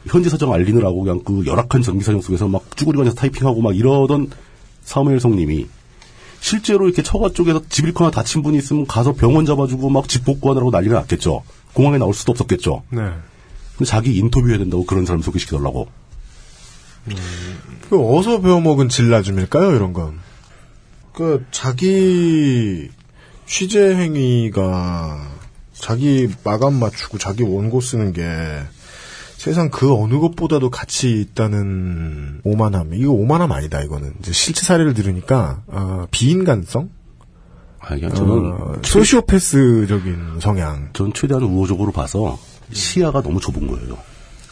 Speaker 4: 현지 사정 알리느라고 그냥 그 열악한 전기 사정 속에서 막 쭈구리거려서 타이핑하고 막 이러던 사무엘성님이 실제로 이렇게 처가 쪽에서 집 잃거나 다친 분이 있으면 가서 병원 잡아주고 막 집 복구하느라고 난리가 났겠죠. 공항에 나올 수도 없었겠죠.
Speaker 2: 네.
Speaker 4: 근데 자기 인터뷰해야 된다고 그런 사람 소개시켜달라고.
Speaker 3: 그 어서 배워먹은 질라줌일까요, 이런 건? 그, 자기 취재 행위가 자기 마감 맞추고 자기 원고 쓰는 게 세상 그 어느 것보다도 가치 있다는 오만함. 이거 오만함 아니다, 이거는. 이제 실제 사례를 들으니까, 아, 비인간성?
Speaker 4: 아, 그냥 저는
Speaker 3: 어, 소시오패스적인 성향.
Speaker 4: 전 최대한 우호적으로 봐서 시야가 너무 좁은 거예요.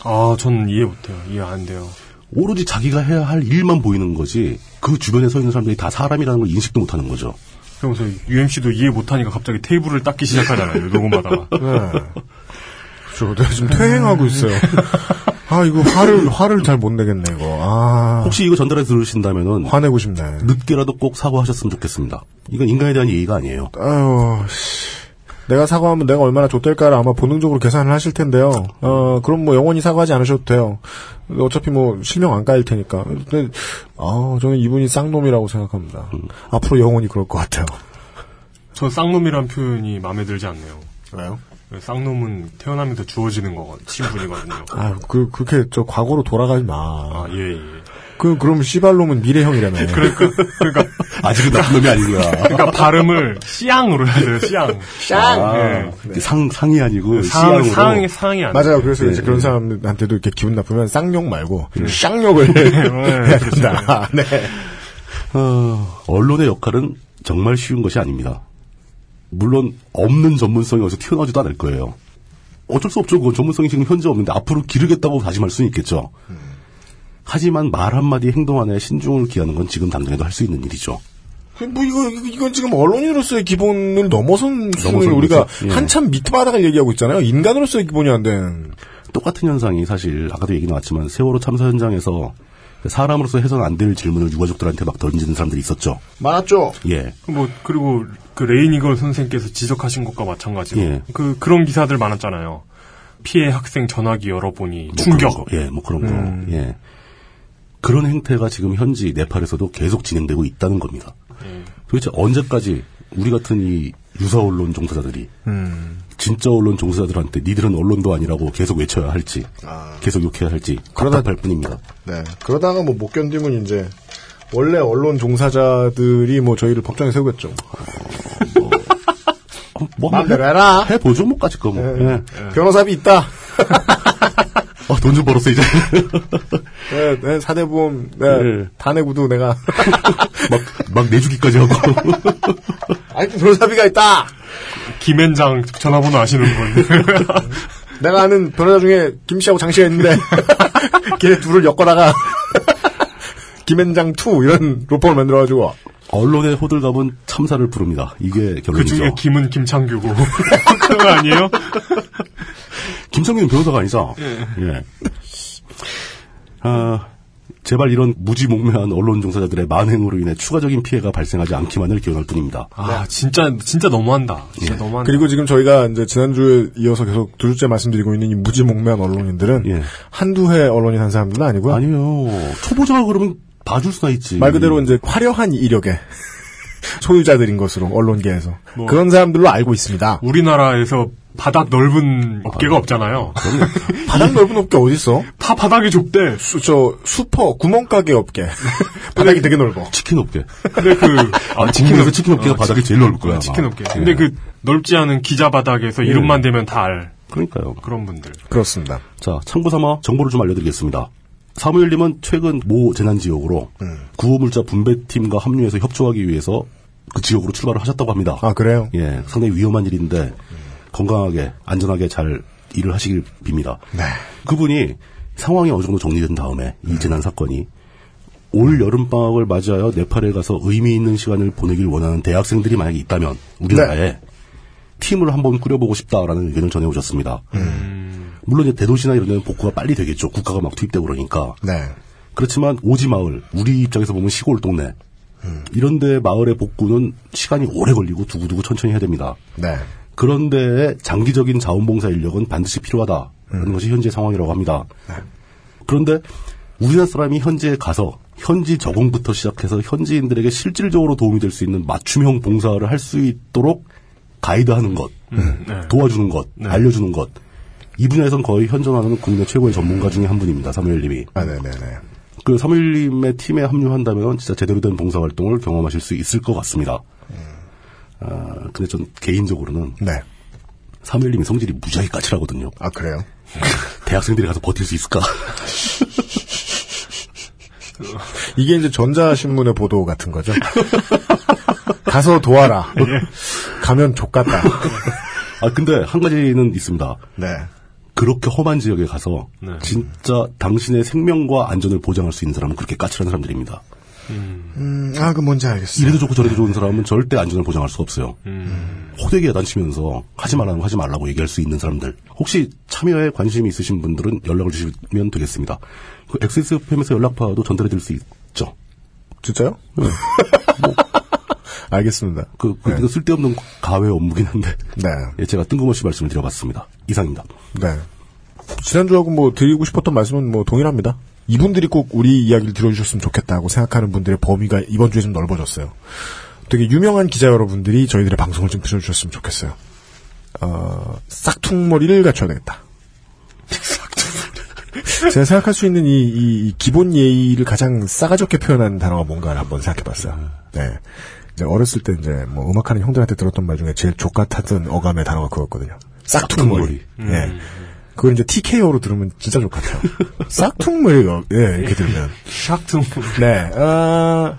Speaker 2: 아, 전 이해 못해요. 이해 안 돼요.
Speaker 4: 오로지 자기가 해야 할 일만 보이는 거지 그 주변에 서 있는 사람들이 다 사람이라는 걸 인식도 못하는 거죠.
Speaker 2: 그러면서 UMC도 이해 못하니까 갑자기 테이블을 닦기 시작하잖아요. 녹음하다가. 네.
Speaker 3: 네. 그렇죠. 내가 지금 퇴행하고 있어요. 아, 이거 화를, 화를 잘 못 내겠네, 이거. 아,
Speaker 4: 혹시 이거 전달해 들으신다면은
Speaker 3: 화내고 싶네.
Speaker 4: 늦게라도 꼭 사과하셨으면 좋겠습니다. 이건 인간에 대한 예의가 아니에요.
Speaker 3: 아유, 씨. 내가 사과하면 내가 얼마나 좆될까를 아마 본능적으로 계산을 하실 텐데요. 어, 그럼 뭐 영원히 사과하지 않으셔도 돼요. 어차피 뭐 실명 안 까일 테니까. 근데, 아, 저는 이분이 쌍놈이라고 생각합니다.
Speaker 2: 음.
Speaker 3: 앞으로 영원히 그럴 것 같아요.
Speaker 2: 저 쌍놈이란 표현이 마음에 들지 않네요.
Speaker 3: 왜요?
Speaker 2: 쌍놈은 태어나면서 주어지는 거거든요. 친분이거든요.
Speaker 3: 아, 그, 그렇게 저 과거로 돌아가지 마.
Speaker 2: 아, 예, 예.
Speaker 3: 그, 그럼 씨발놈은 미래형이라며.
Speaker 2: 그러니까, 그러니까,
Speaker 4: 아직은 나쁜 놈이 아니구나.
Speaker 2: 그러니까 발음을 씨앙으로 해야 돼요, 씨앙.
Speaker 4: 아, 상, 상이 아니고
Speaker 2: 네. 상,
Speaker 4: 시양으로.
Speaker 2: 상이, 상이 안
Speaker 3: 맞아요.
Speaker 2: 돼요.
Speaker 3: 그래서
Speaker 4: 네,
Speaker 3: 이제
Speaker 4: 네.
Speaker 3: 그런 사람한테도 이렇게 기분 나쁘면 쌍욕 말고 음. 쌍욕을
Speaker 2: 네,
Speaker 3: 해야 된다. 네.
Speaker 4: 어, 언론의 역할은 정말 쉬운 것이 아닙니다. 물론 없는 전문성이 어디서 튀어나오지도 않을 거예요. 어쩔 수 없죠. 그건 전문성이 지금 현재 없는데 앞으로 기르겠다고 다짐할 수는 있겠죠. 하지만 말 한마디 행동 안에 신중을 기하는 건 지금 당장에도 할 수 있는 일이죠.
Speaker 3: 그, 뭐 이거 이거- 이건 지금 언론인으로서의 기본을 넘어선 수준을
Speaker 4: 넘어선
Speaker 3: 우리가
Speaker 4: 거죠. 예.
Speaker 3: 한참 밑바닥을 얘기하고 있잖아요. 인간으로서의 기본이 안 되는.
Speaker 4: 똑같은 현상이 사실 아까도 얘기 나왔지만 세월호 참사 현장에서 사람으로서 해서는 안 될 질문을 유가족들한테 막 던지는 사람들이 있었죠.
Speaker 3: 많았죠.
Speaker 4: 예.
Speaker 2: 뭐, 그리고 그 레이니걸 선생께서 지적하신 것과 마찬가지로.
Speaker 4: 예.
Speaker 2: 그, 그런 기사들 많았잖아요. 피해 학생 전화기 열어보니
Speaker 4: 뭐
Speaker 2: 충격.
Speaker 4: 그런 거. 예, 뭐 그런 거. 예. 그런 행태가 지금 현지 네팔에서도 계속 진행되고 있다는 겁니다. 도대체 언제까지 우리 같은 이 유사 언론 종사자들이 진짜 언론 종사자들한테 니들은 언론도 아니라고 계속 외쳐야 할지 계속 욕해야 할지
Speaker 3: 그러다-
Speaker 4: 답답할 뿐입니다.
Speaker 3: 네. 그러다가 뭐 못 견디면 이제 원래 언론 종사자들이 뭐 저희를 법정에 세우겠죠.
Speaker 4: 뭐
Speaker 3: 마음대로
Speaker 4: 해-
Speaker 3: 아, 해라.
Speaker 4: 해보죠 뭐까지 거 뭐. 예.
Speaker 3: 네. 변호사비 있다.
Speaker 4: 아, 돈 좀 벌었어 이제.
Speaker 3: 네, 네, 사대보험, 네,
Speaker 4: 예.
Speaker 3: 단해구도 내가.
Speaker 4: 막, 막 내주기까지 하고.
Speaker 3: 아이 변호사비가 있다.
Speaker 2: 김앤장 전화번호 그 아시는군.
Speaker 3: 내가 아는 변호사 중에 김씨하고 장씨가 있는데 걔 둘을 엮어다가 김앤장 2 이런 로펌을 만들어가지고
Speaker 4: 언론의 호들갑은 참사를 부릅니다. 이게
Speaker 2: 그
Speaker 4: 결론이죠.
Speaker 2: 중에 김은 김창규고. 그거 아니에요?
Speaker 4: 김성균 변호사가 아니죠. 예. 아, 제발 이런 무지몽매한 언론 종사자들의 만행으로 인해 추가적인 피해가 발생하지 않기만을 기원할 뿐입니다.
Speaker 2: 아, 진짜, 진짜 너무한다.
Speaker 4: 예.
Speaker 2: 진짜 너무한다.
Speaker 3: 그리고 지금 저희가 이제 지난주에 이어서 계속 두 주째 말씀드리고 있는 이 무지몽매한 언론인들은
Speaker 4: 예.
Speaker 3: 한두 해 언론인 한 사람들은 아니고요.
Speaker 4: 아니요. 초보자가 그러면 봐줄 수나 있지.
Speaker 3: 말 그대로 이제 화려한 이력의 소유자들인 것으로 언론계에서
Speaker 2: 뭐.
Speaker 3: 그런 사람들로 알고 있습니다.
Speaker 2: 우리나라에서 바닥 넓은 업계가 없잖아요. 음.
Speaker 3: 바닥 넓은 업계 어디 있어?
Speaker 2: 다 바닥이 좁대.
Speaker 3: 수, 저 슈퍼 구멍가게 업계 바닥이 되게 넓어.
Speaker 4: 치킨 업계.
Speaker 2: 근데 그
Speaker 4: 아, 국민에서 치킨 업계가 바닥이 제일 넓을 거야. 아마.
Speaker 2: 치킨 업계.
Speaker 4: 예.
Speaker 2: 근데 그 넓지 않은 기자 바닥에서 이름만 대면 다 알.
Speaker 4: 그러니까요.
Speaker 2: 그런 분들.
Speaker 3: 그렇습니다.
Speaker 4: 자, 참고 삼아 정보를 좀 알려드리겠습니다. 사무엘님은 최근 모 재난지역으로 구호물자 분배팀과 합류해서 협조하기 위해서 그 지역으로 출발을 하셨다고 합니다.
Speaker 3: 아 그래요?
Speaker 4: 예, 상당히 위험한 일인데 건강하게 안전하게 잘 일을 하시길 빕니다.
Speaker 3: 네.
Speaker 4: 그분이 상황이 어느 정도 정리된 다음에 이 재난 사건이 올 여름 방학을 맞이하여 네팔에 가서 의미 있는 시간을 보내길 원하는 대학생들이 만약에 있다면 우리나라에
Speaker 3: 네.
Speaker 4: 팀을 한번 꾸려보고 싶다라는 의견을 전해오셨습니다.
Speaker 3: 음.
Speaker 4: 물론 이제 대도시나 이런 데는 복구가 빨리 되겠죠. 국가가 막 투입되고 그러니까.
Speaker 3: 네.
Speaker 4: 그렇지만 오지 마을, 우리 입장에서 보면 시골 동네 이런데 마을의 복구는 시간이 오래 걸리고 두고두고 천천히 해야 됩니다.
Speaker 3: 네.
Speaker 4: 그런데 장기적인 자원봉사 인력은 반드시 필요하다라는 것이 현재 상황이라고 합니다. 그런데 우리나라 사람이 현지에 가서 현지 적응부터 시작해서 현지인들에게 실질적으로 도움이 될 수 있는 맞춤형 봉사를 할 수 있도록 가이드하는 것, 도와주는 것, 알려주는 것. 이 분야에선 거의 현존하는 국내 최고의 전문가 중에 한 분입니다. 사무엘님이.
Speaker 3: 아 네네네.
Speaker 4: 그 사무엘님의 팀에 합류한다면 진짜 제대로 된 봉사 활동을 경험하실 수 있을 것 같습니다. 아, 근데 전 개인적으로는
Speaker 3: 네.
Speaker 4: 사무엘님의 성질이 무지하게 까칠하거든요.
Speaker 3: 아 그래요?
Speaker 4: 대학생들이 가서 버틸 수 있을까?
Speaker 3: 이게 이제 전자신문의 보도 같은 거죠. 가서 도와라. 가면 족같다.
Speaker 4: 아, 근데 한 가지는 있습니다.
Speaker 3: 네.
Speaker 4: 그렇게 험한 지역에 가서 진짜 당신의 생명과 안전을 보장할 수 있는 사람은 그렇게 까칠한 사람들입니다.
Speaker 3: 음, 아, 그 뭔지 알겠어요.
Speaker 4: 이래도 좋고 저래도 좋은 사람은 절대 안전을 보장할 수가 없어요. 호되게 야단치면서 하지 말라고 하지 말라고 얘기할 수 있는 사람들. 혹시 참여에 관심이 있으신 분들은 연락을 주시면 되겠습니다. 그 XSFM에서 연락파도 전달해 드릴 수 있죠.
Speaker 3: 진짜요? 알겠습니다.
Speaker 4: 그,
Speaker 2: 네.
Speaker 4: 그 이거 쓸데없는 가외 업무긴 한데
Speaker 3: 네.
Speaker 4: 예, 제가 뜬금없이 말씀을 드려봤습니다. 이상입니다.
Speaker 3: 네. 지난주하고 뭐 드리고 싶었던 말씀은 뭐 동일합니다. 이분들이 꼭 우리 이야기를 들어주셨으면 좋겠다고 생각하는 분들의 범위가 이번 주에 좀 넓어졌어요. 되게 유명한 기자 여러분들이 저희들의 방송을 좀 들어주셨으면 좋겠어요. 어, 싹퉁머리를 갖춰야 되겠다. 제가 생각할 수 있는 이, 이- 이 기본 예의를 가장 싸가지 없게 표현한 단어가 뭔가를 한번 생각해봤어요. 네. 이제 어렸을 때 이제 뭐 음악하는 형들한테 들었던 말 중에 제일 족같았던 어감의 단어가 그거였거든요. 싹퉁머리. 예. 그걸 이제 TKO로 들으면 진짜 족같아요. 싹퉁머리, 예, 이렇게 들으면.
Speaker 2: 샥퉁.
Speaker 3: 네, 아,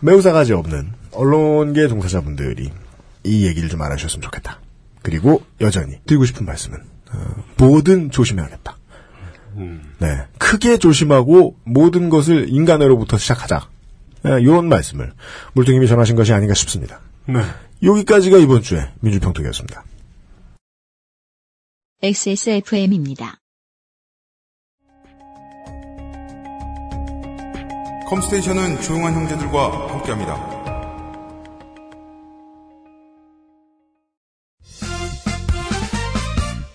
Speaker 3: 매우 싸가지 없는 언론계 종사자분들이 이 얘기를 좀 알아주셨으면 좋겠다. 그리고 여전히 드리고 싶은 말씀은 어, 뭐든 조심해야겠다. 네, 크게 조심하고 모든 것을 인간으로부터 시작하자. 이런 말씀을 물등님이 전하신 것이 아닌가 싶습니다.
Speaker 2: 네.
Speaker 3: 여기까지가 이번 주에 민주평통이었습니다.
Speaker 1: XSFM입니다.
Speaker 8: 컴스테이션은 조용한 형제들과 함께합니다.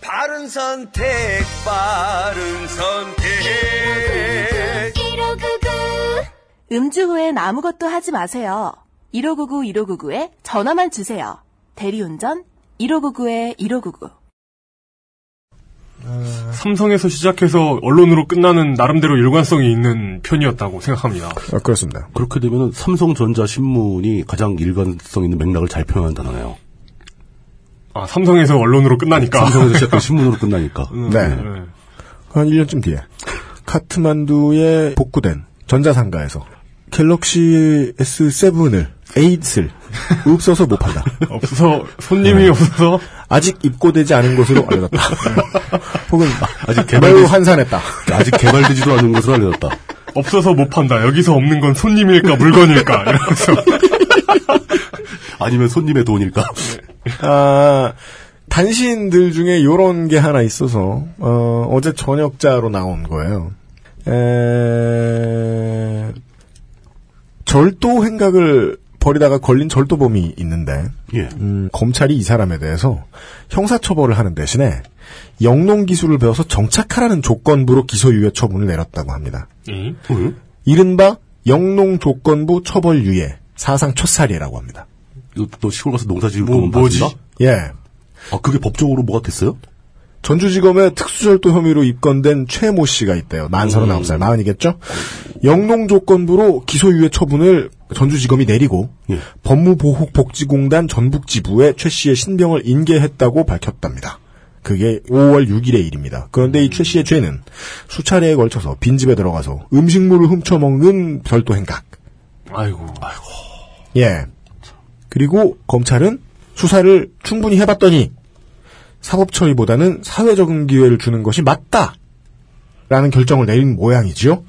Speaker 5: 바른 선택, 바른 선택.
Speaker 10: 1599 음주 후엔 아무것도 하지 마세요. 1599-1599에 전화만 주세요. 대리운전 1599-1599.
Speaker 2: 삼성에서 시작해서 언론으로 끝나는 나름대로 일관성이 있는 편이었다고 생각합니다.
Speaker 3: 아, 그렇습니다.
Speaker 4: 그렇게 되면 삼성전자 신문이 가장 일관성 있는 맥락을 잘 표현한 단어네요.
Speaker 2: 아, 삼성에서 언론으로 끝나니까. 음.
Speaker 4: 삼성에서 시작된 신문으로 끝나니까.
Speaker 3: 네. 한 1년쯤 뒤에 카트만두에 복구된 전자상가에서 갤럭시 S7을 8을 없어서 못 판다.
Speaker 2: 없어서
Speaker 4: 네.
Speaker 2: 손님이 없어서
Speaker 3: 아직 입고되지 않은 것으로 알려졌다.
Speaker 8: 네.
Speaker 3: 혹은
Speaker 4: 아직
Speaker 3: 매우
Speaker 4: 개발되지,
Speaker 3: 환산했다.
Speaker 4: 아직 개발되지도 않은 것으로 알려졌다.
Speaker 2: 없어서 못 판다. 여기서 없는 건 손님일까 물건일까 이러면서
Speaker 4: 아니면 손님의 돈일까?
Speaker 2: 네.
Speaker 3: 아, 단신들 중에 요런 게 하나 있어서, 어, 제 저녁자로 나온 거예요. 에, 절도 행각을 벌이다가 걸린 절도범이 있는데,
Speaker 4: 예.
Speaker 3: 음, 검찰이 이 사람에 대해서 형사처벌을 하는 대신에 영농 기술을 배워서 정착하라는 조건부로 기소유예 처분을 내렸다고 합니다.
Speaker 2: 음.
Speaker 3: 이른바 영농 조건부 처벌유예 사상 첫 사례라고 합니다.
Speaker 4: 이거 또 시골 가서 농사 지을
Speaker 2: 뭐,
Speaker 4: 거면
Speaker 2: 뭐지?
Speaker 4: 맞습니다?
Speaker 3: 예,
Speaker 4: 아, 그게 법적으로 뭐가 됐어요?
Speaker 3: 전주지검에 특수절도 혐의로 입건된 최모 씨가 있대요. 만
Speaker 2: 음.
Speaker 3: 서른아홉 살, 마흔이겠죠? 영농 조건부로 기소유예 처분을 전주지검이 내리고
Speaker 4: 예.
Speaker 3: 법무보호복지공단 전북지부에 최 씨의 신병을 인계했다고 밝혔답니다. 그게 5월 6일의 일입니다. 그런데 이 최 씨의 죄는 수차례에 걸쳐서 빈집에 들어가서 음식물을 훔쳐먹는 절도 행각.
Speaker 2: 아이고.
Speaker 3: 예. 그리고 검찰은 수사를 충분히 해봤더니 사법 처리보다는 사회적인 기회를 주는 것이 맞다. 라는 결정을 내린 모양이지요.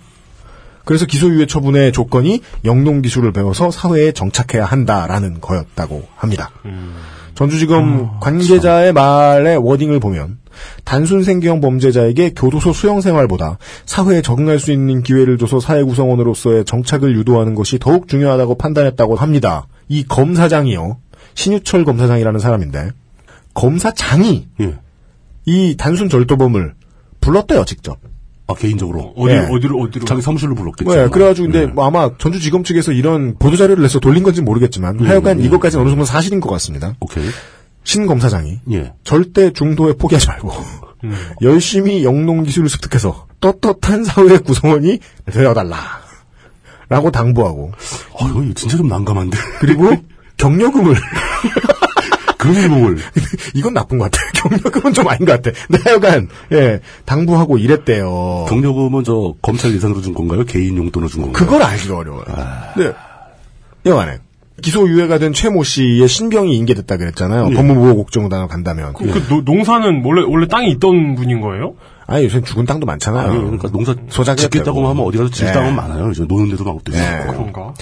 Speaker 3: 그래서 기소유예 처분의 조건이 영농 기술을 배워서 사회에 정착해야 한다라는 거였다고 합니다. 전주지검 관계자의 말의 워딩을 보면 단순 생계형 범죄자에게 교도소 수용 생활보다 사회에 적응할 수 있는 기회를 줘서 사회 구성원으로서의 정착을 유도하는 것이 더욱 중요하다고 판단했다고 합니다. 이 검사장이요. 신유철 검사장이라는 사람인데 검사장이
Speaker 4: 예.
Speaker 3: 이 단순 절도범을 불렀대요, 직접.
Speaker 4: 아, 개인적으로.
Speaker 2: 어디
Speaker 3: 예.
Speaker 2: 어디로 어디로
Speaker 4: 자기 사무실로 불렀겠죠.
Speaker 3: 네, 그래가지고 근데
Speaker 4: 예.
Speaker 3: 뭐 아마 전주지검 측에서 이런 보도자료를 내서 돌린 건지 모르겠지만
Speaker 4: 예,
Speaker 3: 하여간 이것까지는 어느 정도 사실인 것 같습니다.
Speaker 4: 오케이.
Speaker 3: 신 검사장이
Speaker 4: 예. 음.
Speaker 3: 절대 중도에 포기하지 말고 열심히 영농 기술을 습득해서 떳떳한 사회 구성원이 되어달라 라고 당부하고
Speaker 4: 아, 이거 진짜 좀 난감한데.
Speaker 3: 그리고 경력금을
Speaker 4: 그런 행동을.
Speaker 3: 이건 나쁜 것 같아요. 경력금은 좀 아닌 것 같아. 근데 하여간 예 당부하고 이랬대요.
Speaker 4: 경력금은 저 검찰 예산으로 준 건가요? 개인 용돈으로 준 건가요?
Speaker 3: 그걸 알기가 어려워요.
Speaker 4: 아.
Speaker 3: 네. 영안에 기소유예가 된 최 모 씨의 신병이 인계됐다 그랬잖아요.
Speaker 4: 예.
Speaker 3: 법무부호국정단으로 간다면.
Speaker 2: 그, 그 노- 농사는 원래 원래 땅이 있던 분인 거예요?
Speaker 3: 아니 요새 죽은 땅도 많잖아요.
Speaker 4: 아니, 그러니까 농사
Speaker 3: 소작이
Speaker 4: 짓겠다고
Speaker 3: 됐다고. 네.
Speaker 4: 하면 어디 가서 질
Speaker 3: 예.
Speaker 4: 땅은 많아요. 이제 노는 데도 많고 또 있어요.
Speaker 2: 그런가?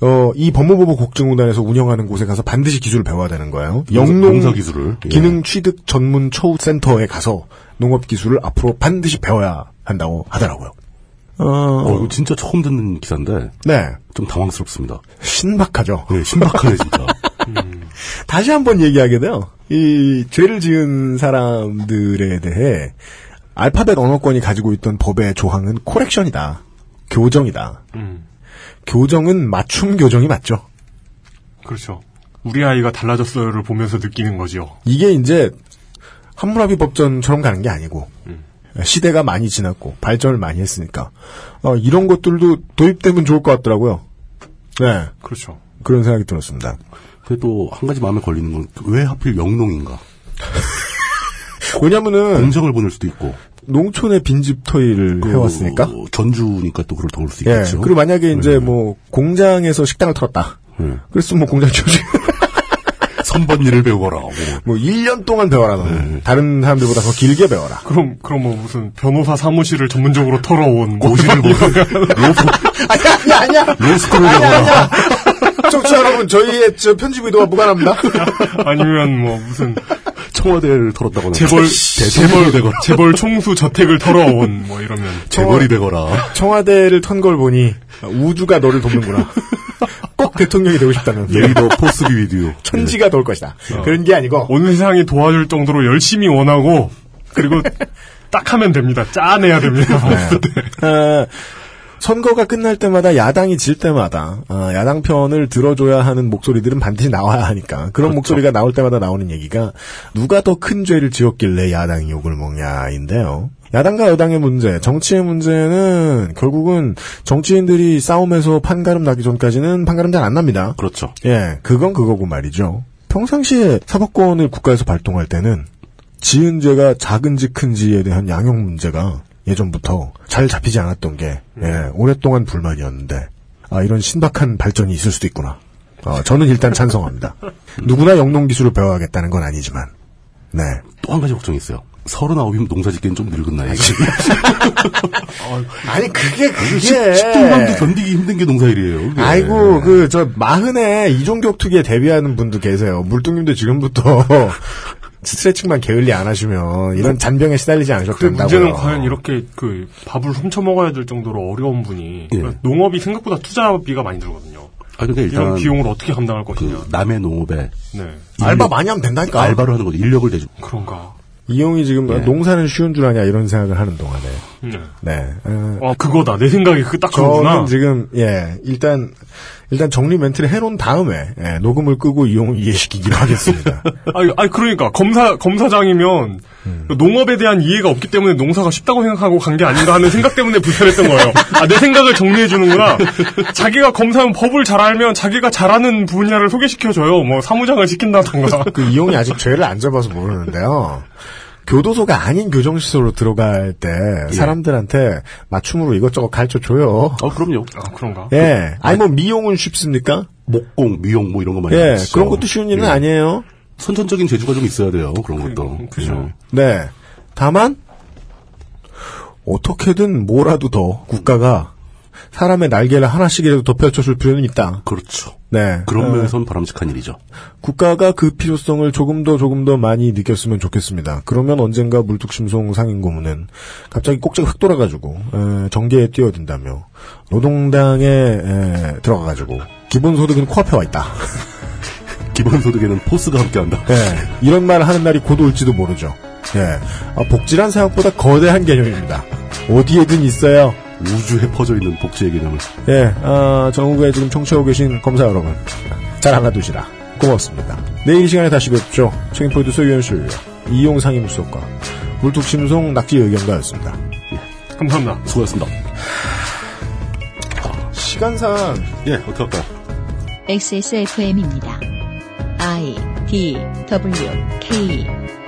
Speaker 3: 어, 이 법무부 국정공단에서 운영하는 곳에 가서 반드시 기술을 배워야 되는 거예요. 영농
Speaker 4: 농사 기술을. 예.
Speaker 3: 기능 취득 전문 초우 센터에 가서 농업 기술을 앞으로 반드시 배워야 한다고 하더라고요.
Speaker 4: 어, 이거 진짜 처음 듣는 기사인데
Speaker 3: 네.
Speaker 4: 좀 당황스럽습니다.
Speaker 3: 신박하죠.
Speaker 4: 예, 신박하네 진짜.
Speaker 3: 다시 한번 얘기하게 돼요. 이 죄를 지은 사람들에 대해 알파벳 언어권이 가지고 있던 법의 조항은 코렉션이다. 교정이다.
Speaker 2: 음.
Speaker 3: 교정은 맞춤 교정이 맞죠.
Speaker 2: 그렇죠. 우리 아이가 달라졌어요를 보면서 느끼는 거죠.
Speaker 3: 이게 이제 함무라비 법전처럼 가는 게 아니고
Speaker 2: 음.
Speaker 3: 시대가 많이 지났고 발전을 많이 했으니까 어, 이런 것들도 도입되면 좋을 것 같더라고요. 네
Speaker 2: 그렇죠.
Speaker 3: 그런 생각이 들었습니다.
Speaker 4: 근데 또 한 가지 마음에 걸리는 건 왜 하필 영농인가?
Speaker 3: 왜냐면은
Speaker 4: 공장을 보낼 수도 있고
Speaker 3: 농촌의 빈집 터이를
Speaker 4: 그
Speaker 3: 해왔으니까.
Speaker 4: 전주니까 또 그걸 더울 수
Speaker 3: 예.
Speaker 4: 있겠죠.
Speaker 3: 그리고 만약에 이제 뭐 공장에서 식당을 털었다.
Speaker 4: 예.
Speaker 3: 그랬으면 뭐 공장 조직
Speaker 4: 선번 일을 배우거라. 뭐.
Speaker 3: 뭐 1년 동안 배워라 너는. 다른 사람들보다 더 길게 배워라.
Speaker 2: 그럼 그럼 뭐 무슨 변호사 사무실을 전문적으로 털어온 뭐
Speaker 4: 고시를 보고
Speaker 3: 아니야 아니야 아니야.
Speaker 4: 로스쿨을 배워라.
Speaker 3: 청취자 여러분 저희의 저 편집 의도와 무관합니다.
Speaker 2: 아니면 뭐 무슨
Speaker 4: 청와대를 털었다거나
Speaker 2: 재벌
Speaker 4: 재벌 되거라.
Speaker 2: 재벌 총수 저택을 털어온 뭐 이러면
Speaker 4: 재벌이 되거라.
Speaker 3: 청와대를 턴 걸 보니 우주가 너를 돕는구나. 꼭 대통령이 되고 싶다면
Speaker 4: 예리더 포스비 위디오.
Speaker 3: 천지가 도울 것이다. 그런 게 아니고
Speaker 2: 온 세상이 도와줄 정도로 열심히 원하고 그리고 딱 하면 됩니다. 짜내야 됩니다.
Speaker 3: 네. 어, 선거가 끝날 때마다 야당이 질 때마다 아, 야당 편을 들어줘야 하는 목소리들은 반드시 나와야 하니까 그런 목소리가 나올 때마다 나오는 얘기가 누가 더 큰 죄를 지었길래 야당이 욕을 먹냐인데요. 야당과 여당의 문제, 정치의 문제는 결국은 정치인들이 싸움에서 판가름 나기 전까지는 판가름 잘 안 납니다.
Speaker 4: 그렇죠.
Speaker 3: 예, 그건 그거고 말이죠. 평상시에 사법권을 국가에서 발동할 때는 지은 죄가 작은지 큰지에 대한 양형 문제가 예전부터 잘 잡히지 않았던 게 예, 오랫동안 불만이었는데 아 이런 신박한 발전이 있을 수도 있구나. 어, 저는 일단 찬성합니다. 누구나 영농 기술을 배워야겠다는 건 아니지만 네.
Speaker 4: 또 한 가지 걱정이 있어요. 서른아홉이면 농사짓기엔 좀 늙은 나이지.
Speaker 3: 아니 그게 그게
Speaker 4: 10등반도 견디기 힘든 게 농사일이에요.
Speaker 2: 예.
Speaker 4: 그게.
Speaker 3: 아이고 그 저 마흔에 이종격 투기에 데뷔하는 분도 계세요. 물뚱님도 지금부터 스트레칭만 게을리 안 하시면 이런 잔병에 시달리지
Speaker 2: 그
Speaker 3: 않으셨다고요.
Speaker 2: 문제는 과연 이렇게 그 밥을 훔쳐 먹어야 될 정도로 어려운 분이 그러니까 농업이 생각보다 투자비가 많이 들거든요.
Speaker 4: 아, 근데
Speaker 2: 이런
Speaker 4: 일단
Speaker 2: 비용을 어떻게 감당할 것이냐.
Speaker 4: 그 남의 농업에
Speaker 2: 네.
Speaker 3: 알바 많이 하면 된다니까.
Speaker 4: 알바로 하는 거죠. 인력을 대주.
Speaker 2: 그런가.
Speaker 3: 이용이 지금
Speaker 2: 예.
Speaker 3: 농사는 쉬운 줄 아냐 이런 생각을 하는 동안에
Speaker 2: 네.
Speaker 3: 네. 어,
Speaker 2: 아 그거다. 내 생각이 그딱 그거구나.
Speaker 3: 저는 지금 예 일단 일단 정리 멘트를 해놓은 다음에 예, 녹음을 끄고 이용을 이해시키기로 하겠습니다.
Speaker 2: 아니, 아니 그러니까 검사 검사장이면
Speaker 3: 음.
Speaker 2: 농업에 대한 이해가 없기 때문에 농사가 쉽다고 생각하고 간 게 아닌가 하는 생각 때문에 불편했던 거예요. 아, 내 생각을 정리해 주는구나. 자기가 검사면 법을 잘 알면 자기가 잘하는 분야를 소개시켜 줘요. 뭐 사무장을 시킨다던가.
Speaker 3: 그 이용이 아직 죄를 안 잡아서 모르는데요. 교도소가 아닌 교정시설로 들어갈 때 사람들한테 맞춤으로 이것저것 가르쳐 줘요.
Speaker 4: 아 그럼요.
Speaker 2: 아 그런가?
Speaker 3: 예. 아니 뭐 미용은 쉽습니까?
Speaker 4: 목공, 미용 뭐 이런 거 많이
Speaker 3: 예.
Speaker 4: 하시죠.
Speaker 3: 그런 것도 쉬운 일은
Speaker 4: 예.
Speaker 3: 아니에요.
Speaker 4: 선천적인 재주가 좀 있어야 돼요. 그런 것도.
Speaker 2: 그러니까,
Speaker 4: 예.
Speaker 2: 그죠.
Speaker 3: 네. 다만 어떻게든 뭐라도 더 국가가 사람의 날개를 하나씩이라도 더 펼쳐줄 필요는 있다.
Speaker 4: 그렇죠.
Speaker 3: 네.
Speaker 4: 그런
Speaker 3: 어,
Speaker 4: 면에선 바람직한 일이죠.
Speaker 3: 국가가 그 필요성을 조금 더 조금 더 많이 느꼈으면 좋겠습니다. 그러면 언젠가 물뚝심송 상인고문은 갑자기 꼭지가 확 돌아가지고 에, 정계에 뛰어든다며 노동당에 에, 들어가가지고 기본소득은 코앞에 와 있다.
Speaker 4: 기본소득에는 포스가 함께한다.
Speaker 3: 예, 이런 말을 하는 날이 곧 올지도 모르죠. 예, 아, 복지란 생각보다 거대한 개념입니다. 어디에든 있어요.
Speaker 4: 우주에 퍼져 있는 복지의 개념을.
Speaker 3: 예, 아, 전국에 지금 청취하고 계신 검사 여러분, 잘 알아두시라. 고맙습니다. 내일 이 시간에 다시 뵙죠. 책임 프로듀서 유현실, 이용상임수석과 물뚝심송 낙지 의견가였습니다.
Speaker 2: 감사합니다.
Speaker 4: 수고하셨습니다.
Speaker 3: 시간상
Speaker 4: 예, 어떻게 할까요?
Speaker 1: XSFM입니다. I D W K